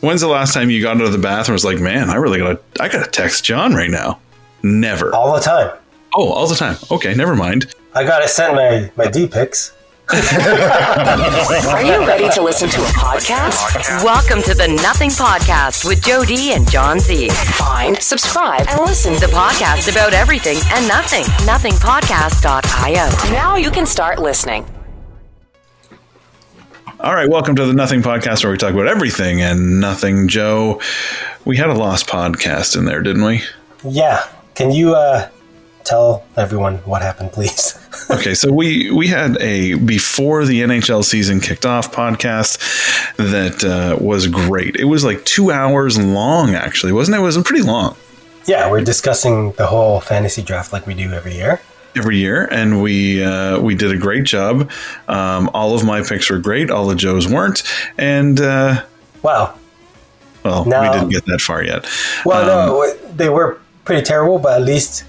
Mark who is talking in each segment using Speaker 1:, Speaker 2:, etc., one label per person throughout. Speaker 1: When's the last time you got into the bathroom? and Was like, man, I really gotta, I gotta text John right now. Never.
Speaker 2: all the time.
Speaker 1: Oh, all the time. Okay, never mind.
Speaker 2: I gotta send my my D pics.
Speaker 3: Are you ready to listen to a podcast?
Speaker 4: Welcome to the Nothing Podcast with Jody and John Z.
Speaker 3: Find, subscribe, and listen.
Speaker 4: The podcast about everything and nothing. Nothingpodcast.io.
Speaker 3: Now you can start listening.
Speaker 1: All right, welcome to the Nothing Podcast, where we talk about everything and nothing. Joe, we had a lost podcast in there, didn't we?
Speaker 2: Yeah. Can you uh, tell everyone what happened, please?
Speaker 1: Okay, so we we had a before the NHL season kicked off podcast that uh, was great. It was like two hours long, actually, wasn't it? It was pretty long
Speaker 2: yeah, we're discussing the whole fantasy draft like we do every year.
Speaker 1: every year, and we uh, we did a great job. Um, all of my picks were great. All of Joe's weren't, and uh,
Speaker 2: Wow.
Speaker 1: well, we
Speaker 2: No.
Speaker 1: didn't get that far yet.
Speaker 2: Well,
Speaker 1: Um,
Speaker 2: no, w- they were pretty terrible, but at least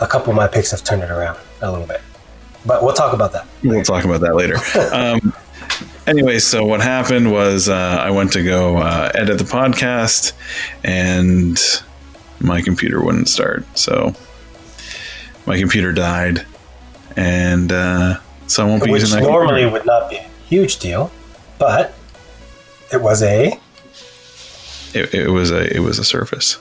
Speaker 2: a couple of my picks have turned it around a little bit. But we'll talk about that.
Speaker 1: We'll talk about that later. Um, anyway, so what happened was uh, I went to go uh, edit the podcast, and my computer wouldn't start. So my computer died, and uh, so I won't be
Speaker 2: Which
Speaker 1: using that.
Speaker 2: normally
Speaker 1: computer.
Speaker 2: would not be a huge deal, but it was a.
Speaker 1: It, it was a it was a Surface.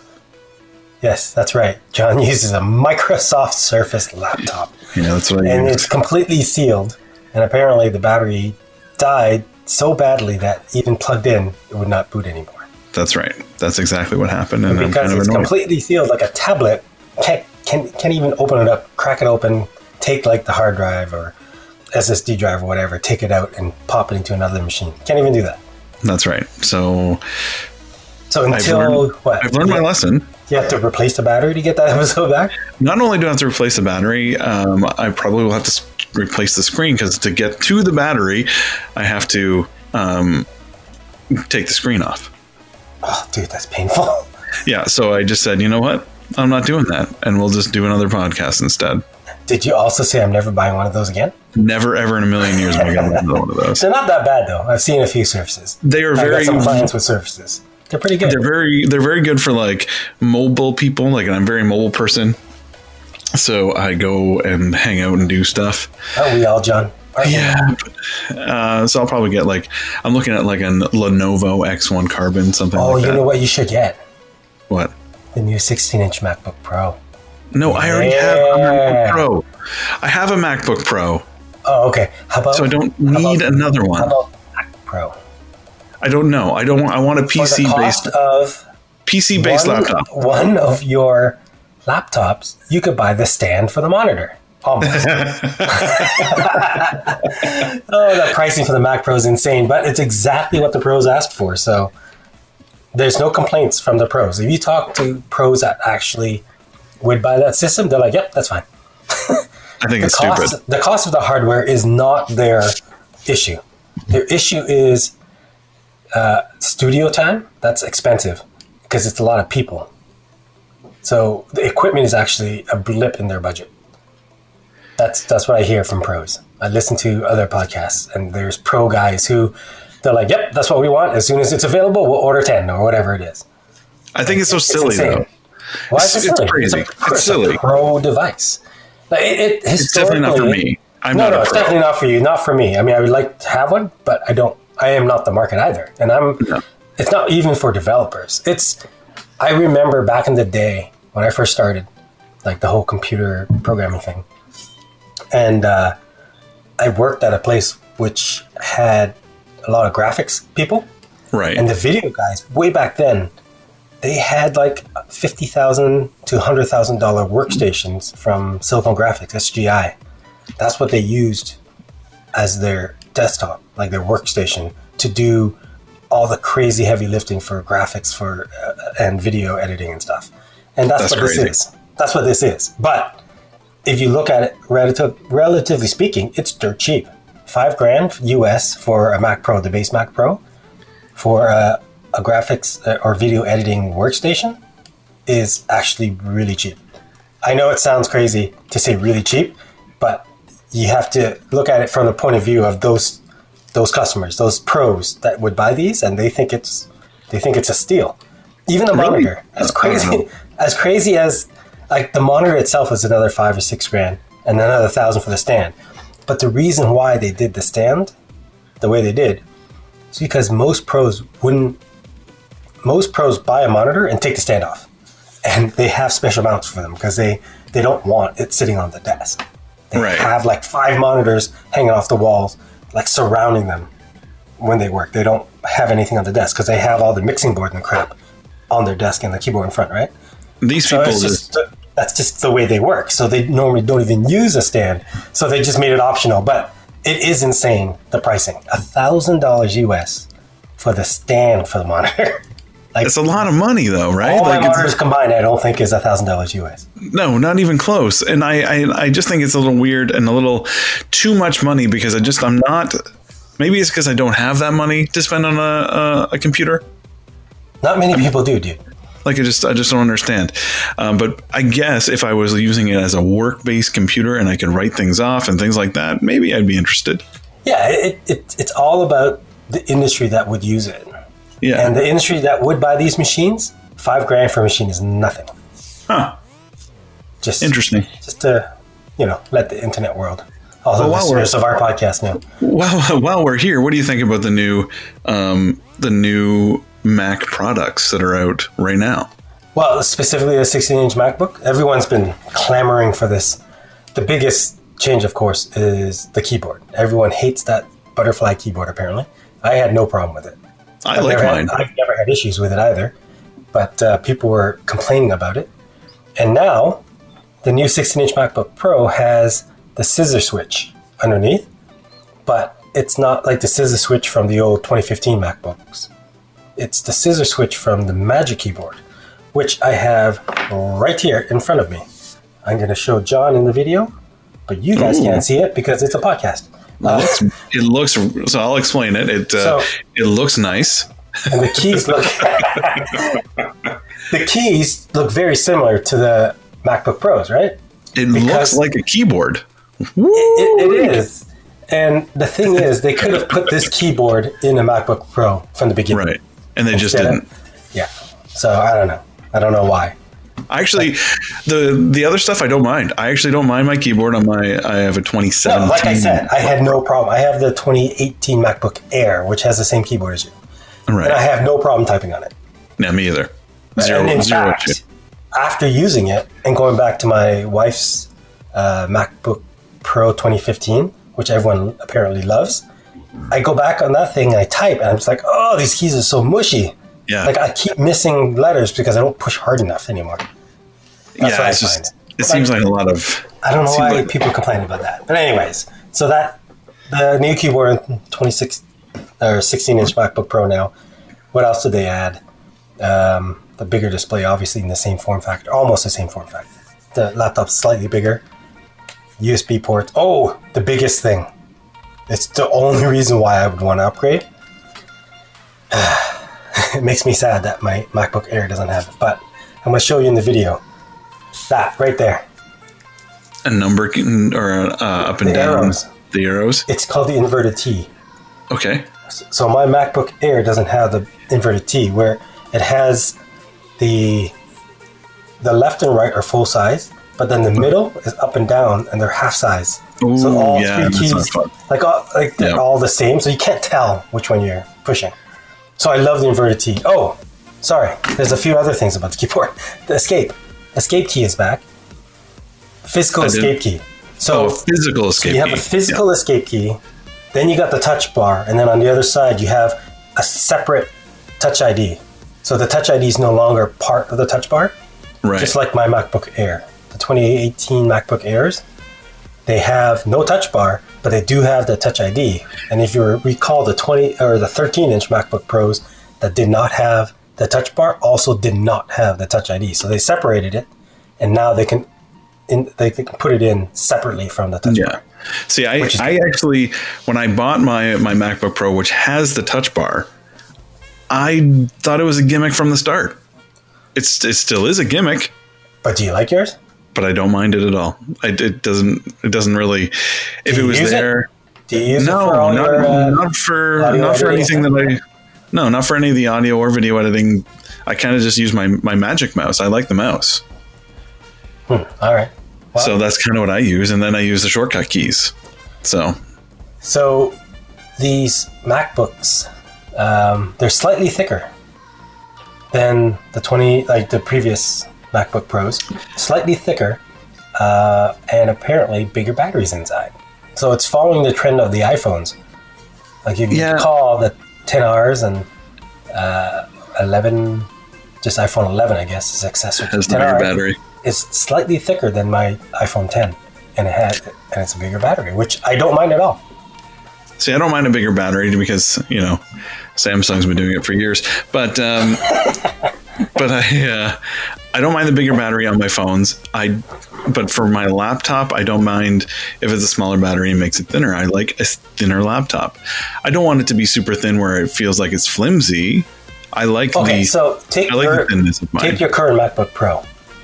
Speaker 2: Yes, that's right. John uses a Microsoft Surface laptop.
Speaker 1: Yeah, that's what I
Speaker 2: and it's
Speaker 1: used.
Speaker 2: completely sealed. And apparently, the battery died so badly that even plugged in, it would not boot anymore.
Speaker 1: That's right. That's exactly what happened, and I'm
Speaker 2: Because
Speaker 1: kind of
Speaker 2: it's
Speaker 1: annoyed.
Speaker 2: completely sealed like a tablet, can't, can can't even open it up, crack it open, take like the hard drive or SSD drive or whatever, take it out and pop it into another machine. Can't even do that.
Speaker 1: that's right. So
Speaker 2: So
Speaker 1: I've
Speaker 2: until
Speaker 1: learned,
Speaker 2: what?
Speaker 1: I've learned my lesson.
Speaker 2: You have to replace the battery to get that episode back?
Speaker 1: Not only do I have to replace the battery, um, I probably will have to s- replace the screen because to get to the battery, I have to um, take the screen off.
Speaker 2: Oh, dude, that's painful.
Speaker 1: Yeah, so I just said, you know what? I'm not doing that, and we'll just do another podcast instead.
Speaker 2: Did you also say I'm never buying one of those again?
Speaker 1: Never, ever in a million years am I going to another one of those.
Speaker 2: They're not that bad though. I've seen a few surfaces.
Speaker 1: They are
Speaker 2: I've got
Speaker 1: very
Speaker 2: some clients with surfaces. They're pretty good.
Speaker 1: they're very they're very good for like mobile people like and i'm a very mobile person so i go and hang out and do stuff
Speaker 2: Aren't we all, John? Aren't we?
Speaker 1: yeah uh, so i'll probably get like i'm looking at like an lenovo x1 carbon something
Speaker 2: Oh,
Speaker 1: like
Speaker 2: you
Speaker 1: that
Speaker 2: know what you should get?
Speaker 1: what
Speaker 2: The new 16-inch MacBook Pro.
Speaker 1: no i already have a macbook
Speaker 2: Yeah.
Speaker 1: pro i have a macbook pro
Speaker 2: Oh, okay. How about?
Speaker 1: so i don't
Speaker 2: how about-
Speaker 1: need another
Speaker 2: How
Speaker 1: one
Speaker 2: about MacBook Pro?
Speaker 1: i don't know i don't want i want a
Speaker 2: For the
Speaker 1: pc
Speaker 2: cost
Speaker 1: based
Speaker 2: of
Speaker 1: pc based
Speaker 2: one,
Speaker 1: laptop
Speaker 2: One of your laptops, you could buy the stand for the monitor. Almost. oh, that pricing for the Mac Pro is insane, but it's exactly what the pros asked for. So there's no complaints from the pros. If you talk to pros that actually would buy that system, they're like, "Yep, that's fine."
Speaker 1: i think it's
Speaker 2: cost,
Speaker 1: stupid
Speaker 2: The cost of the hardware is not their issue. Their issue is uh, studio time. That's expensive because it's a lot of people. So the equipment is actually a blip in their budget. That's that's what I hear from pros. I listen to other podcasts, and there's pro guys who they're like, "Yep, that's what we want. As soon as it's available, we'll order ten or whatever it is."
Speaker 1: i think it's so
Speaker 2: It's
Speaker 1: silly
Speaker 2: insane.
Speaker 1: though
Speaker 2: Why is it
Speaker 1: It's- it's
Speaker 2: silly?
Speaker 1: crazy.
Speaker 2: It's, a,
Speaker 1: It's silly.
Speaker 2: a pro device. Like, it, it,
Speaker 1: it's definitely not for
Speaker 2: historically-
Speaker 1: me i'm
Speaker 2: no,
Speaker 1: not
Speaker 2: no,
Speaker 1: a
Speaker 2: it's
Speaker 1: pro
Speaker 2: definitely not for you. Not for me. I mean, I would like to have one, but I don't. I am not the market either, and I'm. It's not even for developers. It's. I remember back in the day when I first started, like the whole computer programming thing, and uh, I worked at a place which had a lot of graphics people,
Speaker 1: right
Speaker 2: and the video guys way back then, they had like fifty thousand to hundred thousand dollar workstations from Silicon Graphics (SGI). That's what they used as their desktop, like their workstation, to do all the crazy heavy lifting for graphics for uh, and video editing and stuff. And that's,
Speaker 1: That's
Speaker 2: what
Speaker 1: crazy.
Speaker 2: this is. That's what this is. But if you look at it relative, relatively speaking, it's dirt cheap. Five grand US for a Mac Pro, the base Mac Pro, for a, a graphics uh, or video editing workstation is actually really cheap. I know it sounds crazy to say really cheap, but you have to look at it from the point of view of those those customers, those pros that would buy these, and they think it's they They think it's a steal. Even the
Speaker 1: Really?
Speaker 2: monitor, as
Speaker 1: I don't
Speaker 2: crazy
Speaker 1: know.
Speaker 2: as crazy as like the monitor itself was another five or six grand, and another thousand for the stand. But the reason why they did the stand the way they did is because most pros wouldn't. Most pros buy a monitor and take the stand off, and they have special mounts for them because they they don't want it sitting on the desk. They
Speaker 1: Right.
Speaker 2: have like five monitors hanging off the walls, like surrounding them when they work. They don't have anything on the desk because they have all the mixing board and the crap on their desk and the keyboard in front, right?
Speaker 1: These
Speaker 2: So
Speaker 1: people
Speaker 2: it's
Speaker 1: just,
Speaker 2: just that's just the way they work. So they normally don't even use a stand. So they just made it optional. But it is insane the pricing. A thousand dollars US for the stand for the monitor. like
Speaker 1: it's a lot of money though, right? like
Speaker 2: all Oh my
Speaker 1: it's-
Speaker 2: monitors combined, I don't think is a thousand dollars US.
Speaker 1: No, not even close. And I, I, I just think it's a little weird and a little too much money because I just, I'm not, maybe it's because I don't have that money to spend on a, a, a computer.
Speaker 2: Not many people do, dude.
Speaker 1: Like I just, I just don't understand. Um, but I guess if I was using it as a work-based computer and I could write things off and things like that, maybe I'd be interested.
Speaker 2: Yeah, it, it, it's all about the industry that would use it.
Speaker 1: Yeah.
Speaker 2: And the industry that would buy these machines, five grand for a machine is nothing.
Speaker 1: huh.
Speaker 2: Just
Speaker 1: Interesting.
Speaker 2: Just to, you know, let the internet world, all the
Speaker 1: Well, while
Speaker 2: listeners of our podcast know.
Speaker 1: Well, while we're here, what do you think about the new, um, the new Mac products that are out right now?
Speaker 2: Well, specifically the 16-inch MacBook, everyone's been clamoring for this. The biggest change, of course, is the keyboard. Everyone hates that butterfly keyboard. Apparently, I had no problem with it.
Speaker 1: I like
Speaker 2: never
Speaker 1: mine.
Speaker 2: Had, I've never had issues with it either, but uh, people were complaining about it. And now, the new 16-inch MacBook Pro has the scissor switch underneath, but it's not like the scissor switch from the old 2015 MacBooks. It's the scissor switch from the Magic Keyboard, which I have right here in front of me. I'm going to show John in the video, but you guys
Speaker 1: Ooh.
Speaker 2: can't see it because it's a podcast. Uh,
Speaker 1: It looks so. I'll explain it. It uh,
Speaker 2: So-
Speaker 1: it looks nice.
Speaker 2: and the keys look the keys look very similar to the MacBook Pros, right?
Speaker 1: It
Speaker 2: Because-
Speaker 1: looks like a keyboard. Woo!
Speaker 2: It, it is. And the thing is, they could have put this keyboard in a MacBook Pro from the beginning.
Speaker 1: right, and they just
Speaker 2: Instead
Speaker 1: didn't.
Speaker 2: of- Yeah. So I don't know. I don't know why.
Speaker 1: I actually, the the other stuff I don't mind. I actually don't mind my keyboard on my. I have a twenty
Speaker 2: No,
Speaker 1: seven.
Speaker 2: like I said, I had no problem. I have the 2018 MacBook Air, which has the same keyboard as you, and I
Speaker 1: right?
Speaker 2: have no problem typing on it.
Speaker 1: No, me either.
Speaker 2: and
Speaker 1: Zero,
Speaker 2: in
Speaker 1: zero
Speaker 2: fact,
Speaker 1: issue.
Speaker 2: after using it and going back to my wife's uh, MacBook Pro 2015, which everyone apparently loves, I go back on that thing and I type, and I'm just like, oh, these keys are so mushy.
Speaker 1: Yeah.
Speaker 2: Like I keep missing letters because I don't push hard enough anymore. what
Speaker 1: Yeah,
Speaker 2: I
Speaker 1: it's just.
Speaker 2: find.
Speaker 1: It seems like a lot of.
Speaker 2: I don't know
Speaker 1: Seems
Speaker 2: why
Speaker 1: like-
Speaker 2: people complain about that. But anyways, so that the new keyboard, 26 or 16 inch MacBook Pro now. What else did they add? Um, the bigger display, obviously in the same form factor, almost the same form factor. The laptop's slightly bigger. USB port. Oh, the biggest thing. It's the only reason why I would want to upgrade. it makes me sad that my MacBook Air doesn't have it, but I'm going to show you in the video. That right there.
Speaker 1: A number can, or uh, up and
Speaker 2: The
Speaker 1: down
Speaker 2: arrows.
Speaker 1: the arrows.
Speaker 2: It's called the inverted T.
Speaker 1: Okay,
Speaker 2: So my MacBook Air doesn't have the inverted T, where it has the the left and right are full size, but then the middle is up and down, and they're half size. so
Speaker 1: Ooh,
Speaker 2: all
Speaker 1: yeah, that's
Speaker 2: three
Speaker 1: not
Speaker 2: keys,
Speaker 1: fun.
Speaker 2: like all, like they're
Speaker 1: Yeah.
Speaker 2: all the same, so you can't tell which one you're pushing. So I love the inverted T. Oh, sorry, there's a few other things about the keyboard. The escape, escape key is back. Physical
Speaker 1: I did-
Speaker 2: escape key. So
Speaker 1: oh, physical escape.
Speaker 2: you have a
Speaker 1: key.
Speaker 2: physical escape key, then you got the touch bar, and then on the other side you have a separate touch ID. So the touch ID is no longer part of the touch bar,
Speaker 1: Yeah, right.
Speaker 2: just like my MacBook Air. The 2018 MacBook Airs, they have no touch bar, but they do have the touch ID. And if you recall the 20 or the 13-inch MacBook Pros that did not have the touch bar also did not have the touch ID. So they separated it and now they can in, they can put it in separately from the touch
Speaker 1: Yeah.
Speaker 2: bar.
Speaker 1: See, I,
Speaker 2: is-
Speaker 1: I actually, when I bought my, my MacBook Pro, which has the touch bar, I thought it was a gimmick from the start. It's, it still is a gimmick,
Speaker 2: But do you like yours?
Speaker 1: but I don't mind it at all. I, it doesn't, it doesn't really, if
Speaker 2: Do
Speaker 1: it
Speaker 2: you
Speaker 1: was
Speaker 2: use it?
Speaker 1: there,
Speaker 2: Do you use it
Speaker 1: no,
Speaker 2: for all
Speaker 1: not,
Speaker 2: your? Uh,
Speaker 1: not for,
Speaker 2: audio
Speaker 1: not for
Speaker 2: editing?
Speaker 1: anything that I, No, not for any of the audio or video editing. I kind of just use my my magic mouse. I like the mouse,
Speaker 2: uh, All right.
Speaker 1: so that's kind of what I use, and then I use the shortcut keys. So
Speaker 2: So these MacBooks, um, they're slightly thicker than the 20, like the previous MacBook Pros, slightly thicker, uh, and apparently bigger batteries inside. So it's following the trend of the iPhones. Like if you
Speaker 1: Yeah.
Speaker 2: recall the 10Rs and uh, 11, just iPhone 11, I guess, is accessory to
Speaker 1: has the bigger
Speaker 2: 10R.
Speaker 1: battery.
Speaker 2: It's slightly thicker than my iPhone 10, and it had, and it's a bigger battery, which I don't mind at all.
Speaker 1: See, I don't mind a bigger battery because you know Samsung's been doing it for years, but um, but I uh, I don't mind the bigger battery on my phones. I but for my laptop, I don't mind if it's a smaller battery and makes it thinner. I like a thinner laptop. I don't want it to be super thin where it feels like it's flimsy. I like
Speaker 2: Okay,
Speaker 1: the
Speaker 2: so take
Speaker 1: I like
Speaker 2: your
Speaker 1: the thinness of mine.
Speaker 2: take your current MacBook Pro.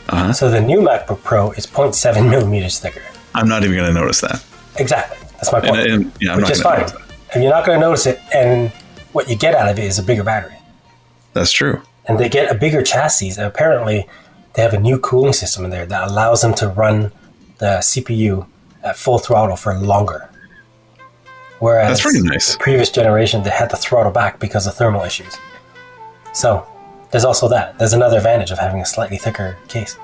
Speaker 1: Uh-huh.
Speaker 2: So the new MacBook Pro is 0.7 millimeters thicker.
Speaker 1: I'm not even going to notice that.
Speaker 2: Exactly. That's my point.
Speaker 1: And- and- yeah, I'm
Speaker 2: which
Speaker 1: not
Speaker 2: is
Speaker 1: gonna
Speaker 2: fine.
Speaker 1: notice that.
Speaker 2: And you're not going to notice it. And what you get out of it is a bigger battery.
Speaker 1: That's true.
Speaker 2: And they get a bigger chassis. And apparently, they have a new cooling system in there that allows them to run the CPU at full throttle for longer. Whereas
Speaker 1: That's pretty nice.
Speaker 2: the previous generation, they had to throttle back because of thermal issues. So there's also that. There's another advantage of having a slightly thicker case.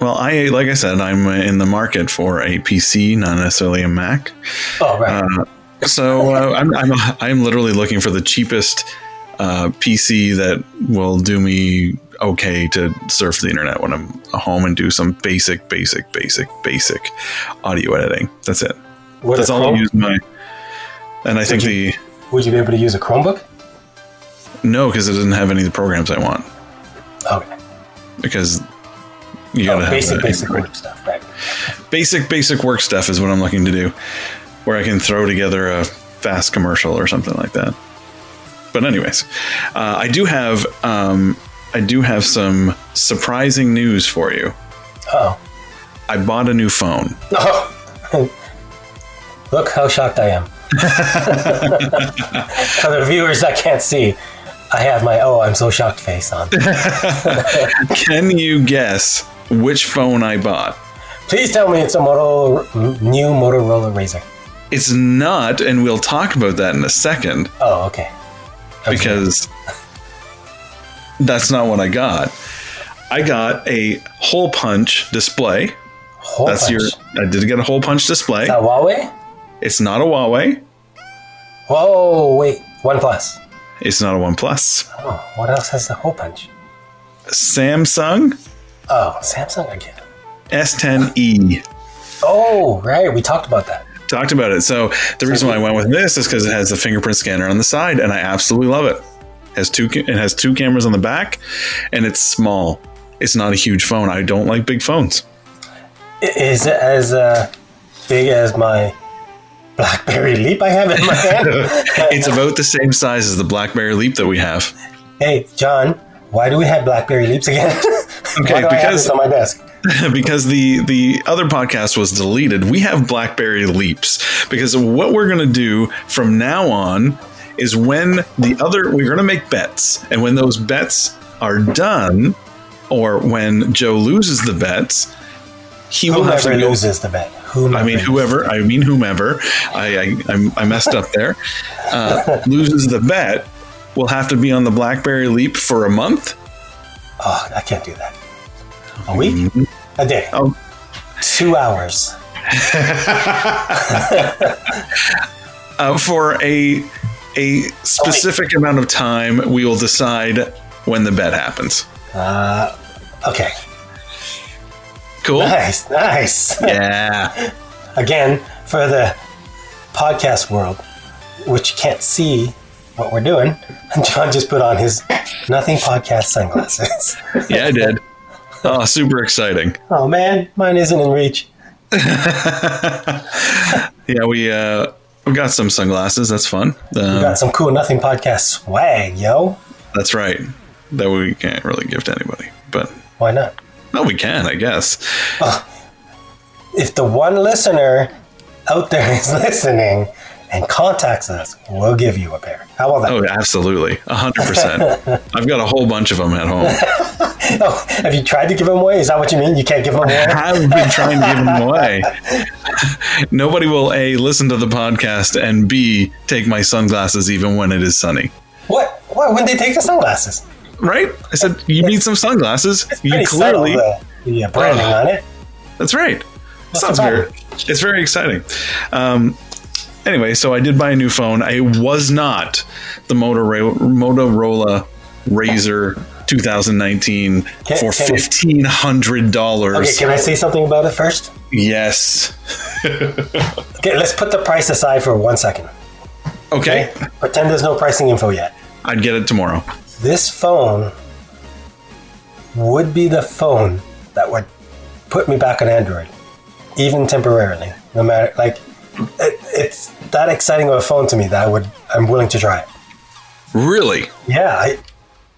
Speaker 1: Well, I like I said, I'm in the market for a PC, not necessarily a Mac.
Speaker 2: Oh, right.
Speaker 1: So uh, I'm, I'm I'm literally looking for the cheapest uh, PC that will do me okay to surf the internet when I'm home and do some basic, basic, basic, basic audio editing. That's it.
Speaker 2: Would
Speaker 1: That's
Speaker 2: a
Speaker 1: all I
Speaker 2: Chrome-
Speaker 1: use my. And I think
Speaker 2: you-
Speaker 1: the
Speaker 2: Would you be able to use a Chromebook?
Speaker 1: no, because it doesn't have any of the programs I want.
Speaker 2: Okay.
Speaker 1: Because you
Speaker 2: Oh,
Speaker 1: gotta have
Speaker 2: basic,
Speaker 1: the
Speaker 2: basic
Speaker 1: Android.
Speaker 2: work stuff, right?
Speaker 1: basic basic work stuff is what I'm looking to do, where I can throw together a fast commercial or something like that. But anyways, uh, I do have um, I do have some surprising news for you.
Speaker 2: Oh,
Speaker 1: I bought a new phone.
Speaker 2: look how shocked I am. For the viewers that can't see, I have my oh, I'm so shocked face on.
Speaker 1: Can you guess which phone I bought?
Speaker 2: Please tell me it's a Motorola, new Motorola Razor.
Speaker 1: It's not, and we'll talk about that in a second
Speaker 2: Oh, okay.
Speaker 1: because that's not what I got. I got a hole punch display.
Speaker 2: Hole
Speaker 1: That's
Speaker 2: punch.
Speaker 1: your. I did get a hole punch display.
Speaker 2: That Huawei?
Speaker 1: It's not a Huawei.
Speaker 2: Whoa, wait, OnePlus.
Speaker 1: It's not a OnePlus.
Speaker 2: Oh, what else has the hole punch?
Speaker 1: Samsung
Speaker 2: Oh, Samsung again.
Speaker 1: S10e.
Speaker 2: Oh, right, we talked about that.
Speaker 1: E. Talked about it. So the reason why I went with this is because it has the fingerprint scanner on the side, and I absolutely love it. Has two. ca- It has two cameras on the back, and it's small. It's not a huge phone. I don't like big phones.
Speaker 2: Is it as uh, big as my BlackBerry Leap I have in my hand?
Speaker 1: It's about the same size as the BlackBerry Leap that we have.
Speaker 2: hey, John, why do we have BlackBerry Leaps again? why
Speaker 1: Okay,
Speaker 2: do I have this
Speaker 1: because
Speaker 2: on my desk.
Speaker 1: because the the other podcast was deleted, we have BlackBerry Leaps because what we're going to do from now on is when the other we're going to make bets, and when those bets are done, or when Joe loses the bets, he will have
Speaker 2: Whoever
Speaker 1: to go.
Speaker 2: loses the bet. Whomever
Speaker 1: I mean,
Speaker 2: loses.
Speaker 1: whoever. I mean, whomever. I I, I'm- I messed up there. Uh, loses the bet will have to be on the BlackBerry Leap for a month.
Speaker 2: Oh, I can't do that. A week? A day?
Speaker 1: Oh.
Speaker 2: Two hours.
Speaker 1: uh, for a a specific amount of time. We will decide when the bet happens.
Speaker 2: Okay.
Speaker 1: Cool.
Speaker 2: Nice, nice.
Speaker 1: Yeah.
Speaker 2: again, for the podcast world, which you can't see what we're doing, John just put on his nothing podcast sunglasses.
Speaker 1: Yeah, I did. Oh, super exciting.
Speaker 2: Oh man, mine isn't in reach.
Speaker 1: Yeah, we uh we got some sunglasses. That's fun. Um,
Speaker 2: Got some cool nothing podcast swag, yo.
Speaker 1: that's right. That we can't really give to anybody, but
Speaker 2: Why not?
Speaker 1: no, we can, I guess.
Speaker 2: If the one listener out there is listening and contacts us, we'll give you a pair. How about that?
Speaker 1: Oh, absolutely, hundred percent. I've got a whole bunch of them at home.
Speaker 2: Oh, have you tried to give them away? Is that what you mean? You can't give them away?
Speaker 1: I've been trying to give them away. Nobody will a listen to the podcast and b take my sunglasses even when it is sunny.
Speaker 2: What? Why wouldn't they take the sunglasses?
Speaker 1: Right? I said you need some sunglasses. You
Speaker 2: Pretty
Speaker 1: clearly.
Speaker 2: subtle, the, the uh, branding
Speaker 1: Ugh.
Speaker 2: on it.
Speaker 1: That's right. Sounds
Speaker 2: the
Speaker 1: very. It's very exciting. Um, anyway, so I did buy a new phone. I was not the Motorola, Motorola Razor 2019
Speaker 2: Can-
Speaker 1: for
Speaker 2: can-
Speaker 1: fifteen hundred
Speaker 2: Okay,
Speaker 1: dollars.
Speaker 2: can I say something about it first?
Speaker 1: yes.
Speaker 2: Okay, let's put the price aside for one second.
Speaker 1: Okay.
Speaker 2: Pretend there's no pricing info yet.
Speaker 1: I'd get it tomorrow.
Speaker 2: This phone would be the phone that would put me back on Android, even temporarily. No matter, like, it, it's that exciting of a phone to me that I would, I'm willing to try it.
Speaker 1: Really?
Speaker 2: Yeah. I,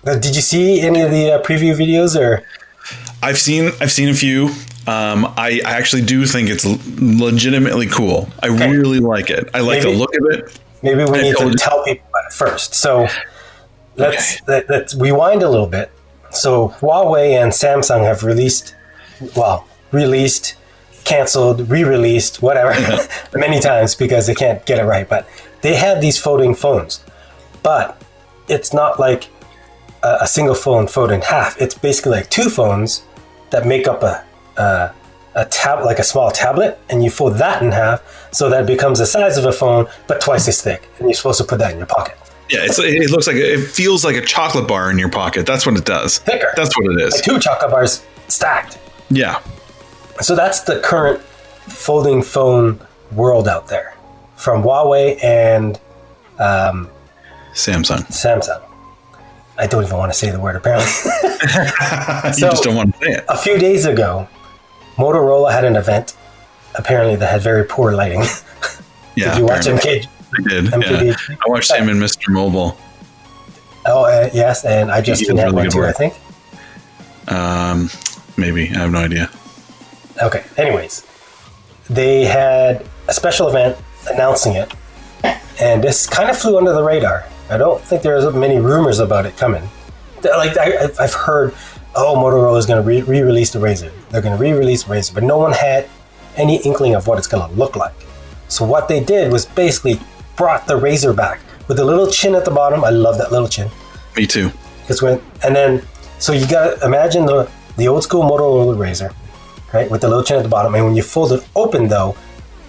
Speaker 2: uh, did you see any of the uh, preview videos or?
Speaker 1: I've seen I've seen a few. Um, I, I actually do think it's l- legitimately cool. I really like it. I like
Speaker 2: Maybe-
Speaker 1: the look of it.
Speaker 2: Maybe we
Speaker 1: I
Speaker 2: need to
Speaker 1: don't-
Speaker 2: tell people about it first. So let's let, let's rewind a little bit. So Huawei and Samsung have released, well, released, canceled, re-released, whatever, many times because they can't get it right. But they had these folding phones, but it's not like a, a single phone folded in half. It's basically like two phones that make up a a tab like a small tablet and you fold that in half so that it becomes the size of a phone but twice as thick and you're supposed to put that in your pocket
Speaker 1: Yeah, it's, it looks like it feels like a chocolate bar in your pocket. That's what it does.
Speaker 2: Thicker.
Speaker 1: That's what it is.
Speaker 2: two chocolate bars stacked
Speaker 1: Yeah.
Speaker 2: so that's the current folding phone world out there from Huawei and
Speaker 1: Samsung.
Speaker 2: Samsung I don't even want to say the word apparently
Speaker 1: you just don't want to say it.
Speaker 2: a few days ago Motorola had an event apparently that had very poor lighting
Speaker 1: Yeah.
Speaker 2: did you watch
Speaker 1: apparently.
Speaker 2: MK
Speaker 1: I did.
Speaker 2: MKBHD?
Speaker 1: Yeah. I watched him in Mr. Mobile.
Speaker 2: oh uh, yes and I just
Speaker 1: He did
Speaker 2: had
Speaker 1: really
Speaker 2: one
Speaker 1: good
Speaker 2: too I
Speaker 1: work.
Speaker 2: think
Speaker 1: Um, maybe. I have no idea.
Speaker 2: Okay. Anyways, they had a special event announcing it, and this kind of flew under the radar. I don't think there was many rumors about it coming. They're Like I, I've- I've heard, oh, Motorola is going to re- release the Razor. They're going to re-release Razor, but no one had any inkling of what it's going to look like. So what they did was basically brought the Razor back with a little chin at the bottom. I love that little chin.
Speaker 1: Me too.
Speaker 2: Because when and then so you gotta imagine the the old school Motorola Razor, right, with the little chin at the bottom, and when you fold it open though,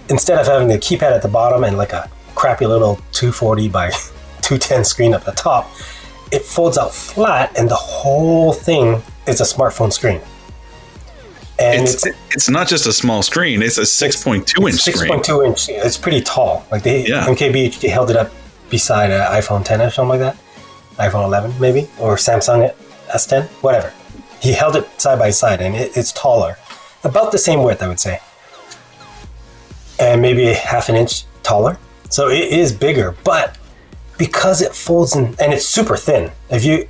Speaker 2: instead of having the keypad at the bottom and like a crappy little 240 by 210 screen up the top, it folds out flat, and the whole thing is a smartphone screen. And
Speaker 1: It's it's not just a small screen. It's a 6.2 inch
Speaker 2: Six
Speaker 1: screen.
Speaker 2: point two inch. It's pretty tall. Like they
Speaker 1: Yeah.
Speaker 2: MKBHD held it up beside an iPhone 10 or something like that, iPhone 11 maybe, or Samsung S10, whatever. He held it side by side, and it, it's taller, about the same width, I would say, and maybe half an inch taller. So it is bigger, but because it folds in, and it's super thin. If you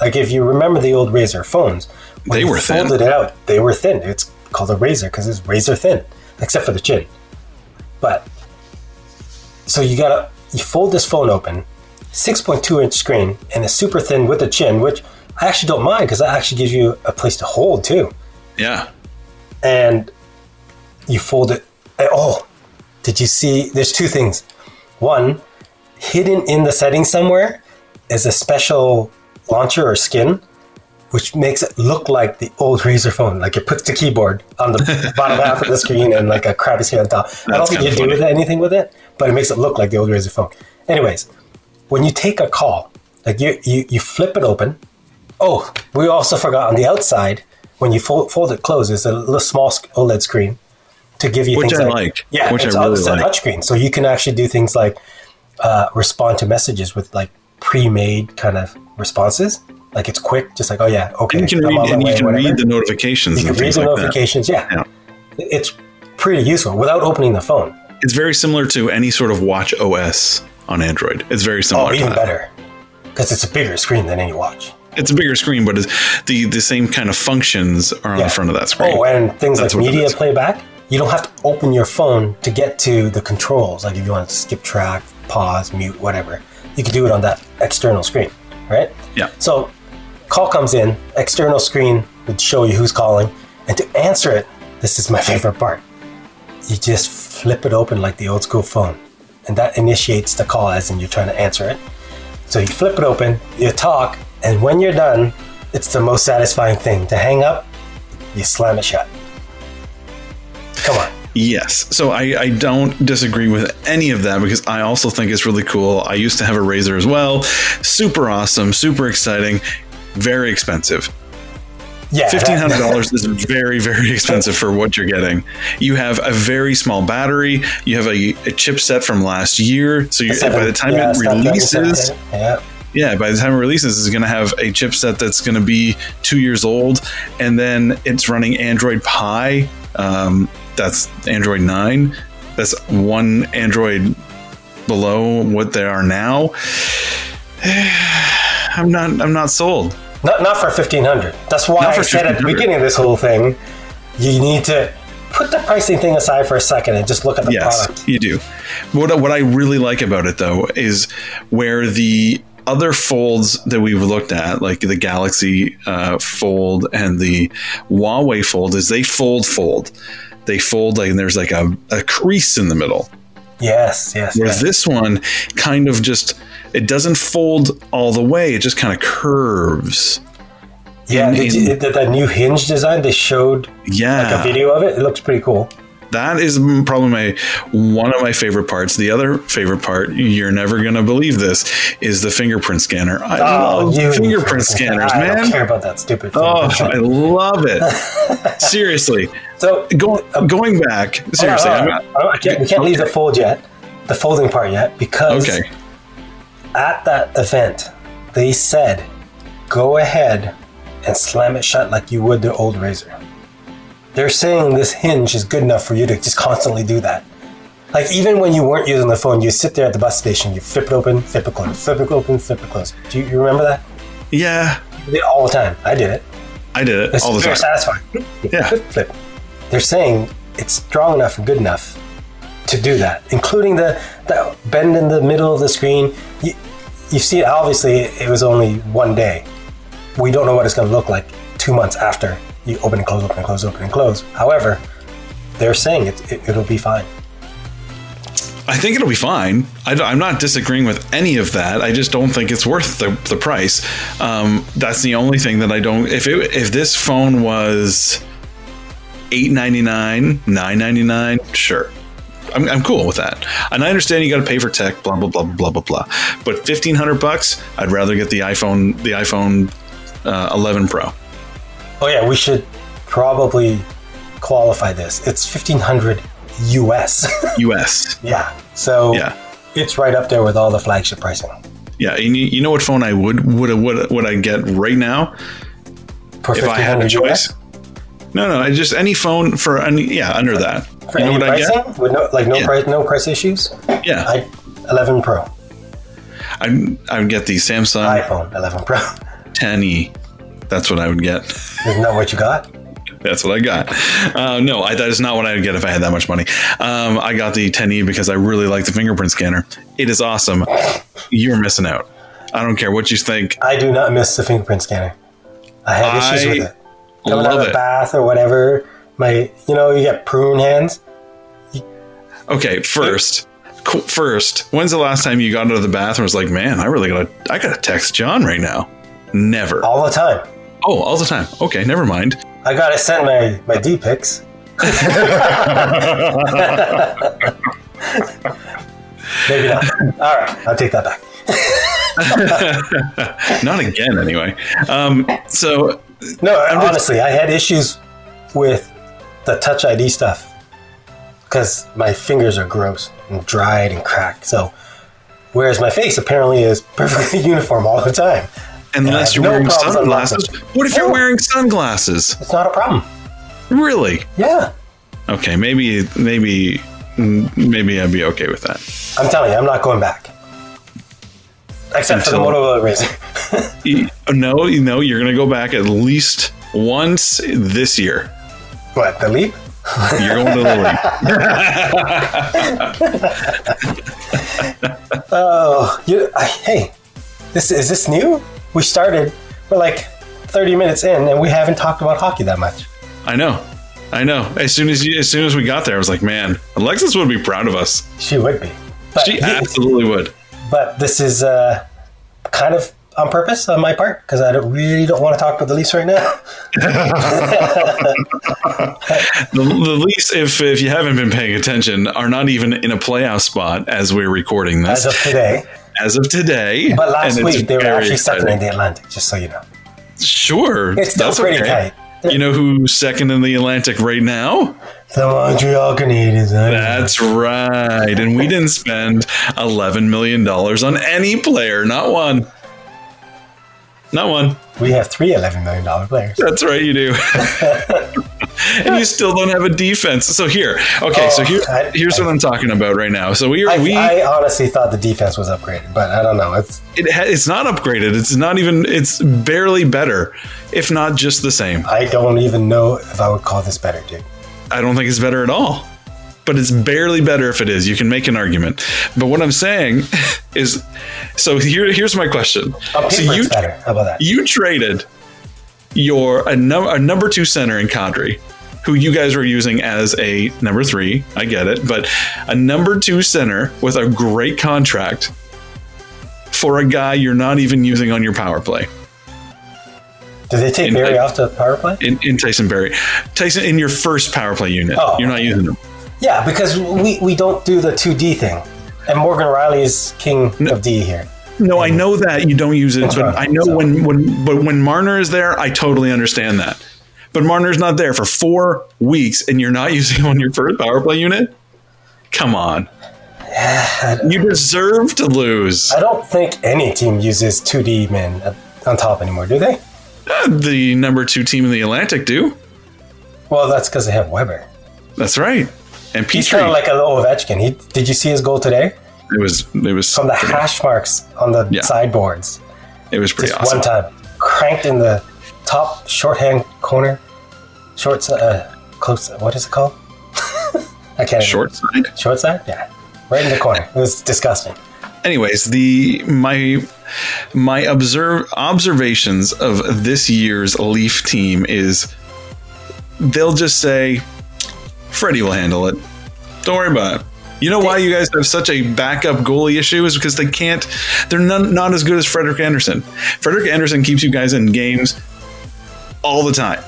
Speaker 2: like, if you remember the old Razor phones, when
Speaker 1: They
Speaker 2: you
Speaker 1: were thin.
Speaker 2: Folded it out. They were thin. It's called a razor because it's razor thin, except for the chin. But so you gotta you fold this phone open, 6.2 inch screen, and it's super thin with the chin, which I actually don't mind because that actually gives you a place to hold too.
Speaker 1: Yeah.
Speaker 2: And you fold it. and- Oh, did you see? There's two things. One, hidden in the setting somewhere is a special launcher or skin, which makes it look like the old Razor phone. Like it puts the keyboard on the bottom half of the screen and like a crappy screen on top. I don't
Speaker 1: That's
Speaker 2: think
Speaker 1: kinda
Speaker 2: you do
Speaker 1: funny.
Speaker 2: with anything with it, but it makes it look like the old Razor phone. Anyways, when you take a call, like you you, you flip it open. Oh, we also forgot on the outside when you fold, fold it closed, there's a little small sc- OLED screen to give you
Speaker 1: Which
Speaker 2: things
Speaker 1: I like.
Speaker 2: yeah,
Speaker 1: Which I
Speaker 2: it's
Speaker 1: really
Speaker 2: it's a
Speaker 1: like.
Speaker 2: touchscreen, so you can actually do things like uh, respond to messages with like pre-made kind of responses. Like it's quick, just like oh yeah, okay.
Speaker 1: You can
Speaker 2: I'm on
Speaker 1: read
Speaker 2: my
Speaker 1: and you
Speaker 2: way,
Speaker 1: can
Speaker 2: whatever.
Speaker 1: read the notifications
Speaker 2: You
Speaker 1: and
Speaker 2: can
Speaker 1: things
Speaker 2: read the
Speaker 1: like that.
Speaker 2: notifications. Yeah.
Speaker 1: Yeah.
Speaker 2: it's pretty useful without opening the phone.
Speaker 1: It's very similar to any sort of watch OS on Android. It's very similar.
Speaker 2: Oh,
Speaker 1: to
Speaker 2: even
Speaker 1: that.
Speaker 2: better because it's a bigger screen than any watch.
Speaker 1: It's a bigger screen, but it's the the same kind of functions are on
Speaker 2: Yeah.
Speaker 1: the front of that screen.
Speaker 2: Oh, and things
Speaker 1: That's
Speaker 2: like
Speaker 1: what it
Speaker 2: media
Speaker 1: is.
Speaker 2: playback. you don't have to open your phone to get to the controls. Like if you want to skip track, pause, mute, whatever, you can do it on that external screen, right?
Speaker 1: Yeah.
Speaker 2: So call comes in, external screen would show you who's calling, and to answer it, this is my favorite part. You just flip it open like the old school phone, and that initiates the call as in you're trying to answer it. So you flip it open, you talk, and when you're done, it's the most satisfying thing. To hang up, you slam it shut. Come on.
Speaker 1: Yes. So I, I don't disagree with any of that because I also think it's really cool. I used to have a Razor as well. Super awesome, super exciting, very expensive.
Speaker 2: Yeah. that-
Speaker 1: Fifteen hundred dollars is very, very expensive for what you're getting. You have a very small battery. You have a, a chipset from last year. So you by the time
Speaker 2: Yeah,
Speaker 1: it
Speaker 2: Snapdragon
Speaker 1: releases,
Speaker 2: 7, Yeah.
Speaker 1: yeah, by the time it releases, it's going to have a chipset that's going to be two years old, and then it's running Android Pie. Um, that's Android nine. That's one Android below what they are now. I'm not. I'm not sold.
Speaker 2: Not, not for 1500 That's why
Speaker 1: Not
Speaker 2: I
Speaker 1: for
Speaker 2: said at the
Speaker 1: 1500.
Speaker 2: beginning of this whole thing, you need to put the pricing thing aside for a second and just look at the
Speaker 1: Yes,
Speaker 2: product.
Speaker 1: you do. What what I really like about it though is where the other folds that we've looked at, like the Galaxy uh, fold and the Huawei fold, is they fold fold. They fold like and there's like a, a crease in the middle.
Speaker 2: Yes, yes.
Speaker 1: Where
Speaker 2: yes.
Speaker 1: this one kind of just it doesn't fold all the way, it just kind of curves.
Speaker 2: yeah,
Speaker 1: in-
Speaker 2: did
Speaker 1: in-
Speaker 2: you, that, that new hinge design, they showed
Speaker 1: Yeah.
Speaker 2: a video of it. It looks pretty cool.
Speaker 1: that is probably my one of my favorite parts. The other favorite part, you're never gonna believe this, is the fingerprint scanner. I love Oh, fingerprint scanners,
Speaker 2: Oh, I don't
Speaker 1: man.
Speaker 2: care about that stupid
Speaker 1: Oh,
Speaker 2: fingerprint
Speaker 1: I
Speaker 2: scanner.
Speaker 1: love it. seriously,
Speaker 2: So,
Speaker 1: going going back. Seriously,
Speaker 2: hold on,
Speaker 1: I'm
Speaker 2: hold
Speaker 1: not,
Speaker 2: on. uh, I don't- I can't- we can't leave the fold yet, the folding part yet, because
Speaker 1: okay.
Speaker 2: at that event, they said, go ahead and slam it shut like you would the old razor. They're saying this hinge is good enough for you to just constantly do that. Like even when you weren't using the phone, you sit there at the bus station, you flip it open, flip it close, flip it open, flip it close. Do you, you remember that?
Speaker 1: Yeah,
Speaker 2: You did it all the time. I did it.
Speaker 1: I did it
Speaker 2: It's
Speaker 1: all the
Speaker 2: very
Speaker 1: time.
Speaker 2: satisfying.
Speaker 1: Yeah.
Speaker 2: Flip, flip. They're saying it's strong enough and good enough to do that, including the, the bend in the middle of the screen. You, you see, obviously, it was only one day. We don't know what it's going to look like two months after you open and close, open and close, open and close. However, they're saying it, it, it'll be fine.
Speaker 1: I think it'll be fine. I, am not disagreeing with any of that. I just don't think it's worth the, the price. Um, that's the only thing that I don't. If it, if this phone was eight ninety nine, nine ninety nine, sure, I'm, I'm cool with that. And I understand you got to pay for tech, blah blah blah blah blah blah. But fifteen hundred bucks, I'd rather get the iPhone the iPhone uh, 11 Pro.
Speaker 2: Oh, yeah, we should probably qualify this. It's 1500 US.
Speaker 1: US.
Speaker 2: yeah. So
Speaker 1: Yeah.
Speaker 2: it's right up there with all the flagship pricing.
Speaker 1: Yeah, and you, you know what phone I would would would would I get right now?
Speaker 2: For
Speaker 1: if I had a
Speaker 2: 1500
Speaker 1: choice. No, no, I just any phone for any yeah under that.
Speaker 2: For
Speaker 1: you know
Speaker 2: any
Speaker 1: what I
Speaker 2: pricing?
Speaker 1: get?
Speaker 2: With no, like no
Speaker 1: Yeah.
Speaker 2: price, no price issues.
Speaker 1: Yeah, I
Speaker 2: I 11 Pro,
Speaker 1: I, would get the Samsung
Speaker 2: iPhone 11 Pro.
Speaker 1: 10e. That's what I would get.
Speaker 2: Isn't that what you got?
Speaker 1: That's what I got. Uh, no, I, that is not what I would get if I had that much money. Um, I got the 10e because I really like the fingerprint scanner. It is awesome. You're missing out. I don't care what you think.
Speaker 2: I do not miss the fingerprint scanner. I had issues
Speaker 1: I
Speaker 2: with it. Coming out
Speaker 1: love
Speaker 2: of the
Speaker 1: it.
Speaker 2: bath or whatever, my you know you get prune hands.
Speaker 1: Okay, first, qu- first, when's the last time you got out of the bath and was like, "Man, I really gotta, I gotta text John right now." Never.
Speaker 2: all the time.
Speaker 1: Oh, all the time. Okay, never mind.
Speaker 2: I gotta send my my D pics. Maybe not. All right, I'll take that back.
Speaker 1: Not again, anyway. Um, so
Speaker 2: No, honestly, I had issues with the Touch ID stuff because my fingers are gross and dried and cracked. So, whereas my face apparently is perfectly uniform all the time,
Speaker 1: unless you're
Speaker 2: Yeah, Uh, no
Speaker 1: wearing
Speaker 2: problems unlocking.
Speaker 1: sunglasses, what if you're
Speaker 2: No.
Speaker 1: wearing sunglasses?
Speaker 2: it's not a problem.
Speaker 1: Really?
Speaker 2: Yeah,
Speaker 1: Okay, maybe, maybe, mm, maybe I'd be okay with that.
Speaker 2: I'm telling you, I'm not going back. Except for the
Speaker 1: Until-
Speaker 2: Motorola Razr.
Speaker 1: E- No, you know, you're gonna go back at least once this year.
Speaker 2: what the Leap?
Speaker 1: You're going to Lily.
Speaker 2: Oh, You, I, hey, this is this new? We started. We're like 30 minutes in, and we haven't talked about hockey that much.
Speaker 1: I know. I know. As soon as you, as soon as we got there, I was like, man, Alexis would be proud of us.
Speaker 2: She would be. But,
Speaker 1: She
Speaker 2: thi-
Speaker 1: absolutely would.
Speaker 2: but this is uh, kind of on purpose on my part because I don't, really don't want to talk about the Leafs right now.
Speaker 1: The, the Leafs, if if you haven't been paying attention, are not even in a playoff spot as we're recording this
Speaker 2: as of today.
Speaker 1: as of today.
Speaker 2: But last
Speaker 1: and it's
Speaker 2: week they were
Speaker 1: very
Speaker 2: actually second in
Speaker 1: exciting.
Speaker 2: the Atlantic, just so you know.
Speaker 1: Sure,
Speaker 2: It's still pretty tight.
Speaker 1: You know who's second in the Atlantic right now?
Speaker 2: The Montreal Canadiens. I don't know.
Speaker 1: That's right. And we didn't spend eleven million dollars on any player, not one, not one.
Speaker 2: We have three $11 million players.
Speaker 1: That's right, you do. and you still don't have a defense. So here, okay, so
Speaker 2: Oh,
Speaker 1: here,
Speaker 2: I-
Speaker 1: here's what I'm talking about right now. So we are
Speaker 2: I,
Speaker 1: we
Speaker 2: I honestly thought the defense was upgraded, but I don't know. It's
Speaker 1: it ha- it's not upgraded. It's not even it's barely better, if not just the same.
Speaker 2: I don't even know if I would call this better, dude.
Speaker 1: I don't think it's better at all. But it's barely better if it is. You can make an argument. But what I'm saying is so here here's my question.
Speaker 2: On paper,
Speaker 1: So you
Speaker 2: it's better. How about that?
Speaker 1: you traded your a, num- a number two center in Kadri, who you guys were using as a number three. I get it, but a number two center with a great contract for a guy you're not even using on your power play
Speaker 2: Do they take
Speaker 1: in-
Speaker 2: Barry
Speaker 1: I-
Speaker 2: off the power play?
Speaker 1: in, in Tyson Berry. Tyson in your first power play unit,
Speaker 2: Oh.
Speaker 1: you're not using him.
Speaker 2: Yeah, because we, we don't do the 2D thing. And Morgan Riley is king of D here.
Speaker 1: No, I know that you don't use it, but
Speaker 2: right.
Speaker 1: I know when when but when Marner is there, I totally understand that. But Marner's not there for four weeks, and you're not using him on your first power play unit. Come on, you deserve to lose.
Speaker 2: I don't think any team uses 2D men up- on top anymore, do they?
Speaker 1: The number two team in the Atlantic do.
Speaker 2: Well, that's because they have Weber.
Speaker 1: That's right. And
Speaker 2: He's
Speaker 1: Petrie,
Speaker 2: kind of like a little Ovechkin. He, did you see his goal today?
Speaker 1: it was it was
Speaker 2: From the hash marks on the
Speaker 1: Yeah.
Speaker 2: sideboards.
Speaker 1: it was pretty
Speaker 2: Just
Speaker 1: awesome.
Speaker 2: one time. Cranked in the top shorthand corner. Short side. Uh, close. What is it called? I can't.
Speaker 1: Short side.
Speaker 2: Short side? Yeah. Right in the corner. It was disgusting.
Speaker 1: anyways the my my observe observations of this year's leaf team is they'll just say freddie will handle it don't worry about it you know why you guys have such a backup goalie issue is because they can't they're none, not as good as frederick anderson frederick anderson keeps you guys in games all the time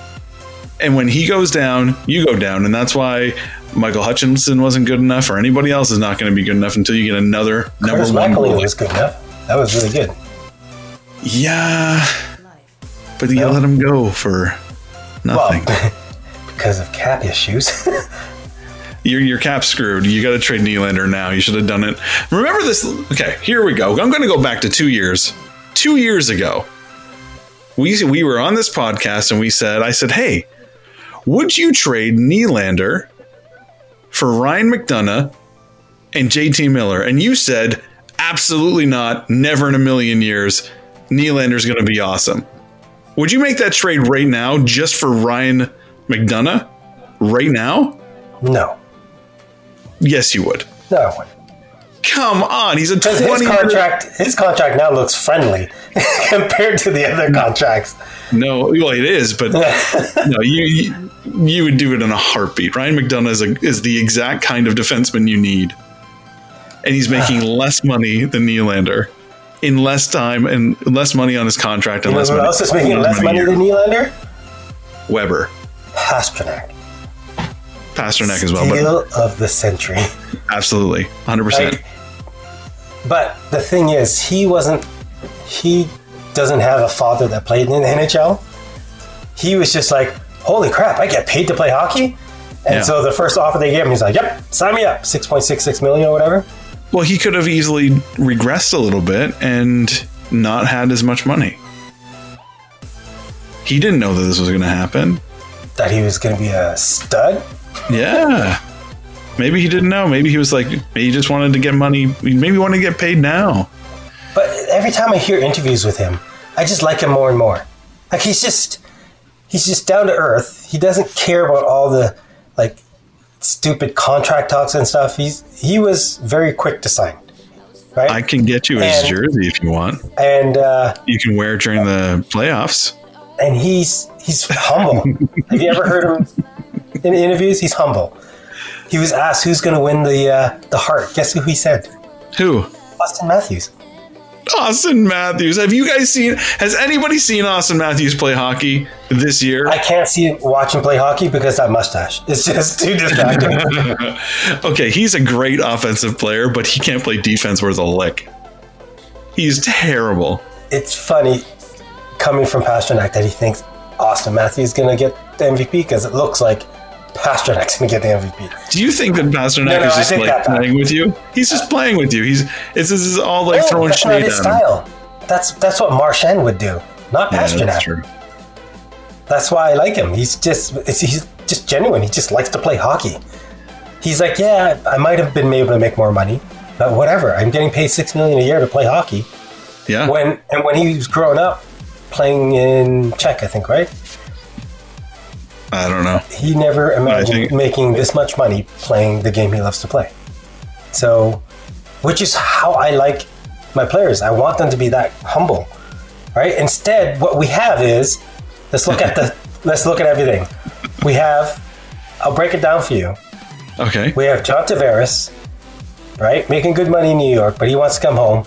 Speaker 1: and when he goes down, you go down, and that's why Michael Hutchinson wasn't good enough, or anybody else is not going to be good enough until you get another number
Speaker 2: Curtis
Speaker 1: one
Speaker 2: McAleer
Speaker 1: goalie.
Speaker 2: was good enough. That was really good.
Speaker 1: Yeah, but you let him go for nothing.
Speaker 2: Well, because of cap issues.
Speaker 1: your your cap's screwed. You got to trade Nylander now. You should have done it. Remember this? Okay, here we go. I'm going to go back to two years. Two years ago, we we were on this podcast and we said, I said, hey, would you trade Nylander for Ryan McDonough and JT Miller? And you said, absolutely not. Never in a million years. Nylander's going to be awesome. Would you make that trade right now just for Ryan McDonough? Right now?
Speaker 2: no.
Speaker 1: Yes, you would.
Speaker 2: No, I wouldn't.
Speaker 1: Come on, he's a
Speaker 2: His, his
Speaker 1: twenty.
Speaker 2: contract, his contract now looks friendly compared to the other contracts.
Speaker 1: No, well, it is, but no, you, you you would do it in a heartbeat. Ryan McDonough is, a, is the exact kind of defenseman you need, and he's making less money than Nylander in less time and less money on his contract. And
Speaker 2: You know
Speaker 1: less
Speaker 2: who
Speaker 1: money.
Speaker 2: else is making less
Speaker 1: a
Speaker 2: money
Speaker 1: year.
Speaker 2: than Nylander?
Speaker 1: Weber,
Speaker 2: Pasternak.
Speaker 1: Pasternak as well, but
Speaker 2: Deal of the century.
Speaker 1: absolutely, hundred percent.
Speaker 2: Like, but the thing is, he wasn't. He doesn't have a father that played in the NHL. He was just like, "Holy crap! I get paid to play hockey." And
Speaker 1: Yeah.
Speaker 2: so the first offer they gave him, he's like, "Yep, sign me up, six point six six million or whatever."
Speaker 1: Well, he could have easily regressed a little bit and not had as much money. He didn't know that this was going to happen.
Speaker 2: That he was going to be a stud.
Speaker 1: Yeah. Maybe he didn't know. Maybe he was like, he just wanted to get money. Maybe he wanted to get paid now.
Speaker 2: But every time I hear interviews with him, I just like him more and more. Like he's just he's just down to earth. He doesn't care about all the like stupid contract talks and stuff, he's he was very quick to sign, right?
Speaker 1: I can get you his
Speaker 2: And-
Speaker 1: jersey if you want.
Speaker 2: and uh,
Speaker 1: You can wear it during the playoffs.
Speaker 2: and he's he's humble. Have you ever heard him in interviews? He's humble. He was asked who's going to win the uh, the heart. Guess who he said?
Speaker 1: Who?
Speaker 2: Austin Matthews.
Speaker 1: Austin Matthews. Have you guys seen? Has anybody seen Austin Matthews play hockey this year?
Speaker 2: I can't see him watch him play hockey because that mustache. It's just too distracting.
Speaker 1: okay, he's a great offensive player, but he can't play defense worth a lick. He's terrible.
Speaker 2: it's funny coming from Pasternak that he thinks Austin Matthews is going to get the MVP because it looks like Pasternak's going to get the MVP.
Speaker 1: Do you think that Pasternak
Speaker 2: No, no,
Speaker 1: is
Speaker 2: I
Speaker 1: just
Speaker 2: think
Speaker 1: like
Speaker 2: that-
Speaker 1: playing with you? He's just playing with you. He's it's this is all like throwing
Speaker 2: Oh, that's not
Speaker 1: shade at him.
Speaker 2: his style. That's that's what Marchand would do, not
Speaker 1: Yeah,
Speaker 2: Pasternak.
Speaker 1: that's
Speaker 2: that's,
Speaker 1: true.
Speaker 2: why I like him. He's just it's, he's just genuine. He just likes to play hockey. He's like, yeah, I might have been able to make more money, but whatever. I'm getting paid six million a year to play hockey.
Speaker 1: Yeah.
Speaker 2: when and when he was growing up playing in Czech, I think, right?
Speaker 1: I don't know.
Speaker 2: He never imagined
Speaker 1: think-
Speaker 2: making this much money playing the game he loves to play. So, which is how I like my players. I want them to be that humble, right? Instead, what we have is let's look at the let's look at everything. We have. I'll break it down for you.
Speaker 1: Okay.
Speaker 2: We have John Tavares, right, making good money in New York, but he wants to come home,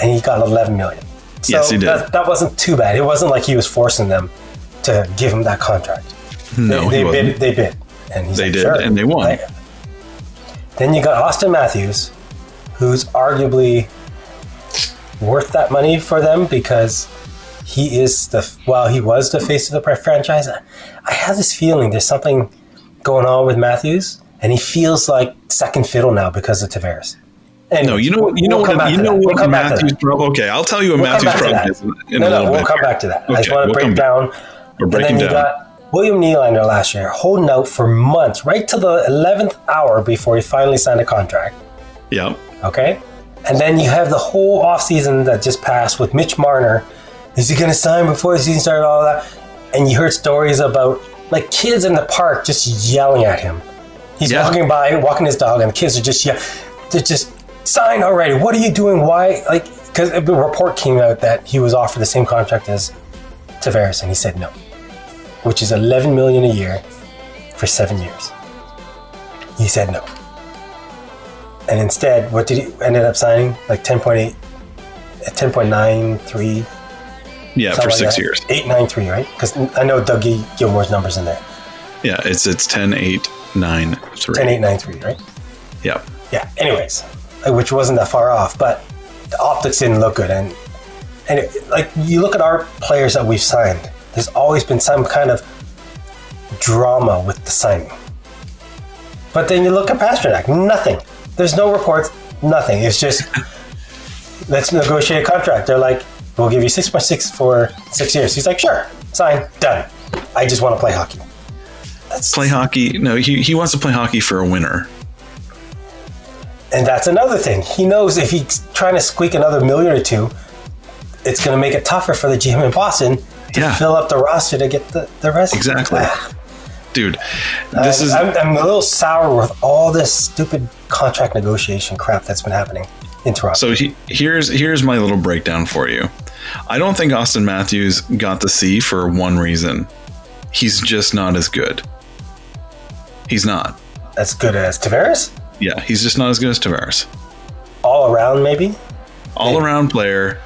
Speaker 2: and he got 11 million. So
Speaker 1: Yes, he did.
Speaker 2: That, that wasn't too bad. It wasn't like he was forcing them to give him that contract.
Speaker 1: No,
Speaker 2: they,
Speaker 1: he
Speaker 2: they
Speaker 1: wasn't.
Speaker 2: bid. They bid, and he's
Speaker 1: They
Speaker 2: like,
Speaker 1: did,
Speaker 2: "Sure."
Speaker 1: and they won.
Speaker 2: Right. Then you got Austin Matthews, who's arguably worth that money for them because he is the while he was the face of the pre- franchise. I I have this feeling there's something going on with Matthews, and he feels like second fiddle now because of Tavares. And
Speaker 1: No, you know what you know what you know what Matthews problem. Okay, I'll tell you what Matthews problem is in, in a
Speaker 2: no,
Speaker 1: little
Speaker 2: no, we'll
Speaker 1: bit.
Speaker 2: come back to that. I just
Speaker 1: Okay,
Speaker 2: want to
Speaker 1: we'll come
Speaker 2: break
Speaker 1: back.
Speaker 2: down.
Speaker 1: We're
Speaker 2: And
Speaker 1: breaking
Speaker 2: then you
Speaker 1: down.
Speaker 2: got William Nylander last year holding out for months, right to the 11th hour before he finally signed a contract.
Speaker 1: yeah.
Speaker 2: Okay? And then you have the whole offseason that just passed with Mitch Marner. Is he going to sign before the season started? All that. And you heard stories about like kids in the park just yelling at him. He's
Speaker 1: Yeah.
Speaker 2: walking by, walking his dog, and the kids are just, yeah, they're just, sign already. What are you doing? Why? Like, because a report came out that he was offered the same contract as Tavares, and he said no, which is 11 million a year for seven years. He said no. And instead, what did he ended up signing? Like 10.8, 10.93.
Speaker 1: Yeah, for
Speaker 2: something like
Speaker 1: six
Speaker 2: that.
Speaker 1: years.
Speaker 2: 893, right? Because I know Doug Gil- Gilmore's numbers in there.
Speaker 1: Yeah, it's it's ten, eight, nine, three.
Speaker 2: 10893, right?
Speaker 1: Yeah.
Speaker 2: Yeah. Anyways, like, which wasn't that far off, but the optics didn't look good. And and it, like you look at our players that we've signed, there's always been some kind of drama with the signing. But then you look at Pasternak, nothing. There's no reports, nothing. It's just let's negotiate a contract. They're like, we'll give you six point six for six years. He's like, sure, sign, done. I just want to play hockey. That's
Speaker 1: Play hockey. No, he, he wants to play hockey for a winner.
Speaker 2: And that's another thing. He knows if he's trying to squeak another million or two, it's going to make it tougher for the GM in Boston to
Speaker 1: Yeah.
Speaker 2: fill up the roster to get the, the rest.
Speaker 1: Exactly. Dude, this
Speaker 2: I'm,
Speaker 1: is
Speaker 2: I'm, I'm a little sour with all this stupid contract negotiation crap that's been happening in Toronto.
Speaker 1: So he, here's here's my little breakdown for you. I don't think Austin Matthews got the C for one reason. He's just not as good. He's not.
Speaker 2: as good as Tavares,
Speaker 1: Yeah, he's just not as good as Tavares.
Speaker 2: all around maybe.
Speaker 1: All around player,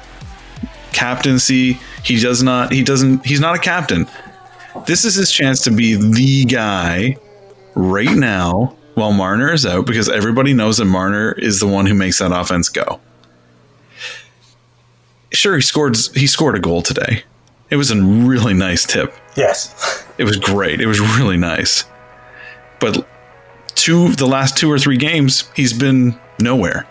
Speaker 1: captaincy. He does not. He doesn't. He's not a captain. This is his chance to be the guy right now while Marner is out because everybody knows that Marner is the one who makes that offense go. Sure, he scored. He scored a goal today. It was a really nice tip.
Speaker 2: Yes.
Speaker 1: It was great. It was really nice. But two the last two or three games, he's been nowhere.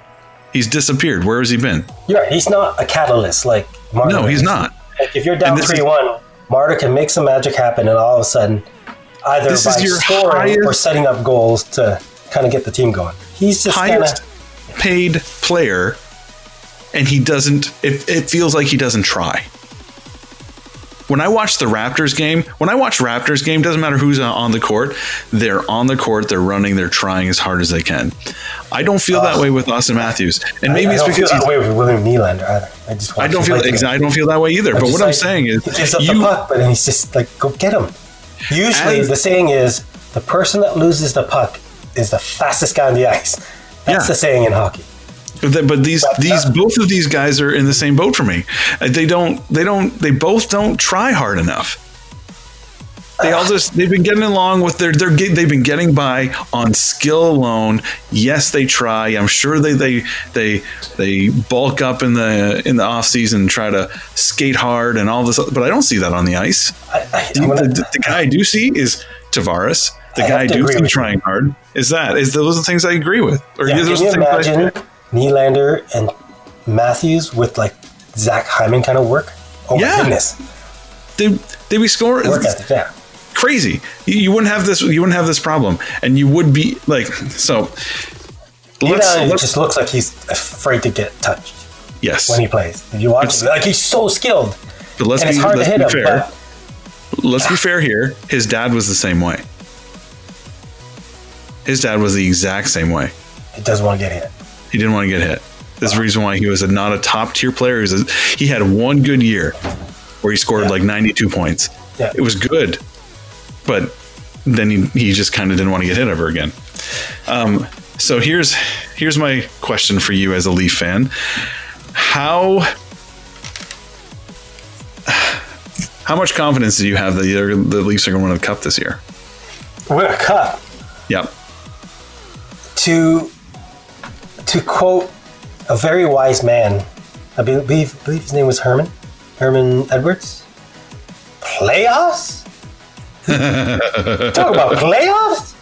Speaker 1: He's disappeared. Where has he been?
Speaker 2: You're right. He's not a catalyst like Marner.
Speaker 1: No, he's
Speaker 2: is.
Speaker 1: not.
Speaker 2: Like if you're down
Speaker 1: this is-
Speaker 2: 3 1, Marta can make some magic happen, and all of a sudden, either
Speaker 1: This
Speaker 2: by
Speaker 1: is your
Speaker 2: scoring or
Speaker 1: highest-
Speaker 2: setting up goals to kind of get the team going. He's just kind of.
Speaker 1: Highest paid player and he doesn't it, it feels like he doesn't try. when I watch the Raptors game, when I watch Raptors game, doesn't matter who's uh, on- on the court, they're on the court, they're running, they're trying as hard as they can. I don't feel that way with Austin Matthews, and maybe
Speaker 2: Uh, I
Speaker 1: it's
Speaker 2: don't
Speaker 1: because
Speaker 2: feel
Speaker 1: he's
Speaker 2: that way with William Nylander either. I just
Speaker 1: I
Speaker 2: watch
Speaker 1: don't
Speaker 2: him
Speaker 1: feel
Speaker 2: like
Speaker 1: exa- I don't feel that way either. but
Speaker 2: Just
Speaker 1: what I'm
Speaker 2: like,
Speaker 1: saying is,
Speaker 2: he gives up the
Speaker 1: you,
Speaker 2: puck, but then he's just like, go get him. Usually,
Speaker 1: As-
Speaker 2: the saying is, the person that loses the puck is the fastest guy on the ice. That's
Speaker 1: Yeah.
Speaker 2: the saying in hockey.
Speaker 1: but th- but these
Speaker 2: But,
Speaker 1: these
Speaker 2: uh,
Speaker 1: both of these guys are in the same boat for me. Uh, They don't they don't they both don't try hard enough. They all just they've been getting along with their they're get, they've been getting by on skill alone. Yes, they try. I'm sure they they they they bulk up in the in the off season and try to skate hard and all this. But I don't see that on the ice.
Speaker 2: I, I,
Speaker 1: the,
Speaker 2: I'm gonna-
Speaker 1: the- the guy I do see is Tavares. The
Speaker 2: I
Speaker 1: guy
Speaker 2: have
Speaker 1: I
Speaker 2: to
Speaker 1: do
Speaker 2: agree
Speaker 1: see
Speaker 2: with you.
Speaker 1: trying hard is that is those are the things I agree with. Or those
Speaker 2: yeah, can
Speaker 1: are
Speaker 2: you
Speaker 1: the things I-
Speaker 2: imagine Nylander and Matthews with like Zach Hyman kind of work? Oh
Speaker 1: Yeah.
Speaker 2: my goodness,
Speaker 1: they they be scoring
Speaker 2: work ethic. Yeah,
Speaker 1: crazy. You, you wouldn't have this. You wouldn't have this problem, and you would be like so. Let's,
Speaker 2: Nylander
Speaker 1: let's-
Speaker 2: just looks like he's afraid to get touched
Speaker 1: yes,
Speaker 2: when he plays. Did you watch?
Speaker 1: It's-
Speaker 2: it? Like he's so skilled,
Speaker 1: but let's
Speaker 2: and
Speaker 1: be
Speaker 2: it's hard to
Speaker 1: let's
Speaker 2: hit
Speaker 1: be
Speaker 2: him.
Speaker 1: fair.
Speaker 2: But
Speaker 1: let's be fair here. His dad was the same way. His dad was the exact same way.
Speaker 2: he doesn't want to get hit.
Speaker 1: He didn't want to get hit. This is the reason why he was a, not a top tier player. He, was a- he had one good year where he scored
Speaker 2: Yeah.
Speaker 1: like 92 points.
Speaker 2: Yeah.
Speaker 1: It was good, but then he, he just kind of didn't want to get hit ever again. Um, so here's here's my question for you as a Leaf fan: How how much confidence do you have that the the Leafs are going to win the cup this year?
Speaker 2: Win a cup.
Speaker 1: Yep.
Speaker 2: to to quote a very wise man, I believe, believe his name was Herman, Herman Edwards. Playoffs? Talk about playoffs?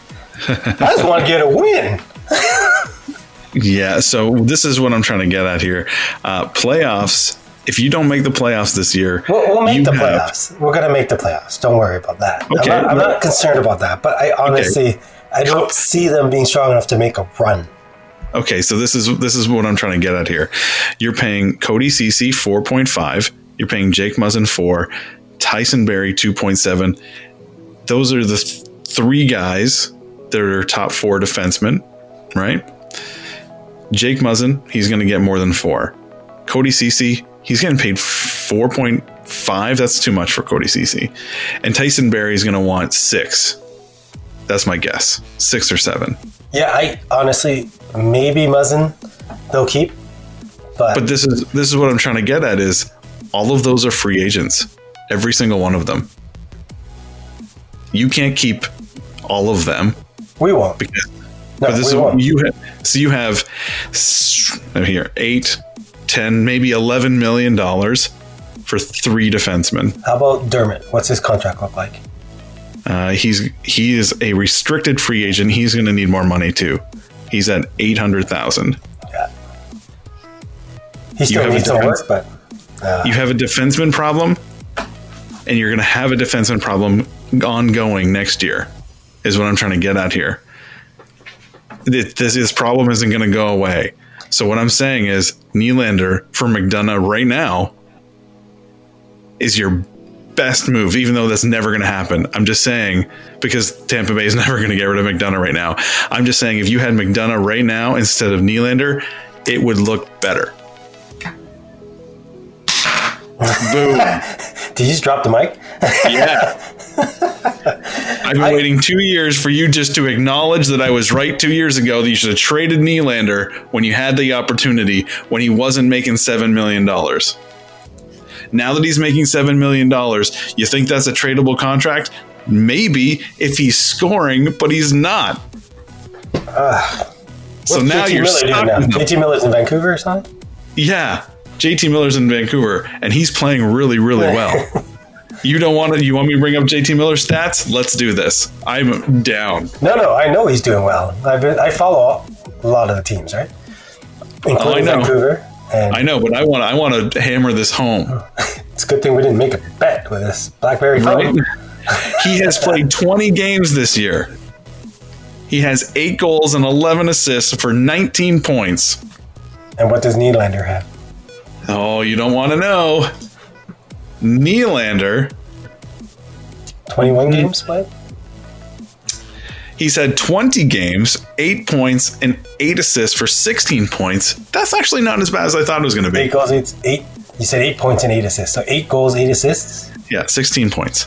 Speaker 2: I just want to get a win.
Speaker 1: Yeah, so this is what I'm trying to get at here. Uh, playoffs. If you don't make the playoffs this year,
Speaker 2: We'll, we'll make
Speaker 1: you
Speaker 2: the
Speaker 1: have-
Speaker 2: playoffs. We're gonna make the playoffs. Don't worry about that.
Speaker 1: Okay,
Speaker 2: I'm, not, I'm
Speaker 1: well-
Speaker 2: not concerned about that. But I honestly, I don't see them being strong enough to make a run.
Speaker 1: Okay, so this is this is what I'm trying to get at here. You're paying Cody CC 4.5. You're paying Jake Muzzin 4. Tyson Berry 2.7. Those are the th- three guys that are top four defensemen, right? Jake Muzzin, he's going to get more than four. Cody Cece, he's getting paid 4.5. That's too much for Cody Cece. And Tyson Berry is going to want six. That's my guess. Six or seven.
Speaker 2: Yeah, I honestly maybe Muzzin they'll keep, but,
Speaker 1: But this is this is what I'm trying to get at is all of those are free agents. Every single one of them. You can't keep all of them
Speaker 2: we won't.
Speaker 1: because
Speaker 2: No,
Speaker 1: but this is
Speaker 2: we won't.
Speaker 1: you have so you have s- I'm here 8 10 maybe 11 million dollars for three defensemen.
Speaker 2: How about Dermot? What's his contract look like?
Speaker 1: Uh, he's he is a restricted free agent. He's going to need more money too. He's at 800,000.
Speaker 2: He still
Speaker 1: have a
Speaker 2: needs some
Speaker 1: difference?
Speaker 2: work, but
Speaker 1: you have a defenseman problem, and you're going to have a defenseman problem ongoing next year, is what I'm trying to get at here. Th- This, this problem isn't going to go away. So, what I'm saying is, Nylander for McDonough right now is your best move, even though that's never going to happen. I'm just saying, because Tampa Bay is never going to get rid of McDonough right now. I'm just saying, if you had McDonough right now instead of Nylander, it would look better. Boom.
Speaker 2: did you just drop the mic?
Speaker 1: Yeah. I've been waiting two years for you just to acknowledge that I was right two years ago that you should have traded Nylander when you had the opportunity when he wasn't making $7 million. Now that he's making $7 million, you think that's a tradable contract? Maybe if he's scoring, but he's not. so
Speaker 2: What's
Speaker 1: now
Speaker 2: JT
Speaker 1: you're
Speaker 2: Miller
Speaker 1: stuck
Speaker 2: doing now?
Speaker 1: with the
Speaker 2: JT Miller's in Vancouver or something.
Speaker 1: yeah, JT Miller's in Vancouver, and he's playing really, really well. you don't want to? You want me to bring up JT Miller stats? Let's do this. I'm down.
Speaker 2: No, no, I know he's doing well. I've been, I follow a lot of the teams, right? Including
Speaker 1: Oh, know.
Speaker 2: Vancouver, and
Speaker 1: I know, but I want. I want to hammer this home.
Speaker 2: it's a good thing we didn't make a bet with this BlackBerry phone.
Speaker 1: he has played 20 games this year. He has eight goals and 11 assists for 19 points.
Speaker 2: And what does Nylander have?
Speaker 1: Oh, you don't want to know. Nylander,
Speaker 2: 21
Speaker 1: Mm-hmm.
Speaker 2: games played?
Speaker 1: he's had 20 games, eight points, and eight assists for 16 points. That's actually not as bad as I thought it was going to
Speaker 2: Eight
Speaker 1: be.
Speaker 2: goals, eight, eight. You said eight points and eight assists. So eight goals, eight assists,
Speaker 1: Yeah, 16 points.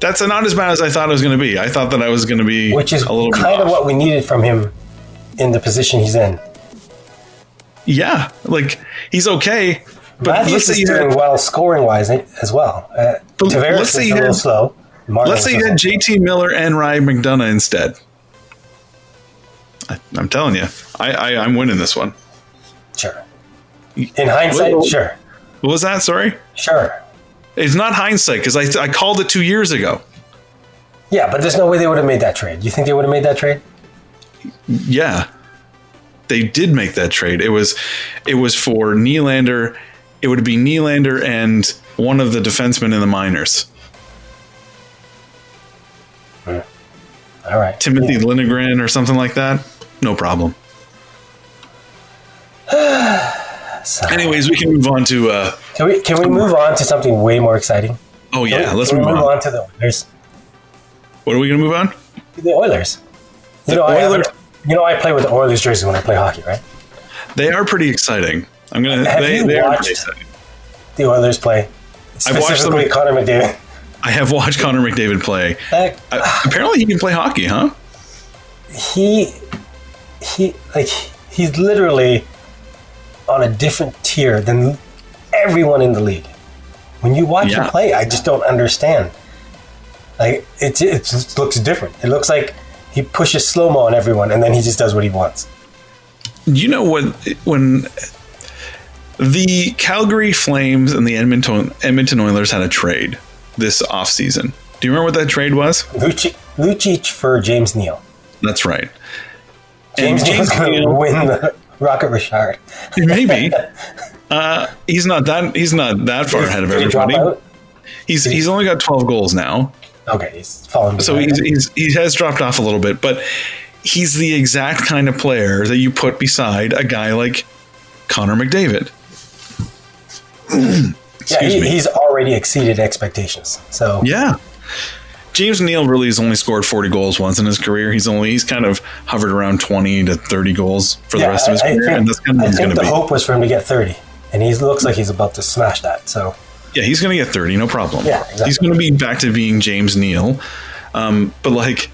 Speaker 1: That's not as bad as I thought it was going to be. I thought that I was going to be
Speaker 2: which is
Speaker 1: a little bit
Speaker 2: kind of
Speaker 1: off.
Speaker 2: what we needed from him in the position he's in.
Speaker 1: Yeah, like he's okay. But
Speaker 2: Matthews
Speaker 1: let's say
Speaker 2: is
Speaker 1: you had-
Speaker 2: doing well scoring wise as well. Uh,
Speaker 1: But
Speaker 2: Tavares
Speaker 1: let's
Speaker 2: is
Speaker 1: say
Speaker 2: a
Speaker 1: you
Speaker 2: little
Speaker 1: had-
Speaker 2: slow. Marner
Speaker 1: Let's say you
Speaker 2: was
Speaker 1: had
Speaker 2: also-
Speaker 1: JT Miller and Ryan McDonough instead. I, I'm telling you, I, I I'm winning this one.
Speaker 2: Sure. In hindsight,
Speaker 1: Well-
Speaker 2: sure.
Speaker 1: What was that? Sorry,
Speaker 2: Sure.
Speaker 1: it's not hindsight because I I called it two years ago.
Speaker 2: Yeah, but there's no way they would have made that trade. You think they would have made that trade?
Speaker 1: Yeah, they did make that trade. It was it was for Nylander. It would be Nylander and one of the defensemen in the minors,
Speaker 2: All right.
Speaker 1: Timothy Linnegren or something like that. No problem.
Speaker 2: So-
Speaker 1: Anyways, we can move on to. Uh,
Speaker 2: Can we can we move on to something way more exciting?
Speaker 1: oh
Speaker 2: Can
Speaker 1: yeah,
Speaker 2: we-
Speaker 1: let's
Speaker 2: can
Speaker 1: move
Speaker 2: we
Speaker 1: on.
Speaker 2: to the Oilers.
Speaker 1: What are we gonna move on?
Speaker 2: The Oilers.
Speaker 1: The
Speaker 2: You know,
Speaker 1: Oilers-
Speaker 2: I, you know, I play with the Oilers jersey when I play hockey, right?
Speaker 1: They are pretty exciting. I'm gonna.
Speaker 2: Have
Speaker 1: they,
Speaker 2: you
Speaker 1: they are
Speaker 2: watched-
Speaker 1: pretty exciting.
Speaker 2: The Oilers play.
Speaker 1: I've watched them-
Speaker 2: Specifically, Connor McDavid.
Speaker 1: I have watched Connor McDavid play.
Speaker 2: Like,
Speaker 1: I, apparently, he can play hockey, huh?
Speaker 2: he, he, like, he's literally on a different tier than everyone in the league. When you watch
Speaker 1: Yeah.
Speaker 2: him play, I just don't understand. Like, it, it just looks different. It looks like he pushes slow mo on everyone, and then he just does what he wants.
Speaker 1: You know when when the Calgary Flames and the Edmonton Edmonton Oilers had a trade this offseason. Do you remember what that trade was?
Speaker 2: Lucic, Lucic for James Neal.
Speaker 1: That's right.
Speaker 2: James,
Speaker 1: And
Speaker 2: Neal's going to win the Rocket Richard.
Speaker 1: maybe. Uh, he's not that he's not that far ahead of
Speaker 2: Did he drop
Speaker 1: everybody.
Speaker 2: out?
Speaker 1: He's he's only got twelve goals now.
Speaker 2: Okay, he's falling.
Speaker 1: So
Speaker 2: behind.
Speaker 1: he's, he's he has dropped off a little bit, but he's the exact kind of player that you put beside a guy like Connor McDavid.
Speaker 2: yeah,
Speaker 1: excuse
Speaker 2: he,
Speaker 1: me.
Speaker 2: he's already exceeded expectations. So
Speaker 1: Yeah. James Neal really has only scored 40 goals once in his career. He's only he's kind of hovered around 20 to 30 goals for
Speaker 2: Yeah,
Speaker 1: the rest of his
Speaker 2: I, I
Speaker 1: career,
Speaker 2: think,
Speaker 1: and that's kind of
Speaker 2: I
Speaker 1: what he's
Speaker 2: think
Speaker 1: going to
Speaker 2: the
Speaker 1: be.
Speaker 2: hope was for him to get thirty, and he looks like he's about to smash that. So
Speaker 1: Yeah, he's going to get 30, no problem.
Speaker 2: Yeah, exactly.
Speaker 1: He's going to be back to being James Neal. Um, but like,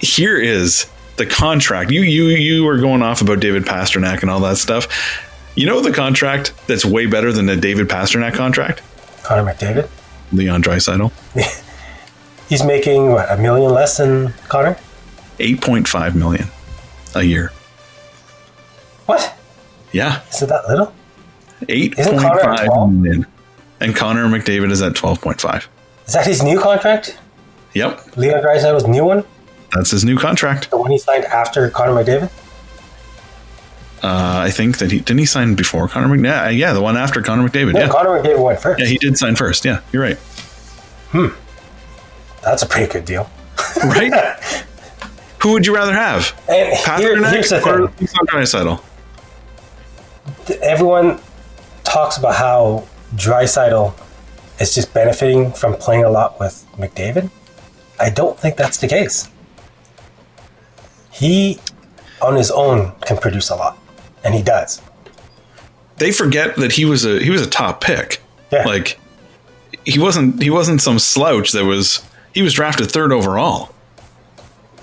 Speaker 1: here is the contract. You you you were going off about David Pasternak and all that stuff. You know the contract that's way better than the David Pasternak contract.
Speaker 2: Connor McDavid,
Speaker 1: Leon Draisaitl,
Speaker 2: he's making what a million less than Connor.
Speaker 1: 8.5 million a year.
Speaker 2: What
Speaker 1: Yeah,
Speaker 2: is it that little?
Speaker 1: eight
Speaker 2: Isn't
Speaker 1: point
Speaker 2: Connor at
Speaker 1: five
Speaker 2: 12?
Speaker 1: million. And Connor McDavid is at twelve point five.
Speaker 2: Is that his new contract?
Speaker 1: Yep,
Speaker 2: Leon Draisaitl's new one,
Speaker 1: that's his new contract. Uh,
Speaker 2: the one he signed after Connor McDavid.
Speaker 1: Uh, I think that he didn't he sign before Connor McDavid. Yeah, yeah, the one after Connor McDavid.
Speaker 2: No,
Speaker 1: yeah,
Speaker 2: Connor McDavid went first.
Speaker 1: yeah, he did sign first. Yeah, you're right.
Speaker 2: That's a pretty good deal.
Speaker 1: Right? Who would you rather have?
Speaker 2: And here,
Speaker 1: Pasternak
Speaker 2: here's the
Speaker 1: or
Speaker 2: thing.
Speaker 1: Leon Draisaitl?
Speaker 2: everyone talks about how Drysidle is just benefiting from playing a lot with McDavid. I don't think that's the case. He, on his own, can produce a lot, and he does.
Speaker 1: They forget that he was a he was a top pick.
Speaker 2: Yeah.
Speaker 1: Like he wasn't he wasn't some slouch that was he was drafted third overall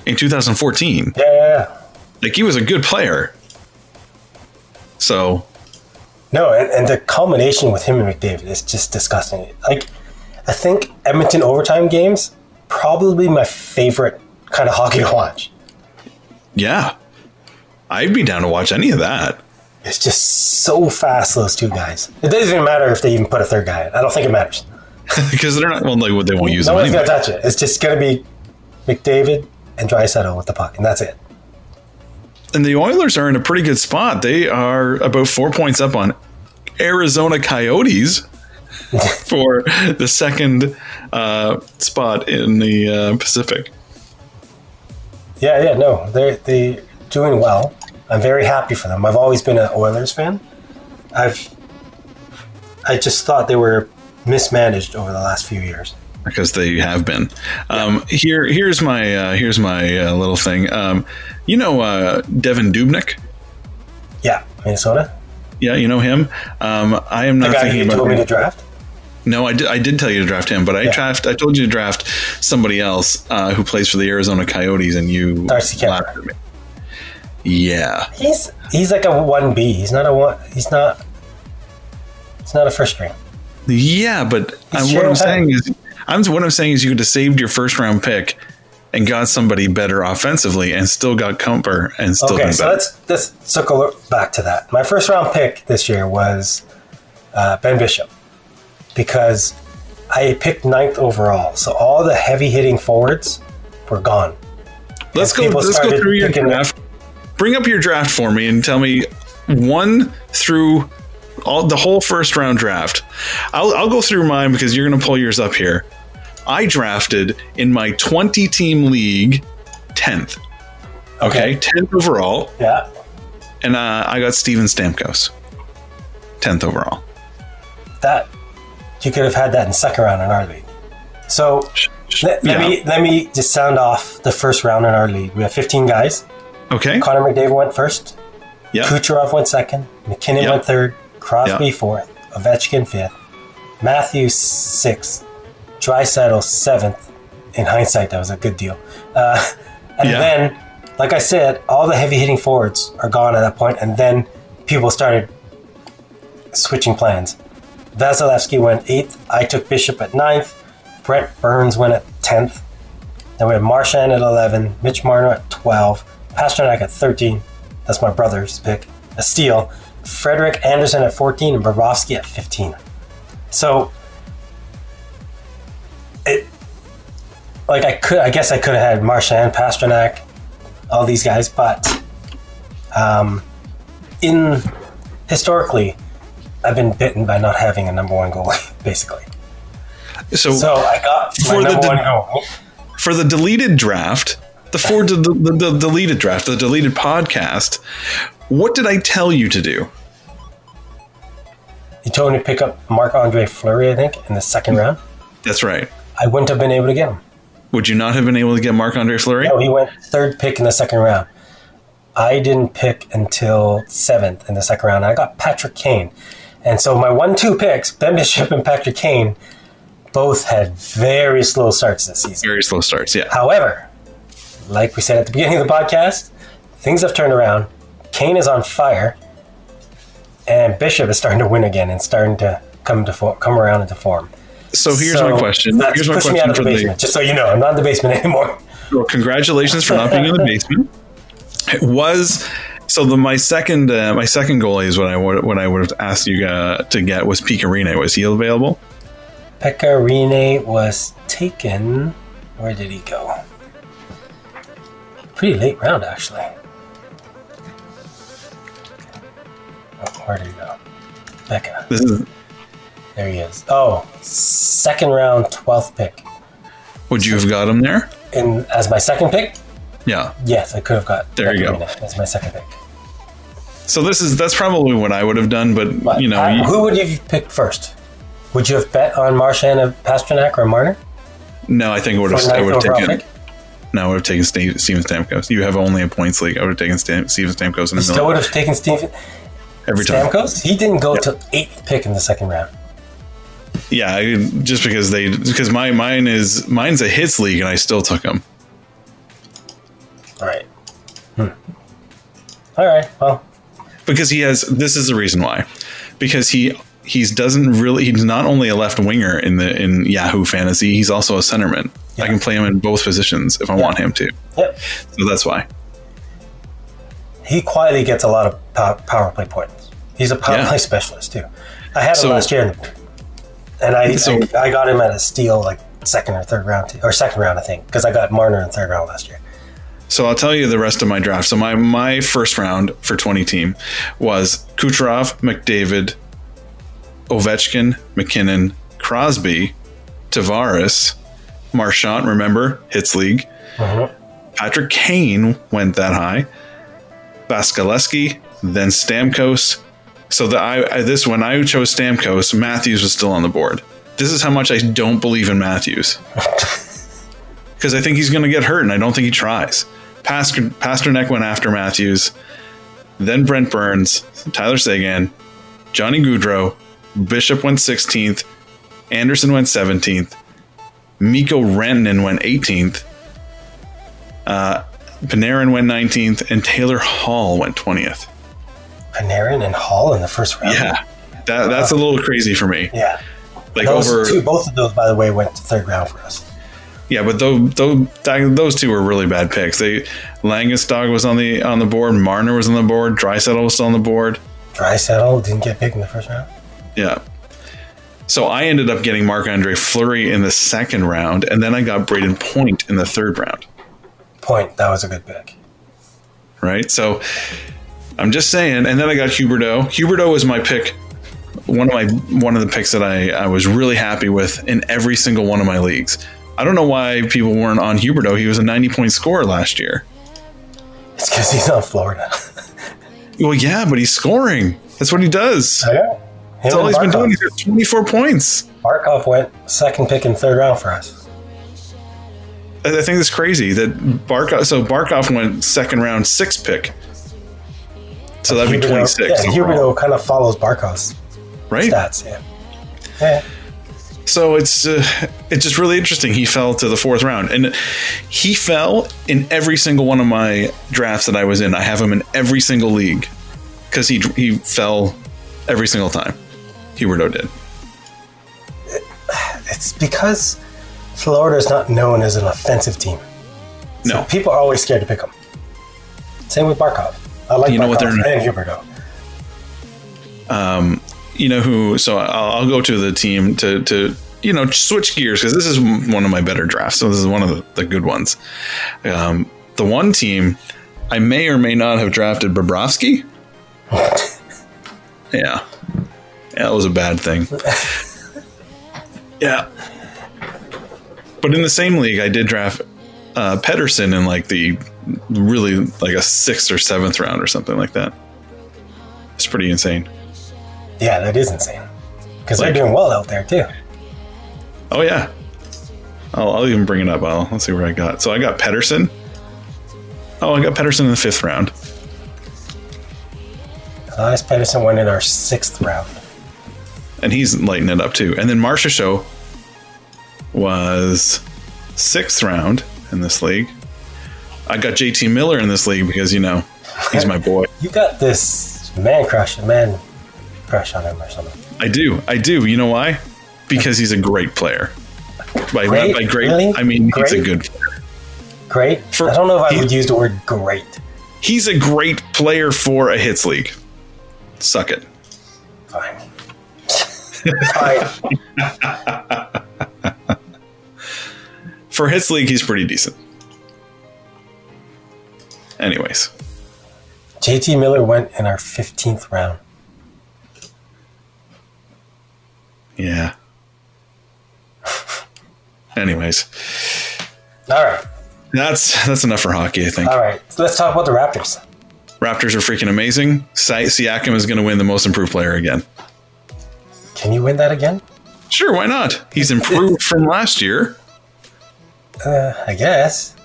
Speaker 1: in 2014.
Speaker 2: Yeah, yeah, yeah.
Speaker 1: Like he was a good player. So
Speaker 2: No, and, and the combination with him and McDavid is just disgusting. Like, I think Edmonton overtime games probably my favorite kind of hockey to watch.
Speaker 1: yeah, I'd be down to watch any of that.
Speaker 2: It's just so fast, those two guys. It doesn't even matter if they even put a third guy in. I don't think it matters.
Speaker 1: because they're not well, like what they won't use
Speaker 2: No
Speaker 1: them
Speaker 2: one's
Speaker 1: anyway.
Speaker 2: gonna touch it. It's just gonna be McDavid and Drysaddle with the puck, and that's it.
Speaker 1: And the Oilers are in a pretty good spot. They are about four points up on Arizona Coyotes for the second uh, spot in the uh, Pacific.
Speaker 2: Yeah, yeah, no, they're they doing well. I'm very happy for them. I've always been an Oilers fan. I've I just thought they were mismanaged over the last few years.
Speaker 1: because they have been. Um, here, here's my uh, here's my uh, little thing. Um, you know uh, Devin Dubnik.
Speaker 2: Yeah, Minnesota.
Speaker 1: Yeah, you know him. Um, I am
Speaker 2: The
Speaker 1: not
Speaker 2: guy
Speaker 1: thinking
Speaker 2: you
Speaker 1: about.
Speaker 2: told me to draft.
Speaker 1: No, I did, I did tell you to draft him, but I draft. I told you to draft somebody else uh, who plays for the Arizona Coyotes, and you
Speaker 2: Darcy Kemper.
Speaker 1: laughed at me. Yeah,
Speaker 2: He's he's like a one B. He's not a one. He's not. He's not a first string.
Speaker 1: yeah, but uh,
Speaker 2: He's
Speaker 1: what I'm
Speaker 2: Shanahan.
Speaker 1: saying is, I'm what I'm saying is, you could have saved your first round pick and got somebody better offensively, and still got Kemper, and still
Speaker 2: Okay,
Speaker 1: been
Speaker 2: so
Speaker 1: better.
Speaker 2: let's let's circle back to that. My first round pick this year was uh, Ben Bishop because I picked ninth overall, so all the heavy hitting forwards were gone.
Speaker 1: Let's
Speaker 2: if
Speaker 1: go.
Speaker 2: people
Speaker 1: Let's go
Speaker 2: started
Speaker 1: through your
Speaker 2: picking-
Speaker 1: draft. Bring up your draft for me and tell me one through all the whole first round draft. I'll, I'll go through mine because you're going to pull yours up here. I drafted in my 20 team league 10th. Okay, 10th overall,
Speaker 2: Yeah,
Speaker 1: and uh, I got Steven Stamkos, 10th overall.
Speaker 2: that you could have had that in second round in our league. So let, let
Speaker 1: Yeah.
Speaker 2: me let me just sound off the first round in our league. We have 15 guys.
Speaker 1: Okay.
Speaker 2: Connor McDavid went first.
Speaker 1: Yeah.
Speaker 2: Kucherov went second, McKinnon
Speaker 1: Yeah.
Speaker 2: went third, Crosby
Speaker 1: Yeah.
Speaker 2: fourth, Ovechkin fifth, Matthews sixth, Drysaddle seventh. In hindsight, that was a good deal. Uh, and
Speaker 1: Yeah.
Speaker 2: then, like I said, all the heavy hitting forwards are gone at that point, and then people started switching plans. Vasilevsky went eighth. I took Bishop at ninth. Brent Burns went at tenth. Then we have Marshan at 11, Mitch Marner at 12, Pasternak at 13. That's my brother's pick. A steal. Frederick Anderson at 14 and Bobrovsky at 15. So it like I could I guess I could have had Marshan, Pasternak, all these guys, but um in historically I've been bitten by not having a number one goalie, basically.
Speaker 1: So,
Speaker 2: So I got my
Speaker 1: For the
Speaker 2: number
Speaker 1: de-
Speaker 2: one goalie.
Speaker 1: for the deleted draft, the four de- the, the deleted draft, the deleted podcast, what did I tell you to do?
Speaker 2: You told me to pick up Marc Andre Fleury, I think, in
Speaker 1: Hmm.
Speaker 2: the second round.
Speaker 1: That's right.
Speaker 2: I wouldn't have been able to get him.
Speaker 1: Would you not have been able to get Marc Andre Fleury?
Speaker 2: No, he went third pick in the second round. I didn't pick until seventh in the second round. I got Patrick Kane. And so my one two picks, Ben Bishop and Patrick Kane, both had very slow starts this season.
Speaker 1: Very slow starts. Yeah.
Speaker 2: However, like we said at the beginning of the podcast, things have turned around. Kane is on fire, and Bishop is starting to win again and starting to come to fo- come around into form.
Speaker 1: So here's
Speaker 2: So
Speaker 1: my question.
Speaker 2: That's
Speaker 1: Here's my
Speaker 2: pushing
Speaker 1: question
Speaker 2: me out of
Speaker 1: for
Speaker 2: the basement. Just so you know, I'm not in the basement anymore.
Speaker 1: Well, congratulations for not being in the basement. It was so the my second uh, my second goalie is what I would what I would have asked you uh, to get was Pete Arena. Was he available?
Speaker 2: Pekka Rene was taken. Where did he go? Pretty late round, actually. Oh, where did he go? Becca.
Speaker 1: This is
Speaker 2: There he is. Oh, second round, 12th pick.
Speaker 1: would you have got him there?
Speaker 2: And as my second pick,
Speaker 1: Yeah.
Speaker 2: yes, I could have got.
Speaker 1: There you
Speaker 2: Pekka
Speaker 1: go.
Speaker 2: Rinne As my second pick.
Speaker 1: So this is that's probably what I would have done, but,
Speaker 2: But
Speaker 1: you know,
Speaker 2: I-
Speaker 1: you-
Speaker 2: who would you have picked first? Would you have bet on Marshan of Pasternak or Marner?
Speaker 1: no, I think I would have
Speaker 2: For
Speaker 1: I
Speaker 2: ninth
Speaker 1: would have
Speaker 2: overall
Speaker 1: taken
Speaker 2: pick?
Speaker 1: no, I would have taken Steve, Steven Stamkos. You have only a points league. I would have taken Stam, Steven Stamkos in the
Speaker 2: Still
Speaker 1: middle
Speaker 2: would have taken Steven
Speaker 1: every time.
Speaker 2: Stamkos. He didn't go till eighth pick in the second round.
Speaker 1: Yeah, I, just because they because my mine is mine's a hits league and I still took him.
Speaker 2: All right. Hmm. All right. Well,
Speaker 1: because he has this is the reason why because he he's doesn't really he's not only a left winger in the in yahoo fantasy he's also a centerman i
Speaker 2: Yeah.
Speaker 1: can play him in both positions if i want him to
Speaker 2: yep.
Speaker 1: so that's why
Speaker 2: He quietly gets a lot of pow- power play points. He's a power
Speaker 1: Yeah.
Speaker 2: play specialist too. I had him
Speaker 1: So-
Speaker 2: last year, in the, and I,
Speaker 1: So-
Speaker 2: I I got him at a steal like second or third round t- or second round I think because I got Marner in third round last year.
Speaker 1: so i'll tell you the rest of my draft so my my first round for 20 team was kucherov mcdavid ovechkin mckinnon crosby tavares marchant remember hits league Patrick Kane went that high. Vaskaleski, then Stamkos. So the I, I this when I chose Stamkos, Matthews was still on the board. This is how much I don't believe in Matthews. Because I think he's going to get hurt, and I don't think he tries. Past- Pasternak went after Matthews, then Brent Burns, Tyler Sagan, Johnny Goudreau, Bishop went 16th, Anderson went 17th, Miko Rantanen went 18th, uh, Panarin went 19th, and Taylor Hall went 20th.
Speaker 2: Panarin and Hall in the first round.
Speaker 1: Yeah, that, that's a little crazy for me.
Speaker 2: Yeah.
Speaker 1: Like
Speaker 2: Those
Speaker 1: over,
Speaker 2: two, both of those, by the way, went to third round for us.
Speaker 1: yeah, but those those those two were really bad picks. They Langestog was on the on the board, Marner was on the board, Drysaddle was still on the board.
Speaker 2: Dry settle didn't get picked in the first round.
Speaker 1: Yeah. So I ended up getting Marc Andre Fleury in the second round, and then I got Braden Point in the third round.
Speaker 2: Point. That was a good pick.
Speaker 1: Right. So I'm just saying, and then I got Huberto. Huberto was my pick, one of my one of the picks that I, I was really happy with in every single one of my leagues. I don't know why people weren't on Huberto. He was a 90 point scorer last year.
Speaker 2: It's because he's on Florida.
Speaker 1: Well, yeah, but he's scoring. That's what he does.
Speaker 2: yeah.
Speaker 1: That's all he's been doing. He's got 24 points.
Speaker 2: Barkov went second pick in third round for us.
Speaker 1: I I think it's crazy that Barkov. So Barkov went second round six pick. So that'd be
Speaker 2: Huberdeau-
Speaker 1: 26
Speaker 2: Yeah,
Speaker 1: overall,
Speaker 2: Huberto kind of follows Barkov's
Speaker 1: right?
Speaker 2: stats. Yeah. Yeah.
Speaker 1: So it's uh, it's just really interesting. He fell to the fourth round, and he fell in every single one of my drafts that I was in. I have him in every single league because he he fell every single time. Huberto did.
Speaker 2: It's because Florida is not known as an offensive team.
Speaker 1: No,
Speaker 2: People are always scared to pick him. Same with Barkov. I like
Speaker 1: You know what
Speaker 2: Barkov
Speaker 1: they're-
Speaker 2: and Huberto.
Speaker 1: you know who so I'll, I'll go to the team to to you know switch gears because this is m- one of my better drafts so this is one of the, the good ones um, the one team i may or may not have drafted Bobrovsky. yeah that was a bad thing yeah but in the same league i did draft uh, pedersen in like the really like a sixth or seventh round or something like that it's pretty insane
Speaker 2: Yeah, that is insane. Because
Speaker 1: Like-
Speaker 2: they're doing well out there too.
Speaker 1: Oh yeah. I'll, I'll even bring it up. I'll let's see where I got. So I got Pedersen. Oh, I got Pedersen in the fifth round.
Speaker 2: Elias Pettersson went in our sixth round.
Speaker 1: and he's lighting it up too. And then Marsha Show was sixth round in this league. I got JT Miller in this league because you know he's my boy.
Speaker 2: You got this man crush, man crush on him or something.
Speaker 1: I do, I do. You know why? Because he's a great player. By
Speaker 2: Great?
Speaker 1: by great,
Speaker 2: Really?
Speaker 1: I mean he's a
Speaker 2: Great?
Speaker 1: good. player.
Speaker 2: Great.
Speaker 1: For-
Speaker 2: I don't know if I
Speaker 1: he-
Speaker 2: would use the word great.
Speaker 1: He's a great player for a hits league. Suck it.
Speaker 2: Fine. Fine.
Speaker 1: for hits league, he's pretty decent. Anyways,
Speaker 2: JT Miller went in our fifteenth round.
Speaker 1: yeah. Anyways,
Speaker 2: All right.
Speaker 1: that's that's enough for hockey. I think
Speaker 2: All right. So let's talk about the Raptors.
Speaker 1: Raptors are freaking amazing. Si- Siakam is going to win the Most Improved Player again.
Speaker 2: Can you win that again?
Speaker 1: Sure, why not? He's improved from last year.
Speaker 2: I guess.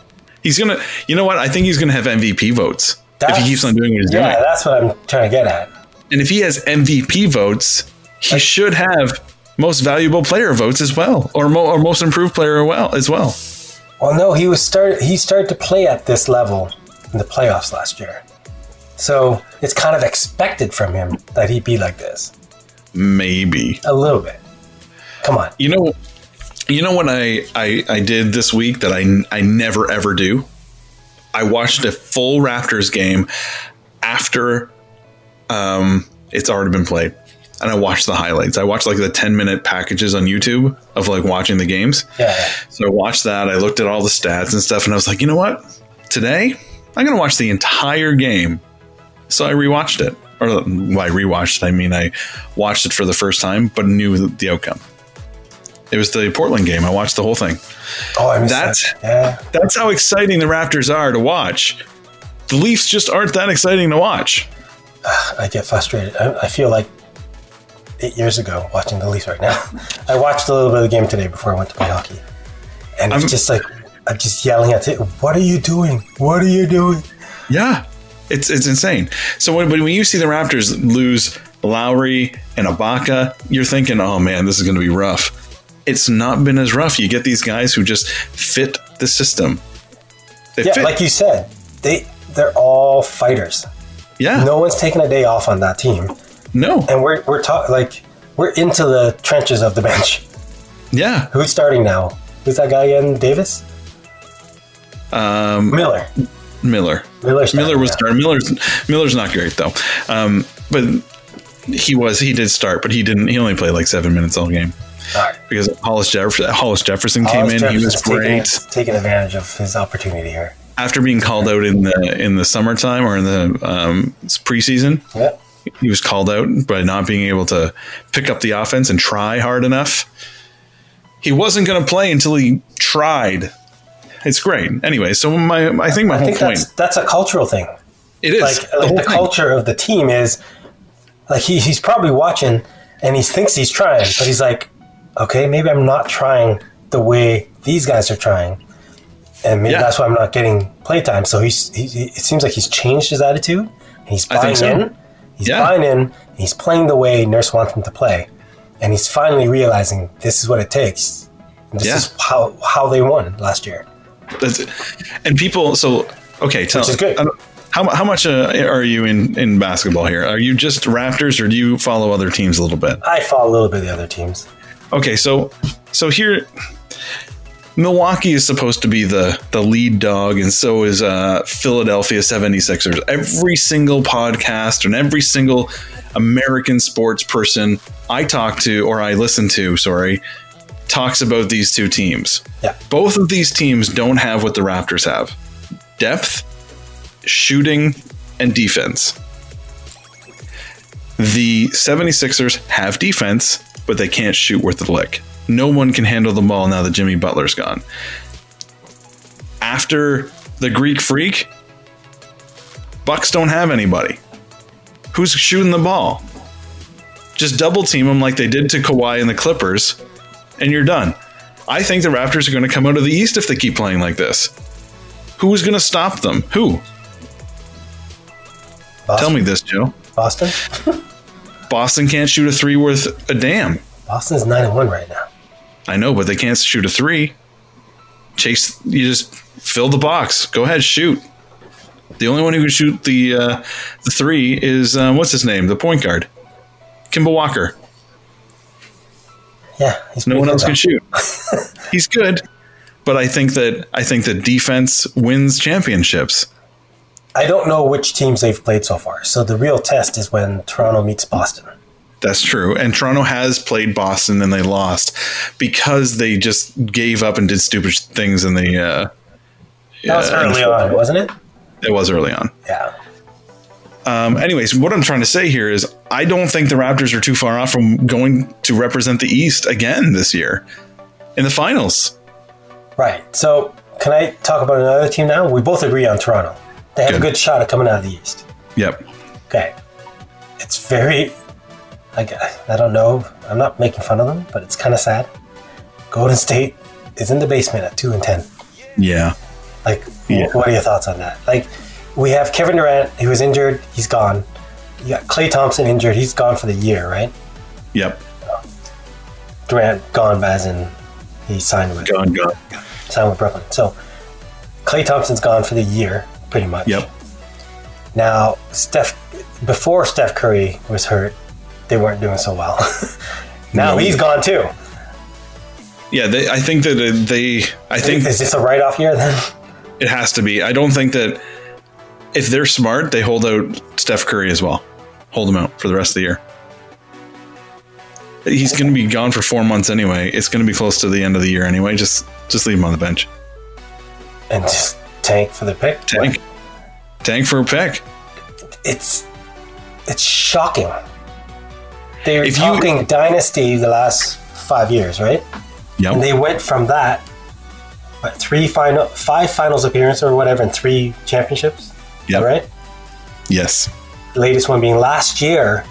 Speaker 1: He's gonna. You know what? I think he's gonna have MVP votes if
Speaker 2: That's-
Speaker 1: he keeps on doing what he's
Speaker 2: Yeah,
Speaker 1: doing.
Speaker 2: that's what I'm trying to get at.
Speaker 1: And if he has MVP votes, he should have Most Valuable Player votes as well, or, mo- or Most Improved Player well as well.
Speaker 2: Well, no, he was start. He started to play at this level in the playoffs last year, so it's kind of expected from him that he be like this
Speaker 1: Maybe.
Speaker 2: a little bit. Come on,
Speaker 1: You know, you know what I, I I did this week that I I never ever do. I watched a full Raptors game after um, it's already been played, and I watched the highlights. I watched like the ten minute packages on YouTube of like watching the games.
Speaker 2: yeah, yeah.
Speaker 1: So I watched that. I looked at all the stats and stuff, and I was like, you know what? Today, I'm going to watch the entire game. So I rewatched it. Or well, I rewatched. it. I mean, I watched it for the first time, but knew the- the outcome. It was the Portland game. I watched the whole thing.
Speaker 2: Oh, I missed
Speaker 1: That's-
Speaker 2: that. Yeah,
Speaker 1: That's how exciting the Raptors are to watch. The Leafs just aren't that exciting to watch.
Speaker 2: I get frustrated. I, I feel like eight years ago watching the Leafs right now. I watched a little bit of the game today before I went to play hockey, and it's
Speaker 1: I'm-
Speaker 2: just like I'm just yelling at it. What are you doing? What are you doing?
Speaker 1: Yeah, it's it's insane. So when, when you see the Raptors lose Lowry and Ibaka, you're thinking, "Oh man, this is going to be rough." It's not been as rough. You get these guys who just fit the system. They
Speaker 2: Yeah,
Speaker 1: fit.
Speaker 2: like you said, they they're all fighters.
Speaker 1: yeah.
Speaker 2: No one's taking a day off on that team,
Speaker 1: No.
Speaker 2: and we're we're ta- like we're into the trenches of the bench.
Speaker 1: Yeah.
Speaker 2: Who's starting now? Who's that guy again? Davis? Um, Miller.
Speaker 1: Miller.
Speaker 2: Miller's
Speaker 1: Miller was
Speaker 2: starting,
Speaker 1: starting. Miller's Miller's not great though. Um, but he was he did start, but he didn't. He only played like seven minutes all game
Speaker 2: All right.
Speaker 1: because Hollis Jefferson, Hollis Jefferson came
Speaker 2: Alex
Speaker 1: in. he was
Speaker 2: Jefferson's taking-
Speaker 1: great.
Speaker 2: Taking advantage of his opportunity here.
Speaker 1: after being called out in the in the summertime or in the um, preseason,
Speaker 2: Yeah.
Speaker 1: he was called out by not being able to pick up the offense and try hard enough. He wasn't going to play until he tried. It's great. Anyway, so my I think my
Speaker 2: I
Speaker 1: whole
Speaker 2: think
Speaker 1: point
Speaker 2: that's that's a cultural thing.
Speaker 1: it is
Speaker 2: Like
Speaker 1: the
Speaker 2: like
Speaker 1: whole
Speaker 2: the
Speaker 1: thing.
Speaker 2: culture of the team is like he, he's probably watching and he thinks he's trying, but he's like, okay, maybe I'm not trying the way these guys are trying. And maybe
Speaker 1: Yeah.
Speaker 2: that's why I'm not getting playtime. So he's he, he- it seems like he's changed his attitude. He's
Speaker 1: I
Speaker 2: buying
Speaker 1: think so.
Speaker 2: in. He's
Speaker 1: Yeah.
Speaker 2: buying in. He's playing the way Nurse wants him to play. And he's finally realizing this is what it takes. This
Speaker 1: Yeah.
Speaker 2: is how how they won last year.
Speaker 1: That's- and people. So okay, tell
Speaker 2: is good.
Speaker 1: I don't- How, mu- how much uh, are you in, in basketball here? Are you just Raptors or do you follow other teams a little bit?
Speaker 2: I follow a little bit of the other teams.
Speaker 1: okay so so here milwaukee is supposed to be the the lead dog and so is uh philadelphia 76ers every single podcast and every single american sports person i talk to or i listen to sorry talks about these two teams
Speaker 2: Yeah.
Speaker 1: both of these teams don't have what the raptors have depth shooting and defense the 76ers have defense, but they can't shoot worth a lick. No one can handle the ball now that Jimmy Butler's gone. After the Greek freak, Bucks don't have anybody. Who's shooting the ball? Just double team them like they did to Kawhi and the Clippers, and you're done. I think the Raptors are going to come out of the East if they keep playing like this. Who is going to stop them? Who?
Speaker 2: Boston,
Speaker 1: Tell me this, Joe.
Speaker 2: Boston.
Speaker 1: Boston can't shoot a three worth a damn.
Speaker 2: Boston's nine and one right now.
Speaker 1: I know, but they can't shoot a three. Chase, you just fill the box. Go ahead, shoot. The only one who can shoot the uh, the three is um, what's his name, the point guard, Kimball Walker.
Speaker 2: Yeah, he's
Speaker 1: No
Speaker 2: pretty
Speaker 1: one
Speaker 2: good
Speaker 1: else
Speaker 2: though.
Speaker 1: can shoot. He's good, but I think that I think that defense wins championships.
Speaker 2: I don't know which teams they've played so far. So the real test is when Toronto meets Boston.
Speaker 1: That's true. And Toronto has played Boston and they lost because they just gave up and did stupid things in the. Uh,
Speaker 2: That was
Speaker 1: yeah, in the
Speaker 2: early
Speaker 1: fourth.
Speaker 2: on, wasn't it?
Speaker 1: It was early on.
Speaker 2: Yeah.
Speaker 1: Um, anyways, what I'm trying to say here is I don't think the Raptors are too far off from going to represent the East again this year in the finals.
Speaker 2: Right. So can I talk about another team now? We both agree on Toronto. They have
Speaker 1: Good.
Speaker 2: a good shot at coming out of the East.
Speaker 1: Yep.
Speaker 2: Okay. It's very. I, g- I don't know. I'm not making fun of them, but it's kind of sad. Golden State is in the basement at two and ten.
Speaker 1: Yeah.
Speaker 2: Like,
Speaker 1: Yeah.
Speaker 2: what are your thoughts on that? Like, we have Kevin Durant, who was injured, he's gone. You got Clay Thompson injured, he's gone for the year, right?
Speaker 1: Yep.
Speaker 2: Durant gone, as in he signed with
Speaker 1: Gone, gone.
Speaker 2: signed with Brooklyn. So Clay Thompson's gone for the year, pretty much.
Speaker 1: Yep.
Speaker 2: Now Steph, before Steph Curry was hurt, they weren't doing so well. now
Speaker 1: No.
Speaker 2: he's gone too.
Speaker 1: Yeah. They, I think that uh, they, I think
Speaker 2: Is this a write-off year then?
Speaker 1: it has to be. I don't think that if they're smart, they hold out Steph Curry as well. Hold him out for the rest of the year. He's going to be gone for four months anyway. It's going to be close to the end of the year anyway. Just, just leave him on the bench.
Speaker 2: And just tank for the pick.
Speaker 1: Tank, tank for a pick.
Speaker 2: It's it's shocking. They're
Speaker 1: If you-
Speaker 2: talking dynasty the last five years, right?
Speaker 1: Yep.
Speaker 2: And they went from that, what, three final, five finals appearances or whatever, and three championships,
Speaker 1: Yep.
Speaker 2: right?
Speaker 1: Yes.
Speaker 2: The latest one being last year,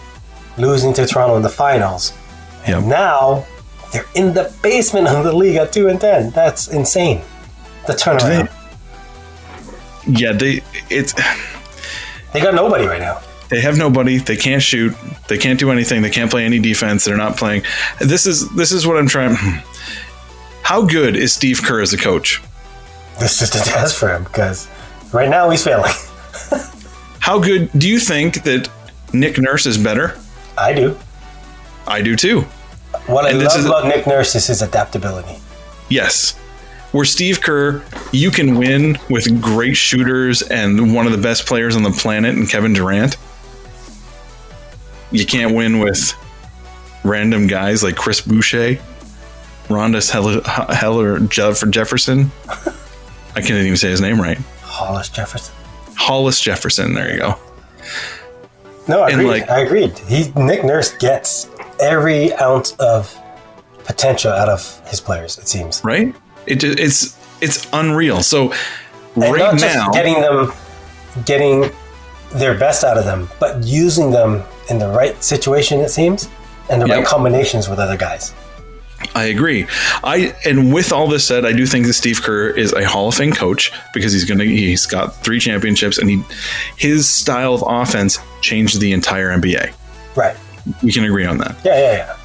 Speaker 2: losing to Toronto in the finals.
Speaker 1: Yep.
Speaker 2: Now they're in the basement of the league at two and ten. That's insane. The turnaround.
Speaker 1: yeah, they it's
Speaker 2: They got nobody right now.
Speaker 1: they have nobody. They can't shoot. They can't do anything. They can't play any defense. They're not playing. This is this is what I'm trying. hmm. How good is Steve Kerr as a coach?
Speaker 2: This is the test for him because right now he's failing.
Speaker 1: How good do you think that Nick Nurse is better?
Speaker 2: I do.
Speaker 1: I do too.
Speaker 2: What I
Speaker 1: And this
Speaker 2: love
Speaker 1: is-
Speaker 2: about Nick Nurse is his adaptability.
Speaker 1: Yes. Where Steve Kerr, you can win with great shooters and one of the best players on the planet, and Kevin Durant. You can't win with random guys like Chris Boucher, Rondus Heller, Heller Jeff- Jefferson. I can't even say his name right.
Speaker 2: Hollis Jefferson.
Speaker 1: Hollis Jefferson. There you go.
Speaker 2: No, I
Speaker 1: And,
Speaker 2: agreed.
Speaker 1: like-
Speaker 2: I agreed. He Nick Nurse gets every ounce of potential out of his players. It seems.
Speaker 1: Right? It, ju- it's it's unreal. So
Speaker 2: and
Speaker 1: right
Speaker 2: not
Speaker 1: now,
Speaker 2: just getting them getting their best out of them but using them in the right situation it seems and the
Speaker 1: Yep.
Speaker 2: right combinations with other guys
Speaker 1: I agree. I and with all this said, I do think that Steve Kerr is a Hall of Fame coach because he's gonna he's got three championships and he his style of offense changed the entire NBA.
Speaker 2: right
Speaker 1: We can agree on that.
Speaker 2: yeah yeah yeah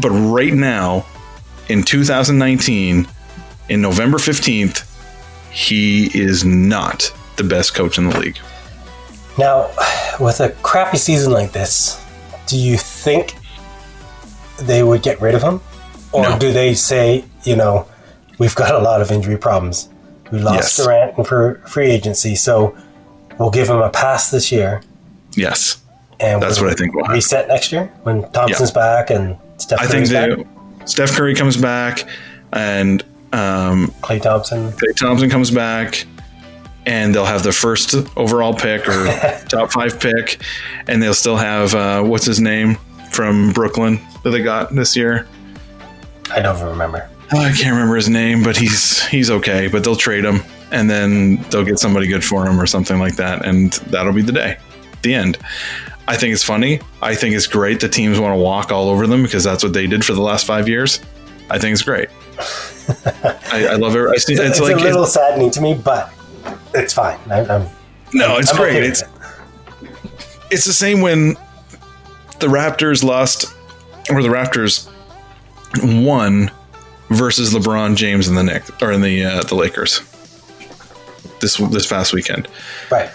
Speaker 1: But right now, in 2019, in November 15th, he is not the best coach in the league.
Speaker 2: now with a crappy season like this do you think they would get rid of him or
Speaker 1: No.
Speaker 2: do they say you know we've got a lot of injury problems we
Speaker 1: Yes.
Speaker 2: lost Durant in fr- free agency so we'll give him a pass this year
Speaker 1: Yes.
Speaker 2: and
Speaker 1: That's
Speaker 2: we'll
Speaker 1: what I think will happen.
Speaker 2: reset next year when Thompson's back and Steph
Speaker 1: I think
Speaker 2: Curry's back.
Speaker 1: that Steph Curry comes back and um,
Speaker 2: Clay Thompson.
Speaker 1: Clay Thompson comes back, and they'll have the first overall pick or top five pick, and they'll still have uh, what's his name from Brooklyn that they got this year.
Speaker 2: I don't even remember.
Speaker 1: Oh, I can't remember his name, but he's he's okay. But they'll trade him, and then they'll get somebody good for him or something like that, and that'll be the day. The end. I think it's funny. I think it's great that teams want to walk all over them because that's what they did for the last five years. I think it's great. I, I love it. It's,
Speaker 2: It's,
Speaker 1: it's
Speaker 2: a
Speaker 1: like
Speaker 2: little saddening to me, but it's fine. I, I'm,
Speaker 1: no, it's
Speaker 2: I'm
Speaker 1: great.
Speaker 2: okay with
Speaker 1: it's
Speaker 2: it.
Speaker 1: it's the same when the Raptors lost or the Raptors won versus LeBron James and the Knicks or in the uh, the Lakers this this past weekend.
Speaker 2: right.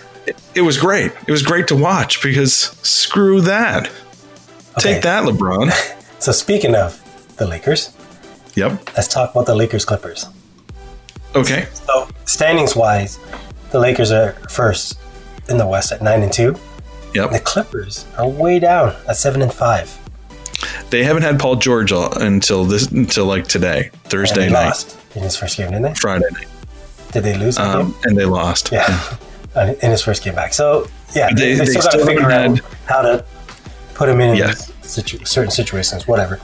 Speaker 1: It was great. It was great to watch because screw that.
Speaker 2: Okay,
Speaker 1: Take that, LeBron.
Speaker 2: So speaking of the Lakers,
Speaker 1: yep.
Speaker 2: let's talk about the Lakers Clippers.
Speaker 1: Okay.
Speaker 2: So standings wise, the Lakers are first in the West at nine and two. The
Speaker 1: Yep.
Speaker 2: Clippers are way down at seven and five.
Speaker 1: They haven't had Paul George all- until this until like today,
Speaker 2: And
Speaker 1: Thursday
Speaker 2: they
Speaker 1: night,
Speaker 2: lost in his first game, didn't they?
Speaker 1: Friday night,
Speaker 2: Did they lose? that game?
Speaker 1: um, and they lost.
Speaker 2: Yeah, And in his first game back. So yeah,
Speaker 1: They- they
Speaker 2: they, still got to
Speaker 1: still
Speaker 2: figure out
Speaker 1: haven't
Speaker 2: how to put him in
Speaker 1: Yes.
Speaker 2: situ- certain situations, whatever.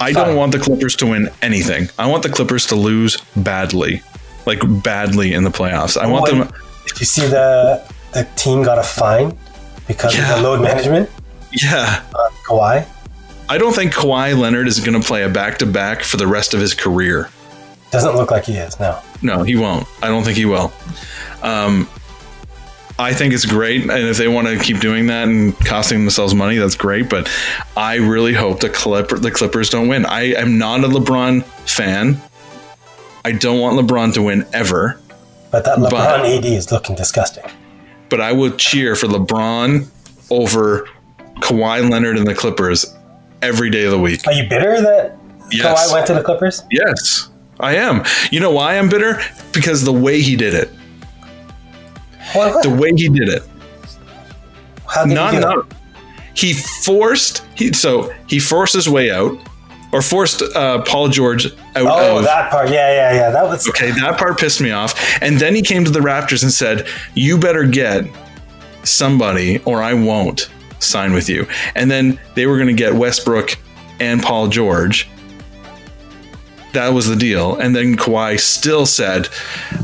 Speaker 1: I
Speaker 2: Fine.
Speaker 1: don't want the Clippers to win anything. I want the Clippers to lose badly, like badly in the playoffs. I want them.
Speaker 2: Did you see the the team got a fine because of
Speaker 1: Yeah.
Speaker 2: the load management
Speaker 1: Yeah,
Speaker 2: on Kawhi?
Speaker 1: I don't think Kawhi Leonard is going to play a back to back for the rest of his career.
Speaker 2: Doesn't look like he is no.
Speaker 1: No, he won't. I don't think he will. Um, I think it's great, and if they want to keep doing that and costing themselves money, that's great. But I really hope the Clipper, the Clippers don't win. I am not a LeBron fan. I don't want LeBron to win ever.
Speaker 2: But that LeBron
Speaker 1: But-
Speaker 2: AD is looking disgusting.
Speaker 1: but I will cheer for LeBron over Kawhi Leonard and the Clippers every day of the week.
Speaker 2: Are you bitter that
Speaker 1: Yes.
Speaker 2: Kawhi went to the Clippers?
Speaker 1: Yes, I am. You know why I'm bitter? Because the way he did it.
Speaker 2: Well,
Speaker 1: The way he did it.
Speaker 2: how did
Speaker 1: Not
Speaker 2: he do that?
Speaker 1: not he forced he so he forced his way out or forced uh, Paul George out
Speaker 2: Oh,
Speaker 1: of
Speaker 2: that part. Yeah, yeah, yeah. That was
Speaker 1: Okay, that part pissed me off. And then he came to the Raptors and said, "You better get somebody, or I won't sign with you." And then they were going to get Westbrook and Paul George. That was the deal. And then Kawhi still said,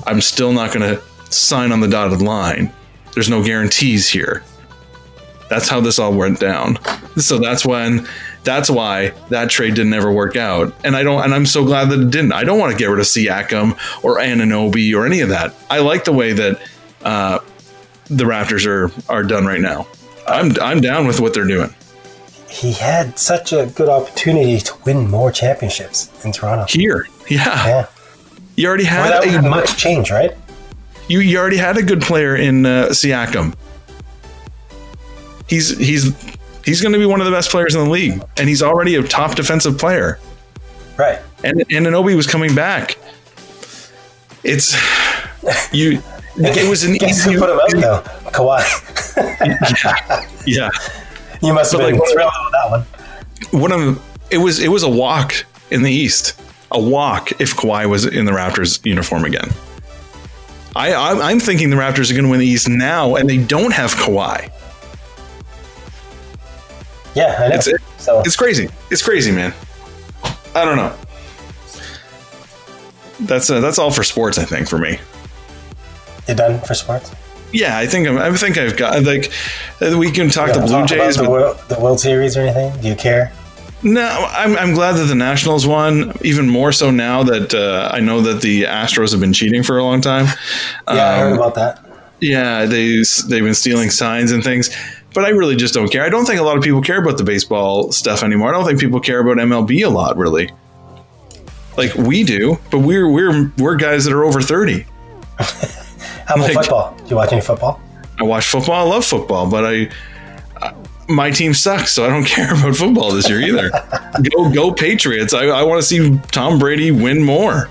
Speaker 1: "I'm still not going to sign on the dotted line. There's no guarantees here." That's how this all went down. So that's when that's why that trade didn't ever work out. And I don't and I'm so glad that it didn't. I don't want to get rid of Siakam or Ananobi or any of that. I like the way that uh, the Raptors are are done right now. I'm I'm down with what they're doing.
Speaker 2: He had such a good opportunity to win more championships in Toronto.
Speaker 1: Here. Yeah.
Speaker 2: yeah.
Speaker 1: You already had
Speaker 2: Without
Speaker 1: a,
Speaker 2: much change, right?
Speaker 1: you you already had a good player in uh, Siakam. He's he's he's going to be one of the best players in the league, and he's already a top defensive player.
Speaker 2: Right.
Speaker 1: And and Anobi was coming back. It's you. It was an
Speaker 2: Guess
Speaker 1: easy.
Speaker 2: who put him out though? Kawhi.
Speaker 1: Yeah,
Speaker 2: You must have
Speaker 1: But,
Speaker 2: been
Speaker 1: like,
Speaker 2: thrilled with that one.
Speaker 1: one of it was it was a walk in the East, a walk if Kawhi was in the Raptors uniform again. I I'm, I'm thinking the Raptors are going to win the East now, and they don't have Kawhi.
Speaker 2: Yeah, I know.
Speaker 1: It's-
Speaker 2: so
Speaker 1: It's crazy. It's crazy, man. I don't know. That's uh, that's all for sports, I think, for me.
Speaker 2: you're done for sports.
Speaker 1: Yeah, I think I'm, I think I've got like uh, we can talk
Speaker 2: You
Speaker 1: the
Speaker 2: wanna
Speaker 1: Blue
Speaker 2: talk about
Speaker 1: Jays,
Speaker 2: the
Speaker 1: but
Speaker 2: World, the World Series, or anything? Do you care?
Speaker 1: no, I'm I'm glad that the Nationals won. Even more so now that uh, I know that the Astros have been cheating for a long time.
Speaker 2: Yeah, I heard
Speaker 1: Um,
Speaker 2: about that.
Speaker 1: Yeah, they they've been stealing signs and things, but I really just don't care. I don't think a lot of people care about the baseball stuff anymore. I don't think people care about MLB a lot, really. Like we do, but we're we're we're guys that are over thirty.
Speaker 2: How about
Speaker 1: like-
Speaker 2: football? Do you watch any football?
Speaker 1: I watch football. I love football, but I, I- my team sucks, so I don't care about football this year either. go go Patriots! I, I want to see Tom Brady win more.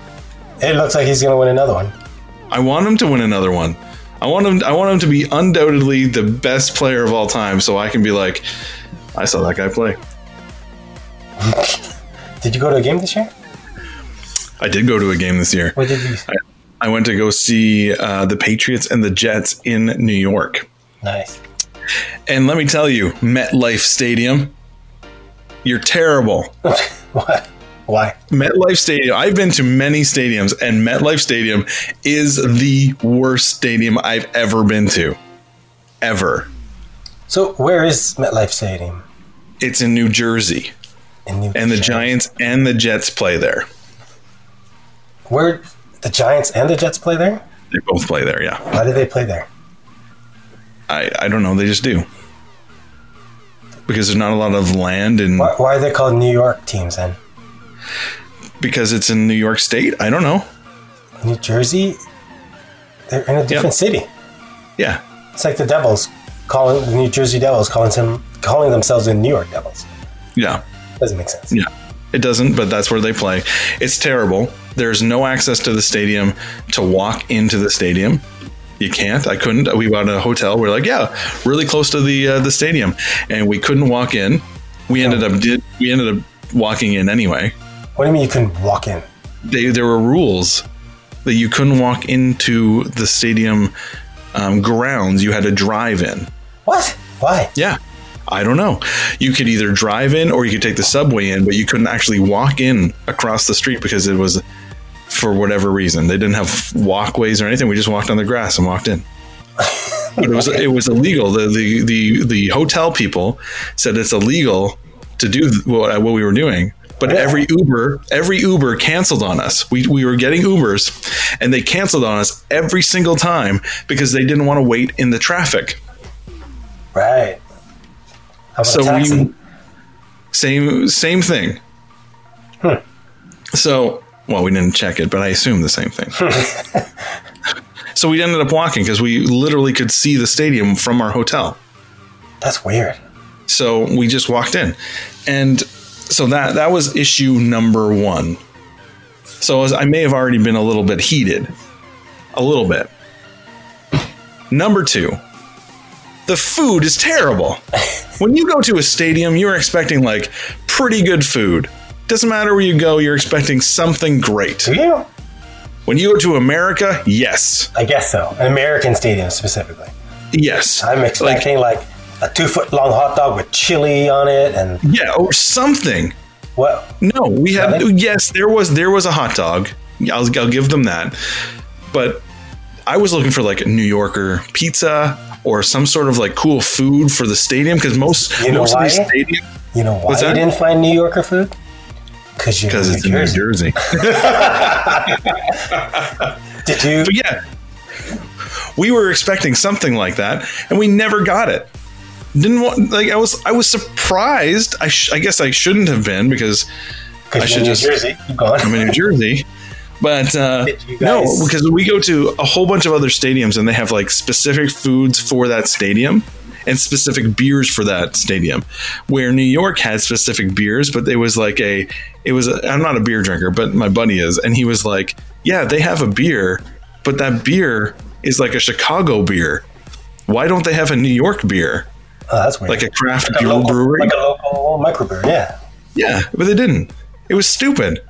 Speaker 2: It looks like he's going to win another one.
Speaker 1: I want him to win another one. I want him. I want him to be undoubtedly the best player of all time, so I can be like, I saw that guy play.
Speaker 2: Did you go to a game this year?
Speaker 1: I did go to a game this year.
Speaker 2: What did you?
Speaker 1: I, I went to go see uh, the Patriots and the Jets in New York,
Speaker 2: Nice.
Speaker 1: and let me tell you, MetLife Stadium, you're terrible.
Speaker 2: What? Why?
Speaker 1: MetLife Stadium. I've been to many stadiums, and MetLife Stadium is the worst stadium I've ever been to, ever.
Speaker 2: So where is MetLife Stadium?
Speaker 1: It's in New Jersey.
Speaker 2: In New
Speaker 1: and the
Speaker 2: Jersey?
Speaker 1: Giants and the Jets play there.
Speaker 2: Where the Giants and the Jets play there?
Speaker 1: They both play there. Yeah,
Speaker 2: Why do they play there?
Speaker 1: I, I don't know. They just do because there's not a lot of land and
Speaker 2: Why, why are they called New York teams then?
Speaker 1: because it's in New York State. I don't know.
Speaker 2: New Jersey? They're in a different city.
Speaker 1: Yeah,
Speaker 2: It's like the Devils calling the New Jersey Devils calling them calling themselves the New York Devils.
Speaker 1: yeah,
Speaker 2: Doesn't make sense.
Speaker 1: yeah. It doesn't, but that's where they play. It's terrible. There's no access to the stadium to walk into the stadium. You can't. I couldn't. We bought a hotel. We're like, yeah, really close to the uh, the stadium, and we couldn't walk in. We ended up did we ended up walking in anyway.
Speaker 2: What do you mean you couldn't walk in?
Speaker 1: they there were rules that you couldn't walk into the stadium um, grounds. You had to drive in.
Speaker 2: What? Why?
Speaker 1: Yeah, I don't know. You could either drive in or you could take the subway in, but you couldn't actually walk in across the street because it was for whatever reason they didn't have walkways or anything. We just walked on the grass and walked in. But it was it was illegal. The the the, the hotel people said it's illegal to do th- what, what we were doing. But every Uber, every Uber canceled on us. We, we were getting Ubers, and they canceled on us every single time because they didn't want to wait in the traffic.
Speaker 2: Right. How about
Speaker 1: So
Speaker 2: a taxi?
Speaker 1: we same same thing. So well, we didn't check it, but I assume the same thing. so we ended up walking because we literally could see the stadium from our hotel.
Speaker 2: That's weird.
Speaker 1: So we just walked in, and so that that was issue number one. So as I may have already been a little bit heated, a little bit. Number two, the food is terrible. when you go to a stadium, you're expecting like pretty good food. Doesn't matter where you go, you're expecting something great.
Speaker 2: Do you?
Speaker 1: When you go to America, yes,
Speaker 2: I guess so. An American stadium specifically.
Speaker 1: yes,
Speaker 2: I'm
Speaker 1: Like,
Speaker 2: expecting like, a two foot long hot dog with chili on it and
Speaker 1: yeah, or something.
Speaker 2: what?
Speaker 1: No, we had
Speaker 2: Really?
Speaker 1: yes, there was there was a hot dog. I'll, I'll give them that. But I was looking for like a New Yorker pizza, or some sort of like cool food for the stadium because most
Speaker 2: You know
Speaker 1: most of these
Speaker 2: why?
Speaker 1: stadiums
Speaker 2: You know why
Speaker 1: What's
Speaker 2: you
Speaker 1: that?
Speaker 2: didn't find New Yorker food? Because you're
Speaker 1: because
Speaker 2: in
Speaker 1: it's
Speaker 2: New
Speaker 1: in New
Speaker 2: Jersey.
Speaker 1: Jersey.
Speaker 2: Did you?
Speaker 1: But yeah, we were expecting something like that, and we never got it. Didn't want like I was I was surprised. I, sh- I guess I shouldn't have been because I
Speaker 2: Because you're
Speaker 1: should
Speaker 2: in New
Speaker 1: just-
Speaker 2: Jersey. Keep going.
Speaker 1: I'm in New Jersey. But uh,
Speaker 2: Did you
Speaker 1: no,
Speaker 2: guys-
Speaker 1: because we go to a whole bunch of other stadiums and they have like specific foods for that stadium and specific beers for that stadium. Where New York had specific beers, but it was like a, it was, i I'm not a beer drinker, but my buddy is. And he was like, yeah, they have a beer, but that beer is like a Chicago beer. Why don't they have a New York beer?
Speaker 2: oh, that's weird.
Speaker 1: Like a craft
Speaker 2: Like
Speaker 1: beer
Speaker 2: local,
Speaker 1: brewery?
Speaker 2: Oh, Like a local microbrewery. Yeah.
Speaker 1: Yeah, but they didn't. It was stupid.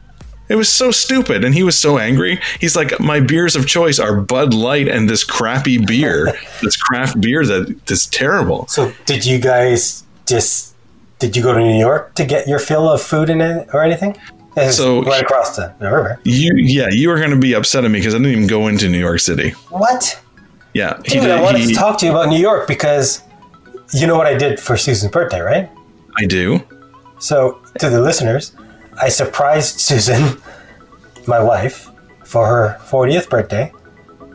Speaker 1: It was so stupid, and he was so angry. He's like, "My beers of choice are Bud Light and this crappy beer, this craft beer that is terrible."
Speaker 2: So did you guys just? Did you go to New York to get your fill of food and an- or anything? It's
Speaker 1: So-
Speaker 2: right across the, the river.
Speaker 1: You, yeah, you are going to be upset at me because I didn't even go into New York City.
Speaker 2: What?
Speaker 1: Yeah, he
Speaker 2: Dude, I wanted
Speaker 1: he-
Speaker 2: to talk to you about New York because you know what I did for Susan's birthday, right?
Speaker 1: I do.
Speaker 2: So, to the listeners, I surprised Susan, my wife, for her 40th birthday,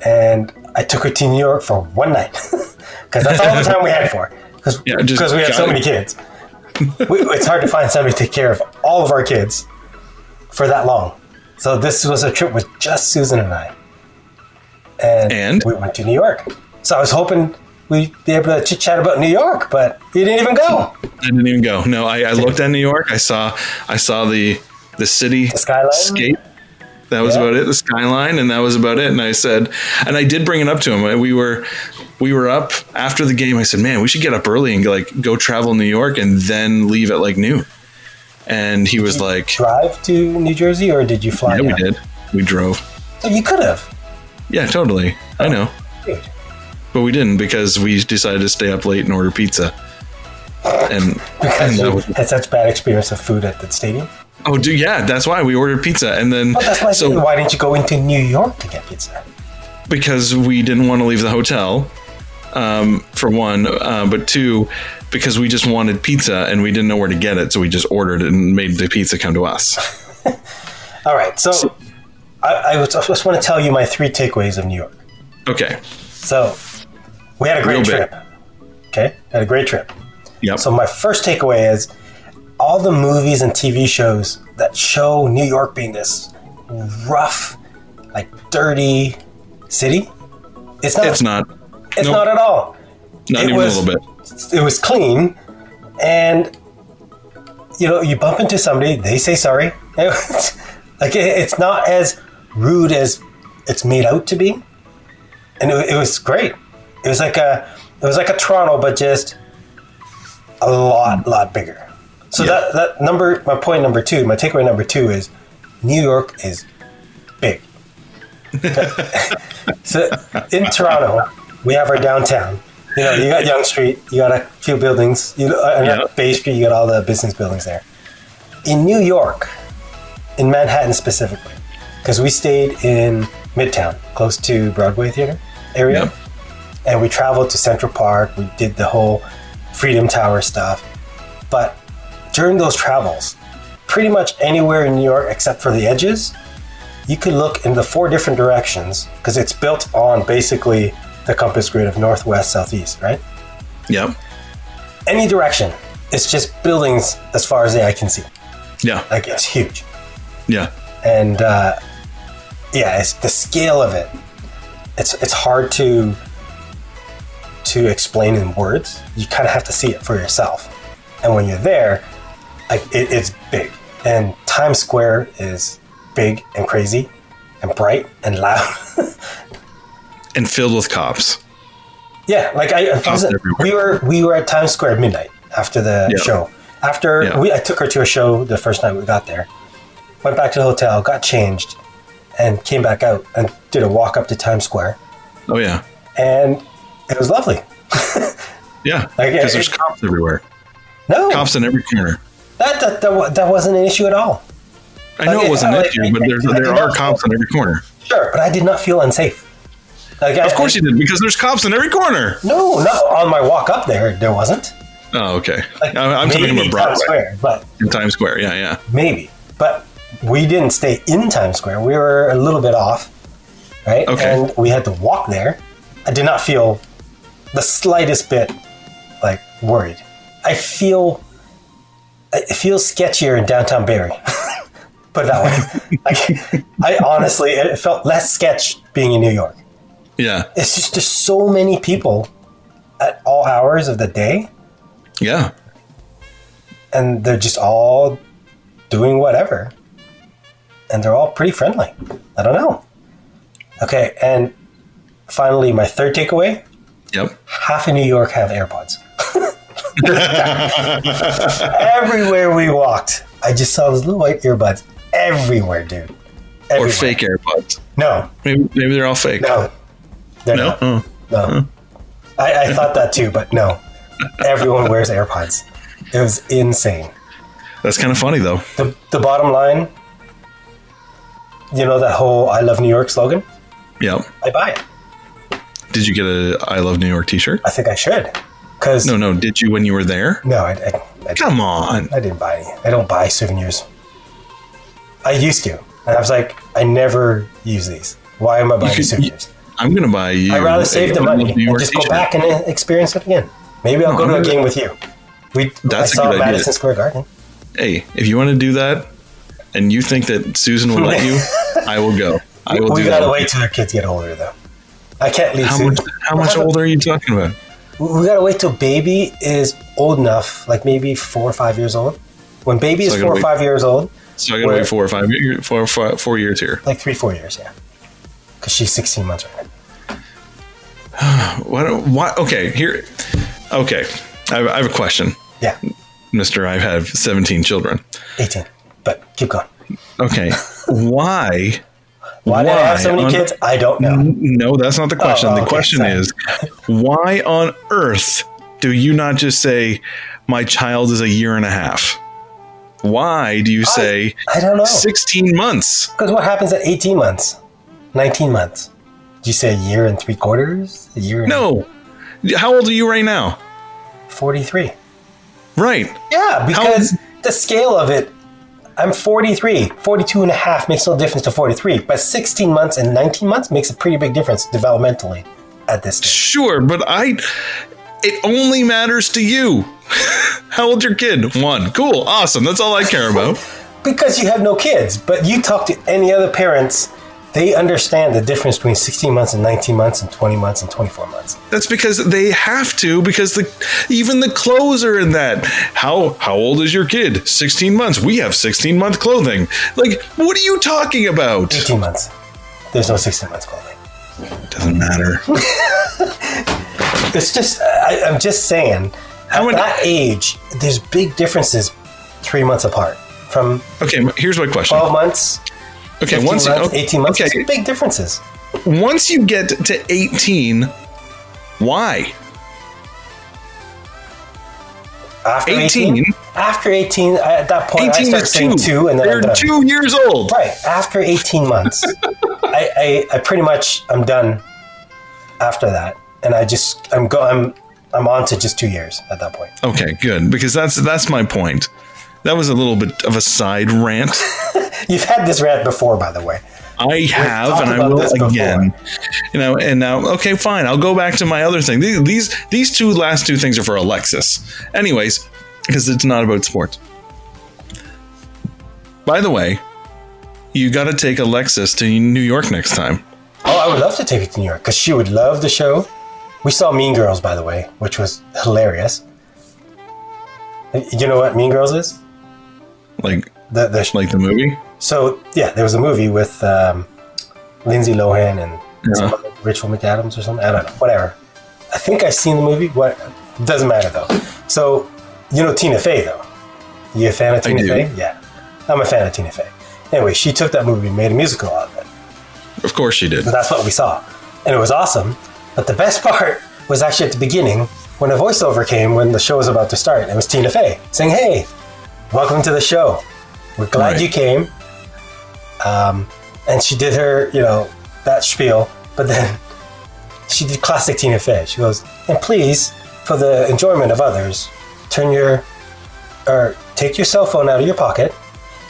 Speaker 2: and I took her to New York for one night because that's all the time we had for because
Speaker 1: Yeah, just
Speaker 2: we have so
Speaker 1: got it.
Speaker 2: many kids. we, it's hard to find somebody to take care of all of our kids for that long. So this was a trip with just Susan and I, and,
Speaker 1: And?
Speaker 2: we went to New York. So I was hoping we'd be able to chit chat about New York, but you didn't even go.
Speaker 1: I didn't even go. No, I, I looked at New York. I saw, I saw the the city the
Speaker 2: skyline?
Speaker 1: scape. That was
Speaker 2: Yeah.
Speaker 1: about it. The skyline, and that was about it. And I said, and I did bring it up to him. We were, we were up after the game. I said, man, we should get up early and like go travel New York and then leave at like noon. And he was like,
Speaker 2: drive to New Jersey or did you fly?
Speaker 1: yeah, we
Speaker 2: down?
Speaker 1: did. We drove.
Speaker 2: So you could have.
Speaker 1: Yeah, totally.
Speaker 2: Oh.
Speaker 1: I know,
Speaker 2: Dude,
Speaker 1: but we didn't because we decided to stay up late and order pizza. And
Speaker 2: because
Speaker 1: and that
Speaker 2: you
Speaker 1: was
Speaker 2: had such bad experience of food at the stadium.
Speaker 1: Oh, dude, yeah, that's why we ordered pizza, and then
Speaker 2: But Oh, that's why.
Speaker 1: so
Speaker 2: why didn't you go into New York to get pizza?
Speaker 1: because we didn't want to leave the hotel, um, for one, uh, but two, because we just wanted pizza and we didn't know where to get it, so we just ordered it and made the pizza come to us.
Speaker 2: All right. So, I, I was- I just want to tell you my three takeaways of New York.
Speaker 1: Okay,
Speaker 2: So we had a great
Speaker 1: Real big.
Speaker 2: trip. Okay, had a great trip.
Speaker 1: yep,
Speaker 2: So my first takeaway is all the movies and TV shows that show New York being this rough, like dirty city. It's not.
Speaker 1: it's not,
Speaker 2: It's
Speaker 1: nope.
Speaker 2: not at all.
Speaker 1: not
Speaker 2: it
Speaker 1: even
Speaker 2: was-
Speaker 1: a little bit.
Speaker 2: it was clean and you know you bump into somebody they say sorry like it, it's not as rude as it's made out to be and it, it was great it was like a it was like a toronto but just a lot lot bigger so
Speaker 1: Yeah.
Speaker 2: that that number my point number two my takeaway number two is new york is big so in Toronto, we have our downtown. You know, you got Young Street, you got a few buildings, you know, and
Speaker 1: Yeah.
Speaker 2: Bay Street, you got all the business buildings there. In New York, in Manhattan specifically, because we stayed in Midtown, close to Broadway Theater area,
Speaker 1: Yep.
Speaker 2: and we traveled to Central Park. We did the whole Freedom Tower stuff, but during those travels, pretty much anywhere in New York except for the edges, you could look in the four different directions because it's built on basically the compass grid of northwest, southeast, right?
Speaker 1: Yep,
Speaker 2: Any direction. It's just buildings as far as the eye can see.
Speaker 1: yeah,
Speaker 2: Like it's huge.
Speaker 1: yeah,
Speaker 2: And uh, yeah, it's the scale of it. It's it's hard to to explain in words. You kind of have to see it for yourself. And when you're there, like it, it's big. And Times Square is big and crazy and bright and loud.
Speaker 1: and filled with cops.
Speaker 2: Yeah, like I, I wasn't-
Speaker 1: everywhere.
Speaker 2: we were we were at Times Square at midnight after the
Speaker 1: Yeah.
Speaker 2: show. After
Speaker 1: Yeah.
Speaker 2: we, I took her to a show the first night we got there. Went back to the hotel, got changed, and came back out and did a walk up to Times Square,
Speaker 1: Oh yeah,
Speaker 2: and it was lovely.
Speaker 1: yeah,
Speaker 2: Like,
Speaker 1: because there's
Speaker 2: it-
Speaker 1: cops everywhere,
Speaker 2: No,
Speaker 1: cops in every corner.
Speaker 2: that, that that wa- that wasn't an issue at all.
Speaker 1: I know
Speaker 2: Okay,
Speaker 1: it wasn't
Speaker 2: I-
Speaker 1: that issue,
Speaker 2: I-
Speaker 1: but there's,
Speaker 2: I- I-
Speaker 1: there are cops in every corner.
Speaker 2: Sure, but I did not feel unsafe. Like, I-
Speaker 1: Of course you did, because there's cops in every corner.
Speaker 2: No, not on my walk up there. There wasn't.
Speaker 1: Oh, okay.
Speaker 2: Like,
Speaker 1: I- I'm talking
Speaker 2: maybe
Speaker 1: about
Speaker 2: Times
Speaker 1: Broadway.
Speaker 2: Square, but
Speaker 1: In Times Square, yeah, yeah.
Speaker 2: maybe. But we didn't stay in Times Square. We were a little bit off, right?
Speaker 1: Okay.
Speaker 2: And we had to walk there. I did not feel the slightest bit like worried. I feel it feels sketchier in downtown Barrie. Put it that way. like, I honestly, it felt less sketch being in New York.
Speaker 1: Yeah.
Speaker 2: It's just there's so many people at all hours of the day.
Speaker 1: Yeah.
Speaker 2: and they're just all doing whatever and they're all pretty friendly i don't know okay and finally my third takeaway
Speaker 1: Yep.
Speaker 2: half of new york have airpods everywhere we walked i just saw those little white earbuds everywhere dude
Speaker 1: Or
Speaker 2: Everywhere.
Speaker 1: fake AirPods.
Speaker 2: no
Speaker 1: Maybe, maybe they're all fake.
Speaker 2: no they're
Speaker 1: No? Mm-hmm.
Speaker 2: not.
Speaker 1: Oh.
Speaker 2: No. I, I thought that too, but no. Everyone wears AirPods. It was insane.
Speaker 1: That's kind of funny, though.
Speaker 2: The, the bottom line, you know that whole I love New York slogan?
Speaker 1: Yep.
Speaker 2: I buy it.
Speaker 1: Did you get a I Love New York t shirt?
Speaker 2: I think I should. Because,
Speaker 1: No,
Speaker 2: no,
Speaker 1: no. Did you when you were there?
Speaker 2: I, I, I,
Speaker 1: Come on.
Speaker 2: I didn't buy any. I don't buy souvenirs. I used to. And I was like, I never use these. Why am I buying
Speaker 1: could-
Speaker 2: souvenirs?
Speaker 1: I'm going to buy you.
Speaker 2: I'd rather
Speaker 1: a
Speaker 2: save the
Speaker 1: I Love
Speaker 2: money
Speaker 1: New
Speaker 2: and
Speaker 1: York
Speaker 2: just go
Speaker 1: t-shirt.
Speaker 2: back and uh, experience it again. Maybe I'll
Speaker 1: No,
Speaker 2: go to
Speaker 1: I'm
Speaker 2: a
Speaker 1: gonna-
Speaker 2: game with you. We
Speaker 1: That's a
Speaker 2: I saw
Speaker 1: good idea.
Speaker 2: Madison Square Garden.
Speaker 1: Hey, if you want to do that and you think that Susan will let you, I will go. I will
Speaker 2: we
Speaker 1: do
Speaker 2: gotta
Speaker 1: that.
Speaker 2: wait till their kids get older, though. I can't leave.
Speaker 1: How
Speaker 2: soon.
Speaker 1: much, how much older are you talking about?
Speaker 2: We gotta wait till baby is old enough, like maybe four or five years old. When baby
Speaker 1: So I gotta
Speaker 2: is four or
Speaker 1: wait-
Speaker 2: five years old,
Speaker 1: So I got to
Speaker 2: Where-
Speaker 1: wait four or five, year- four, four, four years here.
Speaker 2: like three, four years, yeah. Because she's 16 months right now.
Speaker 1: Why? don't- Why? Okay, here. Okay, I have, I have a question,
Speaker 2: Yeah,
Speaker 1: Mister. I have seventeen children.
Speaker 2: 18. But keep going.
Speaker 1: Okay, why?
Speaker 2: Why, do I have
Speaker 1: Why
Speaker 2: so many
Speaker 1: on-
Speaker 2: kids? I don't know.
Speaker 1: No, that's not the question.
Speaker 2: oh,
Speaker 1: the
Speaker 2: okay,
Speaker 1: question
Speaker 2: sorry.
Speaker 1: is, why on earth do you not just say, "My child is a year and a half"? Why do you say
Speaker 2: I don't know.
Speaker 1: sixteen months?
Speaker 2: Because what happens at 18 months, 19 months? Do you say a year and three quarters? A year and
Speaker 1: No. How old are you right now?
Speaker 2: 43.
Speaker 1: Right.
Speaker 2: Yeah, because the scale of it, I'm 43. 42 and a half makes no difference to 43, but 16 months and 19 months makes a pretty big difference developmentally at this stage.
Speaker 1: Sure, but I. It only matters to you. How old your kid? One. Cool. Awesome. That's all I care about.
Speaker 2: Because you have no kids, but you talk to any other parents, they understand the difference between 16 months and 19 months and 20 months and 24 months.
Speaker 1: That's because they have to. Because the even the clothes are in that. How how old is your kid? Sixteen months. We have sixteen month clothing. Like, what are you talking about?
Speaker 2: 18 months. There's no 16 months clothing.
Speaker 1: Doesn't matter.
Speaker 2: It's just, I, I'm just saying, at
Speaker 1: many-
Speaker 2: that age, there's big differences three months apart. From
Speaker 1: Okay, here's my question.
Speaker 2: 12 months
Speaker 1: Okay,
Speaker 2: 15
Speaker 1: once
Speaker 2: months, 18 months,
Speaker 1: Okay,
Speaker 2: big differences.
Speaker 1: once you get to eighteen, why?
Speaker 2: After 18,
Speaker 1: 18.
Speaker 2: after 18, I- at that point, I
Speaker 1: Eighteen
Speaker 2: start
Speaker 1: is two.
Speaker 2: saying two, and then I'm
Speaker 1: They're
Speaker 2: done.
Speaker 1: two years old.
Speaker 2: Right. After 18 months, I, I, I pretty much, I'm done after that. And I just, I'm go, I'm, I'm on to just two years at that point.
Speaker 1: Okay, good because that's that's my point. That was a little bit of a side rant.
Speaker 2: You've had this rant before, by the way.
Speaker 1: I have,
Speaker 2: talked
Speaker 1: and I
Speaker 2: about
Speaker 1: will
Speaker 2: this before.
Speaker 1: again. You know, and now okay, fine. I'll go back to my other thing. These these, these two last two things are for Alexis, anyways, because it's not about sports. By the way, you got to take Alexis to New York next time.
Speaker 2: Oh, I would love to take it to New York because she would love the show. We saw Mean Girls, by the way, which was hilarious. You know what Mean Girls is?
Speaker 1: Like
Speaker 2: The, the,
Speaker 1: like the movie.
Speaker 2: So yeah, there was a movie with um, Lindsay Lohan and some
Speaker 1: Yeah.
Speaker 2: other Rachel McAdams or something. I don't know. Whatever. I think I've seen the movie. What doesn't matter though. So you know Tina Fey though. You a fan of Tina
Speaker 1: do.
Speaker 2: Fey? Yeah, I'm a fan of Tina Fey. Anyway, she took that movie and made a musical out of it.
Speaker 1: Of course, she did.
Speaker 2: So that's what we saw, and it was awesome. But the best part was actually at the beginning when a voiceover came when the show was about to start. It was Tina Fey saying, "Hey, welcome to the show. We're glad
Speaker 1: Right.
Speaker 2: you came." Um, and she did her, you know, that spiel. But then she did classic Tina Fey. She goes, and please, for the enjoyment of others, turn your or take your cell phone out of your pocket,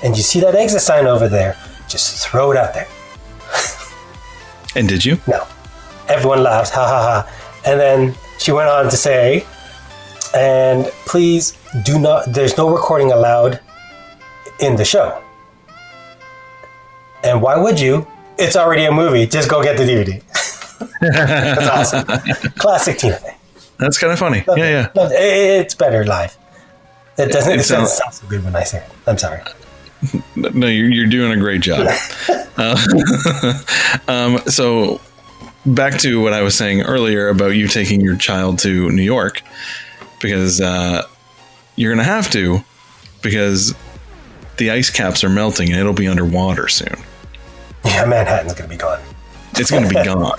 Speaker 2: and you see that exit sign over there, just throw it out there.
Speaker 1: And did you?
Speaker 2: No. Everyone laughs, ha ha ha. And then she went on to say, and please do not, there's no recording allowed in the show. And why would you? It's already a movie. Just go get the DVD. That's awesome. Classic Tina Fey.
Speaker 1: That's kind of funny.
Speaker 2: Loved
Speaker 1: yeah,
Speaker 2: it.
Speaker 1: yeah.
Speaker 2: Loved it. It- It's better live. It doesn't.
Speaker 1: It
Speaker 2: It, sounds,
Speaker 1: sounds-
Speaker 2: sounds so good when I say it. I'm sorry.
Speaker 1: No, you're, you're doing a great job. Uh, um, so, back to what I was saying earlier about you taking your child to New York, because uh, you're going to have to, because the ice caps are melting and it'll be underwater soon.
Speaker 2: Yeah, Manhattan's gonna be gone.
Speaker 1: It's going to be gone.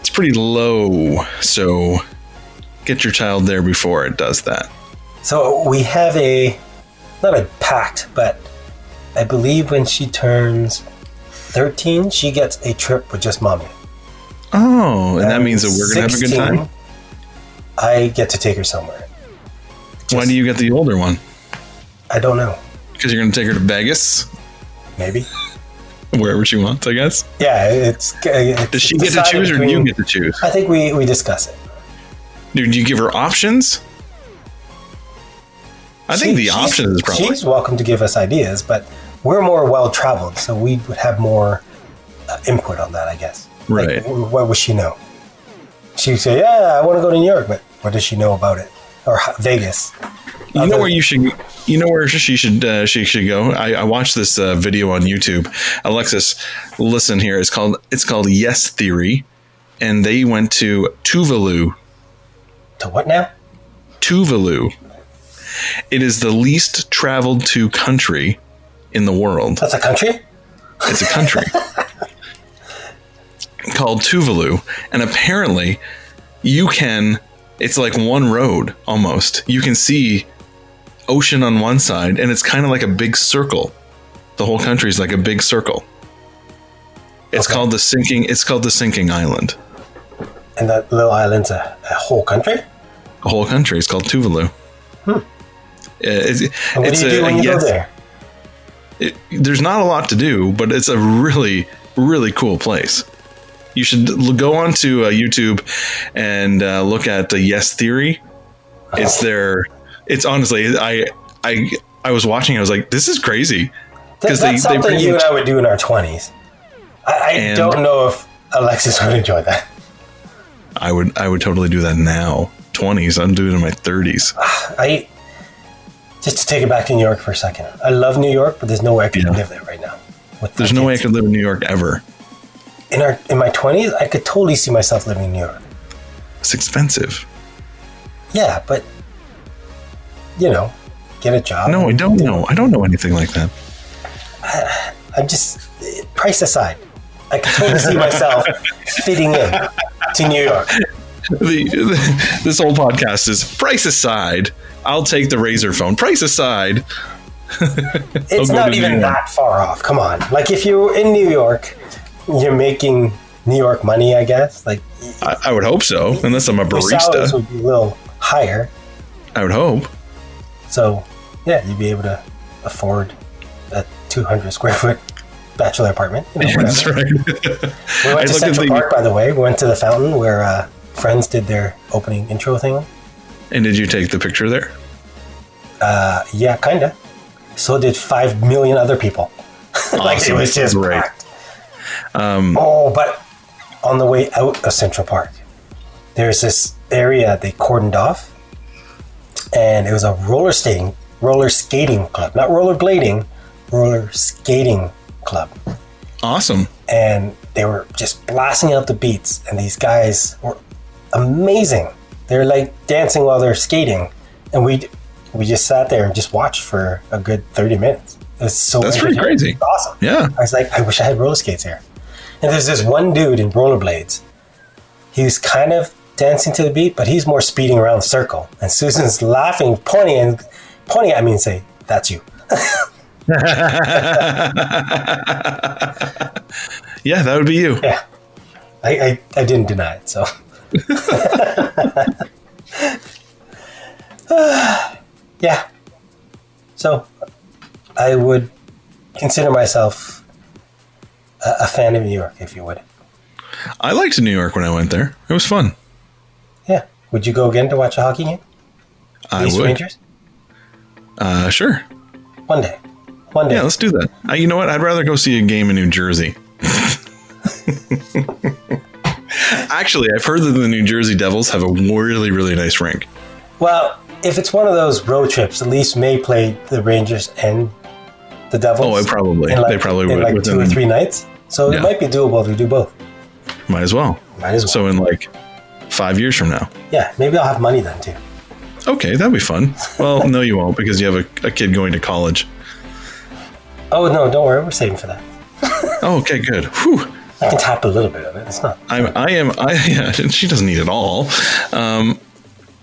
Speaker 1: It's pretty low, so get your child there before it does that.
Speaker 2: So we have a not a pact, but I believe when she turns 13, she gets a trip with just mommy.
Speaker 1: Oh, and that
Speaker 2: At
Speaker 1: means that we're going to have a good
Speaker 2: 16,
Speaker 1: time.
Speaker 2: I get to take her somewhere.
Speaker 1: Why do you get the older one?
Speaker 2: I don't know.
Speaker 1: Because you're going to take her to Vegas,
Speaker 2: Maybe.
Speaker 1: wherever she wants, I guess.
Speaker 2: Yeah, it's. uh, it's
Speaker 1: Does she get to
Speaker 2: decided
Speaker 1: choose or do you
Speaker 2: between-
Speaker 1: get to choose?
Speaker 2: I think we we discuss it.
Speaker 1: Dude, do you give her options? I think
Speaker 2: She-
Speaker 1: the
Speaker 2: she's-
Speaker 1: option is probably
Speaker 2: She's welcome to give us ideas, but we're more well traveled, so we would have more uh, input on that, I guess. Like,
Speaker 1: Right.
Speaker 2: w- what would she know? She would say, "Yeah, I want to go to New York," but what does she know about it? Or ho- Vegas?
Speaker 1: you know where you should you know where she should uh, she should go. I, I watched this uh, video on YouTube. Alexis, listen here. It's called it's called Yes Theory, and they went to Tuvalu.
Speaker 2: To what now?
Speaker 1: Tuvalu. It is the least traveled to country in the world.
Speaker 2: That's a country.
Speaker 1: It's a country called Tuvalu, and apparently you can. It's like one road almost. You can see ocean on one side, and it's kind of like a big circle. The whole country is like a big circle. It's
Speaker 2: Okay.
Speaker 1: called the sinking. It's called the sinking island.
Speaker 2: And that little island's a, a whole country.
Speaker 1: The whole country is called Tuvalu. It's,
Speaker 2: Hmm. And what
Speaker 1: it's
Speaker 2: do you do when you
Speaker 1: yes-
Speaker 2: go there?
Speaker 1: it, there's not a lot to do, but it's a really, really cool place. You should l- go onto uh, YouTube and uh, look at the Yes Theory. It's their. It's honestly, I, I, I was watching. I was like, this is crazy.
Speaker 2: Th-
Speaker 1: 'Cause they-
Speaker 2: that's
Speaker 1: they
Speaker 2: something
Speaker 1: pretty
Speaker 2: you and
Speaker 1: much-
Speaker 2: I would do in our twenties. I, I
Speaker 1: And-
Speaker 2: don't know if Alexis would enjoy that.
Speaker 1: I would, I would totally do that now. Twenties. I'm doing it in my thirties.
Speaker 2: Ah, I just to take it back to New York for a second. I love New York, but there's no way I could
Speaker 1: Yeah.
Speaker 2: live there right now. With
Speaker 1: There's
Speaker 2: my
Speaker 1: no way I
Speaker 2: kids.
Speaker 1: could live in New York ever.
Speaker 2: in our in my twenties, I could totally see myself living in New York.
Speaker 1: It's expensive.
Speaker 2: Yeah, but you know, get a job.
Speaker 1: No, I don't know. I don't know anything like that.
Speaker 2: I'm just price aside. I could totally see myself fitting in to New York.
Speaker 1: the, the- this whole podcast is price aside. I'll take the razor phone. Price aside.
Speaker 2: It's
Speaker 1: go
Speaker 2: not
Speaker 1: to New
Speaker 2: even
Speaker 1: York.
Speaker 2: that far off. Come on, like if you're in New York, you're making New York money, I guess. Like
Speaker 1: I, I would hope so, unless I'm a
Speaker 2: your salaries
Speaker 1: barista.
Speaker 2: would be a little higher,
Speaker 1: I would hope.
Speaker 2: So, yeah, you'd be able to afford a 200 square foot bachelor apartment. You know,
Speaker 1: That's
Speaker 2: whatever.
Speaker 1: right.
Speaker 2: We went
Speaker 1: I
Speaker 2: to
Speaker 1: look at
Speaker 2: Central
Speaker 1: the-
Speaker 2: Park, by the way. We went to the fountain where uh, Friends did their opening intro thing.
Speaker 1: and did you take the picture there?
Speaker 2: Uh, yeah, kinda. So did five million other people. like it
Speaker 1: Awesome.
Speaker 2: was just
Speaker 1: Great.
Speaker 2: packed. oh, but on the way out of Central Park, there's this area they cordoned off, and it was a roller skating roller skating club, not rollerblading, roller skating club.
Speaker 1: Awesome.
Speaker 2: And they were just blasting out the beats, and these guys were amazing. They're like dancing while they're skating, and we we just sat there and just watched for a good thirty minutes. It was so
Speaker 1: That's pretty
Speaker 2: entertaining.
Speaker 1: crazy.
Speaker 2: It was Awesome.
Speaker 1: Yeah.
Speaker 2: I was like, I wish I had roller skates here. And there's this one dude in rollerblades. He's kind of dancing to the beat, but he's more speeding around the circle. And Susan's laughing, pointing and pointing at me and saying, That's you.
Speaker 1: Yeah, that would be you.
Speaker 2: Yeah. I, I, I didn't deny it, so. yeah. So, I would consider myself a, a fan of New York, if you would.
Speaker 1: I liked New York when I went there. It was fun.
Speaker 2: Yeah. Would you go again to watch a hockey game?
Speaker 1: I
Speaker 2: Leafs
Speaker 1: would.
Speaker 2: Rangers?
Speaker 1: Uh, sure.
Speaker 2: One day. One day.
Speaker 1: Yeah, let's do that. I, you know what? I'd rather go see a game in New Jersey. Actually, I've heard that the New Jersey Devils have a really, really nice rink.
Speaker 2: Well, if it's one of those road trips, the Leafs may play the Rangers and the Devils.
Speaker 1: Oh, I probably-
Speaker 2: in like,
Speaker 1: they probably
Speaker 2: in
Speaker 1: would
Speaker 2: like
Speaker 1: within-
Speaker 2: two or three nights. So
Speaker 1: Yeah.
Speaker 2: it might be doable to do both.
Speaker 1: Might as well.
Speaker 2: Might as well.
Speaker 1: So in like five years from now.
Speaker 2: yeah, maybe I'll have money then too.
Speaker 1: Okay, that'd be fun. Well, no, you won't because you have a, a kid going to college.
Speaker 2: Oh no, don't worry, we're saving for that.
Speaker 1: Oh, okay, good. Whew.
Speaker 2: I can tap a little bit of it. It's not.
Speaker 1: I'm, I am. I. Yeah, she doesn't need it all. Um,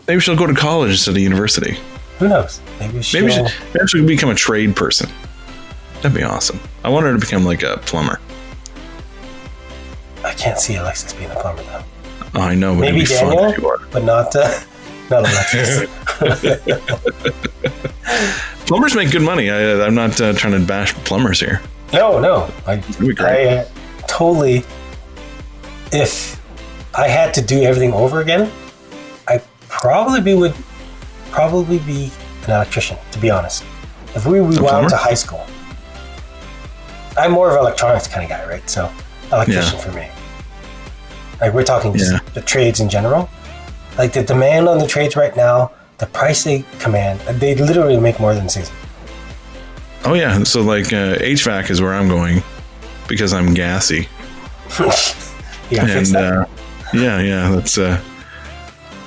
Speaker 1: maybe she'll go to college instead of university.
Speaker 2: Who knows? Maybe she'll.
Speaker 1: Maybe she, maybe she'll become a trade person. That'd be awesome. I want her to become like a plumber.
Speaker 2: I can't see Alexis being a plumber though.
Speaker 1: Oh, I know, but
Speaker 2: Maybe
Speaker 1: it'd be fun
Speaker 2: Daniel,
Speaker 1: if you are.
Speaker 2: but not uh, not Alexis.
Speaker 1: Plumbers make good money. I, I'm not uh, trying to bash plumbers here.
Speaker 2: no, no. I,
Speaker 1: be great.
Speaker 2: I uh, totally. If I had to do everything over again, I probably be, would probably be an electrician. To be honest, if we
Speaker 1: plumber?
Speaker 2: rewound to high school, I'm more of an electronics kind of guy, right? So, electrician for me. Like we're talking just
Speaker 1: Yeah.
Speaker 2: the trades in general. Like the demand on the trades right now, the price they command, they literally make more than season.
Speaker 1: Oh yeah, so like uh, HVAC is where I'm going because I'm gassy.
Speaker 2: You gotta fix
Speaker 1: and
Speaker 2: that.
Speaker 1: uh, yeah, yeah, that's uh,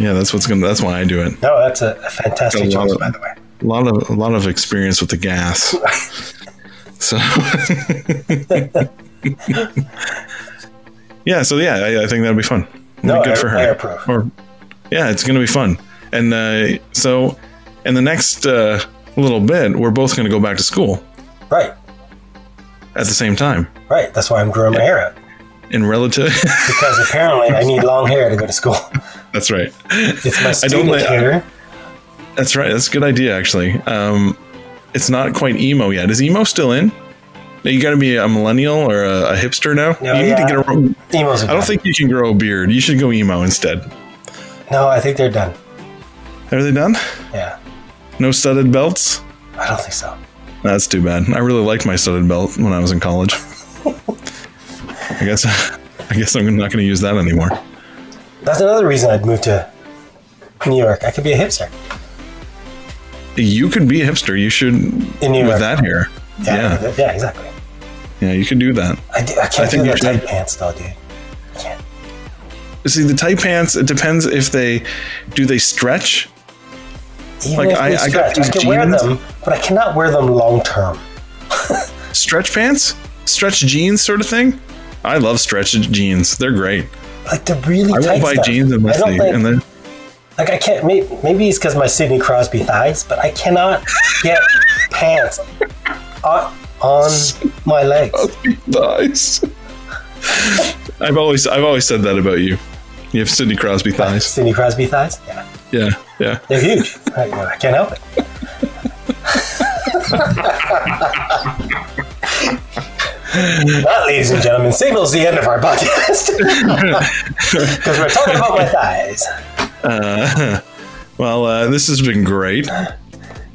Speaker 1: yeah, that's what's gonna. That's why I do it.
Speaker 2: no, Oh, that's a, a
Speaker 1: a
Speaker 2: fantastic
Speaker 1: lot
Speaker 2: choice,
Speaker 1: of-
Speaker 2: by the way.
Speaker 1: A lot of a lot of experience with the gas. so yeah, so yeah, I, I think that'd be fun. It'd
Speaker 2: No,
Speaker 1: be good
Speaker 2: I-
Speaker 1: for her.
Speaker 2: I approve.
Speaker 1: Or- yeah, it's gonna be fun. And uh, so, in the next uh, little bit, we're both gonna go back to school
Speaker 2: Right,
Speaker 1: at the same time.
Speaker 2: right. That's why I'm growing my hair out
Speaker 1: In relative,
Speaker 2: because apparently I need long hair to go to school.
Speaker 1: that's right.
Speaker 2: It's my
Speaker 1: I don't
Speaker 2: student
Speaker 1: like-
Speaker 2: hair.
Speaker 1: That's right. That's a good idea, actually. Um, it's not quite emo yet. Is emo still in? You got to be a millennial or a, a hipster now.
Speaker 2: No,
Speaker 1: you
Speaker 2: yeah.
Speaker 1: need to get a.
Speaker 2: Emos.
Speaker 1: I don't think you can grow a beard. You should go emo instead.
Speaker 2: No, I think they're done.
Speaker 1: Are they done?
Speaker 2: Yeah,
Speaker 1: No studded belts?
Speaker 2: I don't think so.
Speaker 1: That's too bad. I really liked my studded belt when I was in college. I guess I guess I'm not going to use that anymore.
Speaker 2: That's another reason I'd move to New York. I could be a hipster.
Speaker 1: You could be a hipster. You should
Speaker 2: In New
Speaker 1: with
Speaker 2: York.
Speaker 1: that hair.
Speaker 2: Yeah,
Speaker 1: Yeah,
Speaker 2: yeah, exactly.
Speaker 1: yeah, you could do that.
Speaker 2: I, do, I
Speaker 1: think
Speaker 2: can't do
Speaker 1: you
Speaker 2: that
Speaker 1: should.
Speaker 2: tight pants though, dude. I can't.
Speaker 1: See, the tight pants. It depends if they do they stretch.
Speaker 2: Even
Speaker 1: Like,
Speaker 2: if
Speaker 1: I- I
Speaker 2: they
Speaker 1: got
Speaker 2: stretch, I,
Speaker 1: these
Speaker 2: can wear
Speaker 1: jeans.
Speaker 2: them, but I cannot wear them long term.
Speaker 1: stretch pants, stretch jeans, sort of thing. I love stretch jeans. They're great.
Speaker 2: Like the really
Speaker 1: I
Speaker 2: tight
Speaker 1: won't buy
Speaker 2: stuff.
Speaker 1: jeans
Speaker 2: I
Speaker 1: unless
Speaker 2: don't
Speaker 1: they
Speaker 2: think,
Speaker 1: and then
Speaker 2: like I can't. Maybe, maybe it's because my Sidney Crosby thighs, but I cannot get pants on, on my legs.
Speaker 1: thighs. I've always I've always said that about you. You have Sidney Crosby thighs.
Speaker 2: Sidney Crosby thighs. Yeah,
Speaker 1: Yeah, yeah.
Speaker 2: they're huge. I, I can't help it. that, ladies and gentlemen, signals the end of our podcast because we're talking about my thighs.
Speaker 1: Well, uh, this has been great.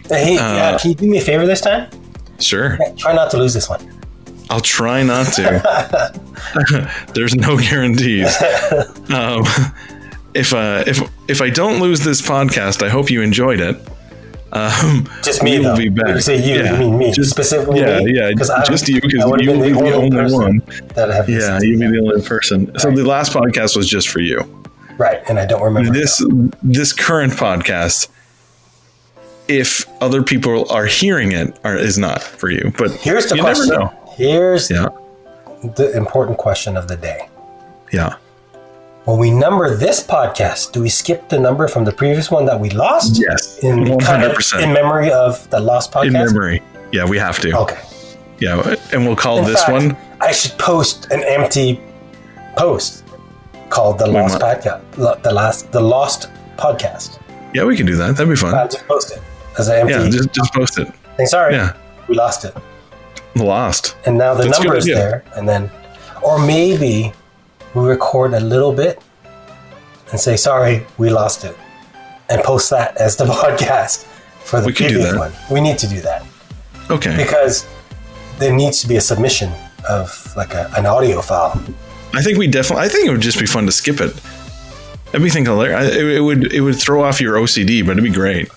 Speaker 2: Hey, yeah, can you do me a favor this time?
Speaker 1: Sure,
Speaker 2: Try not to lose this one.
Speaker 1: I'll try not to. There's no guarantees. Um, if uh, if if I don't lose this podcast, I hope you enjoyed it. Um,
Speaker 2: Just me,
Speaker 1: We will
Speaker 2: though.
Speaker 1: be back.
Speaker 2: When you say you,
Speaker 1: Yeah.
Speaker 2: you mean me.
Speaker 1: Just-
Speaker 2: Specifically
Speaker 1: yeah,
Speaker 2: me.
Speaker 1: yeah,
Speaker 2: 'Cause I-
Speaker 1: just you, 'cause
Speaker 2: I would've
Speaker 1: you
Speaker 2: been
Speaker 1: will be the only one.
Speaker 2: person That I have
Speaker 1: yeah,
Speaker 2: listened
Speaker 1: you'd be the only person. So the last podcast was just for you.
Speaker 2: to. Right, and I don't remember.
Speaker 1: this this current podcast if other people are hearing it are, is not for you but
Speaker 2: Here's the
Speaker 1: you
Speaker 2: question.
Speaker 1: never know
Speaker 2: Here's
Speaker 1: yeah
Speaker 2: the important question of the day.
Speaker 1: yeah
Speaker 2: When we number this podcast, do we skip the number from the previous one that we lost?
Speaker 1: Yes.
Speaker 2: In,
Speaker 1: 100%.
Speaker 2: In memory of the lost podcast?
Speaker 1: in memory yeah we have to
Speaker 2: Okay.
Speaker 1: yeah and we'll call
Speaker 2: In
Speaker 1: this
Speaker 2: fact,
Speaker 1: one
Speaker 2: I should post an empty post called the Lost
Speaker 1: might-
Speaker 2: Podcast. Lo- The last, the Lost Podcast.
Speaker 1: Yeah, we can do that. That'd be fun.
Speaker 2: I'll just post it as an empty.
Speaker 1: yeah, just, just post it.
Speaker 2: thing. Sorry,
Speaker 1: yeah.
Speaker 2: we lost it,
Speaker 1: Lost.
Speaker 2: and now the
Speaker 1: That's a
Speaker 2: number
Speaker 1: good
Speaker 2: is
Speaker 1: idea.
Speaker 2: there. And then, or maybe we record a little bit and say, "Sorry, we lost it," and post that as the podcast for the
Speaker 1: We could do
Speaker 2: previous
Speaker 1: that.
Speaker 2: one. We need to do that
Speaker 1: Okay.
Speaker 2: because there needs to be a submission of like a, an audio file.
Speaker 1: I think we definitely. I think it would just be fun to skip it. That'd be think hilarious. I, it, it would it would throw off your OCD, but it'd be great.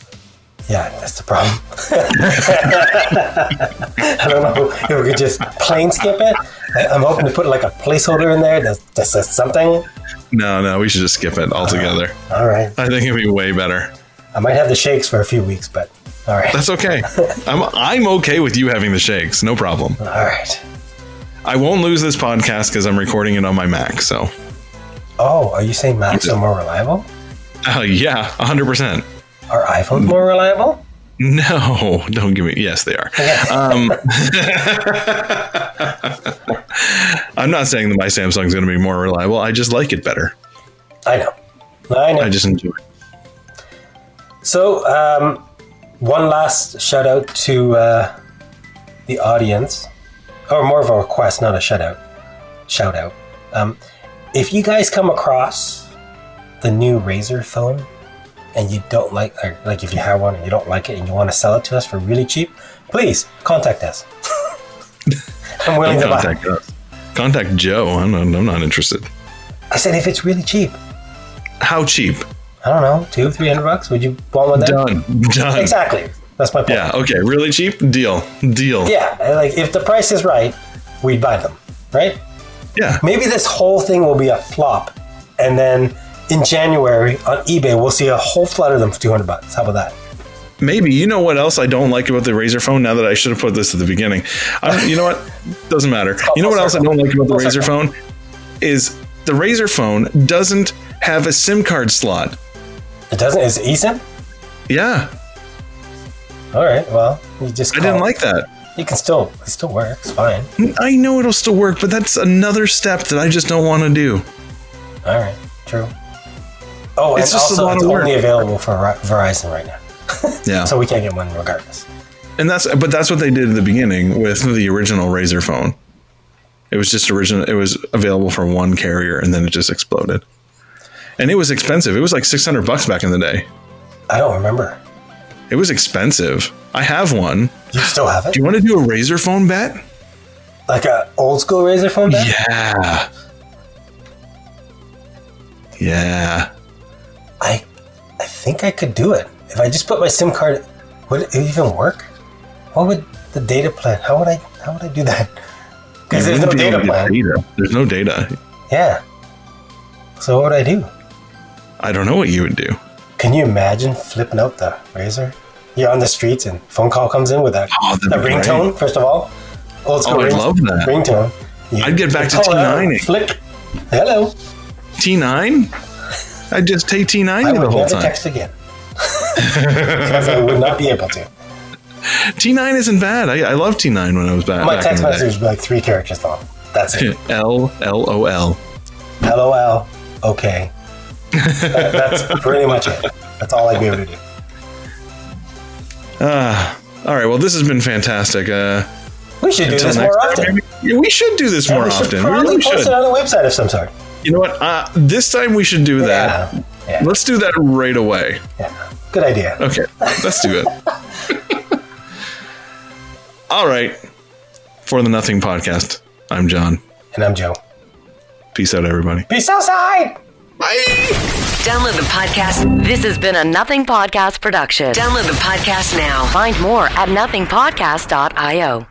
Speaker 2: Yeah, that's the problem. I don't know if we could just plain skip it. I- I'm hoping to put like a placeholder in there that, that says something.
Speaker 1: No, no, we should just skip it altogether.
Speaker 2: All right.
Speaker 1: I think it'd be way better.
Speaker 2: I might have the shakes for a few weeks, but all right.
Speaker 1: That's okay. I'm I'm okay with you having the shakes. No problem.
Speaker 2: All right.
Speaker 1: I won't lose this podcast because I'm recording it on my Mac. So,
Speaker 2: Oh, are you saying Macs are more reliable?
Speaker 1: uh, yeah, 100. percent
Speaker 2: Are iPhones more reliable?
Speaker 1: No, don't give me. Yes, they are. Um, I'm not saying that my Samsung's going to be more reliable. I just like it better.
Speaker 2: I know. I know.
Speaker 1: I just enjoy it.
Speaker 2: So, um, one last shout out to uh, the audience, or more of a request, not a shout out. Shout out. Um, if you guys come across the new Razer phone and you don't like, or like if you have one and you don't like it and you want to sell it to us for really cheap, please contact us. I'm willing
Speaker 1: Don't
Speaker 2: to buy.
Speaker 1: contact us. Contact Joe. I'm not, I'm not interested.
Speaker 2: I said if it's really cheap,
Speaker 1: How cheap?
Speaker 2: I don't know, two, three hundred bucks. Would you want one of that?
Speaker 1: Done. Done.
Speaker 2: Exactly. That's my point.
Speaker 1: Yeah. Okay. Really cheap? Deal. Deal.
Speaker 2: Yeah, like if the price is right, we'd buy them, right?
Speaker 1: Yeah.
Speaker 2: Maybe this whole thing will be a flop, and then in January on eBay we'll see a whole flood of them for 200 bucks. How about that?
Speaker 1: Maybe. You know what else I don't like about the Razer phone? Now that I should have put this at the beginning. I, you know what? Doesn't matter. You know what else I don't like about the Razer phone? Is the Razer phone doesn't have a SIM card slot.
Speaker 2: It doesn't. Is it eSIM?
Speaker 1: Yeah.
Speaker 2: All right. Well, you just.
Speaker 1: I
Speaker 2: call
Speaker 1: didn't
Speaker 2: it.
Speaker 1: like that.
Speaker 2: You can still. It still works fine.
Speaker 1: I know it'll still work, but that's another step that I just don't want to do.
Speaker 2: All right. True. Oh,
Speaker 1: It's
Speaker 2: and
Speaker 1: just a
Speaker 2: also
Speaker 1: lot
Speaker 2: it's
Speaker 1: of work.
Speaker 2: only available for Ri- Verizon right now,
Speaker 1: Yeah.
Speaker 2: so we can't get one regardless.
Speaker 1: And that's but that's what they did at the beginning with the original Razer phone. It was just original. It was available from one carrier, and then it just exploded. And it was expensive. It was like six hundred bucks back in the day.
Speaker 2: I don't remember.
Speaker 1: It was expensive. I have one.
Speaker 2: You still have it?
Speaker 1: Do you want to do a Razer phone bet?
Speaker 2: Like a old school Razor phone? back?
Speaker 1: Yeah. Yeah.
Speaker 2: I, I think I could do it. If I just put my SIM card, would it even work? What would the data plan? How would I? How would I do that? Because
Speaker 1: You
Speaker 2: there's no
Speaker 1: wouldn't be able
Speaker 2: data
Speaker 1: to get
Speaker 2: plan.
Speaker 1: data. There's no data.
Speaker 2: Yeah. So what would I do?
Speaker 1: I don't know what you would do.
Speaker 2: Can you imagine flipping out the razor? You're on the streets and phone call comes in with that
Speaker 1: Oh, that'd
Speaker 2: the
Speaker 1: be
Speaker 2: ringtone. First of all, old school
Speaker 1: Oh, I'd
Speaker 2: ring-
Speaker 1: love that.
Speaker 2: ringtone. You-
Speaker 1: I'd get back
Speaker 2: you
Speaker 1: to
Speaker 2: call out,
Speaker 1: T9.
Speaker 2: Flick. Hello.
Speaker 1: T nine. I'd just take T
Speaker 2: I
Speaker 1: nine the
Speaker 2: would
Speaker 1: whole
Speaker 2: never
Speaker 1: time.
Speaker 2: text again. because I would not be able to.
Speaker 1: T nine isn't bad. I, I love T nine when I was back.
Speaker 2: My
Speaker 1: back in
Speaker 2: text
Speaker 1: the day.
Speaker 2: message would be like three characters long. That's it.
Speaker 1: L L O L.
Speaker 2: LOL. Okay. That- that's pretty much it. That's all I'd be able to do.
Speaker 1: All right. Well, this has been fantastic. Uh,
Speaker 2: We should do
Speaker 1: until
Speaker 2: this
Speaker 1: next
Speaker 2: more
Speaker 1: time,
Speaker 2: often.
Speaker 1: maybe- Yeah, we should do this more
Speaker 2: we should
Speaker 1: often. We
Speaker 2: probably
Speaker 1: really
Speaker 2: post
Speaker 1: should.
Speaker 2: it on a website of some sort.
Speaker 1: You know what? Uh, this time we should do that.
Speaker 2: Yeah. Yeah.
Speaker 1: Let's do that right away.
Speaker 2: yeah. Good idea.
Speaker 1: Okay. Let's do it. All right. For the Nothing Podcast, I'm John.
Speaker 2: And I'm Joe.
Speaker 1: Peace out, everybody.
Speaker 2: Peace outside.
Speaker 4: Download the podcast. This has been a Nothing Podcast production. Download the podcast now. Find more at nothingpodcast.io.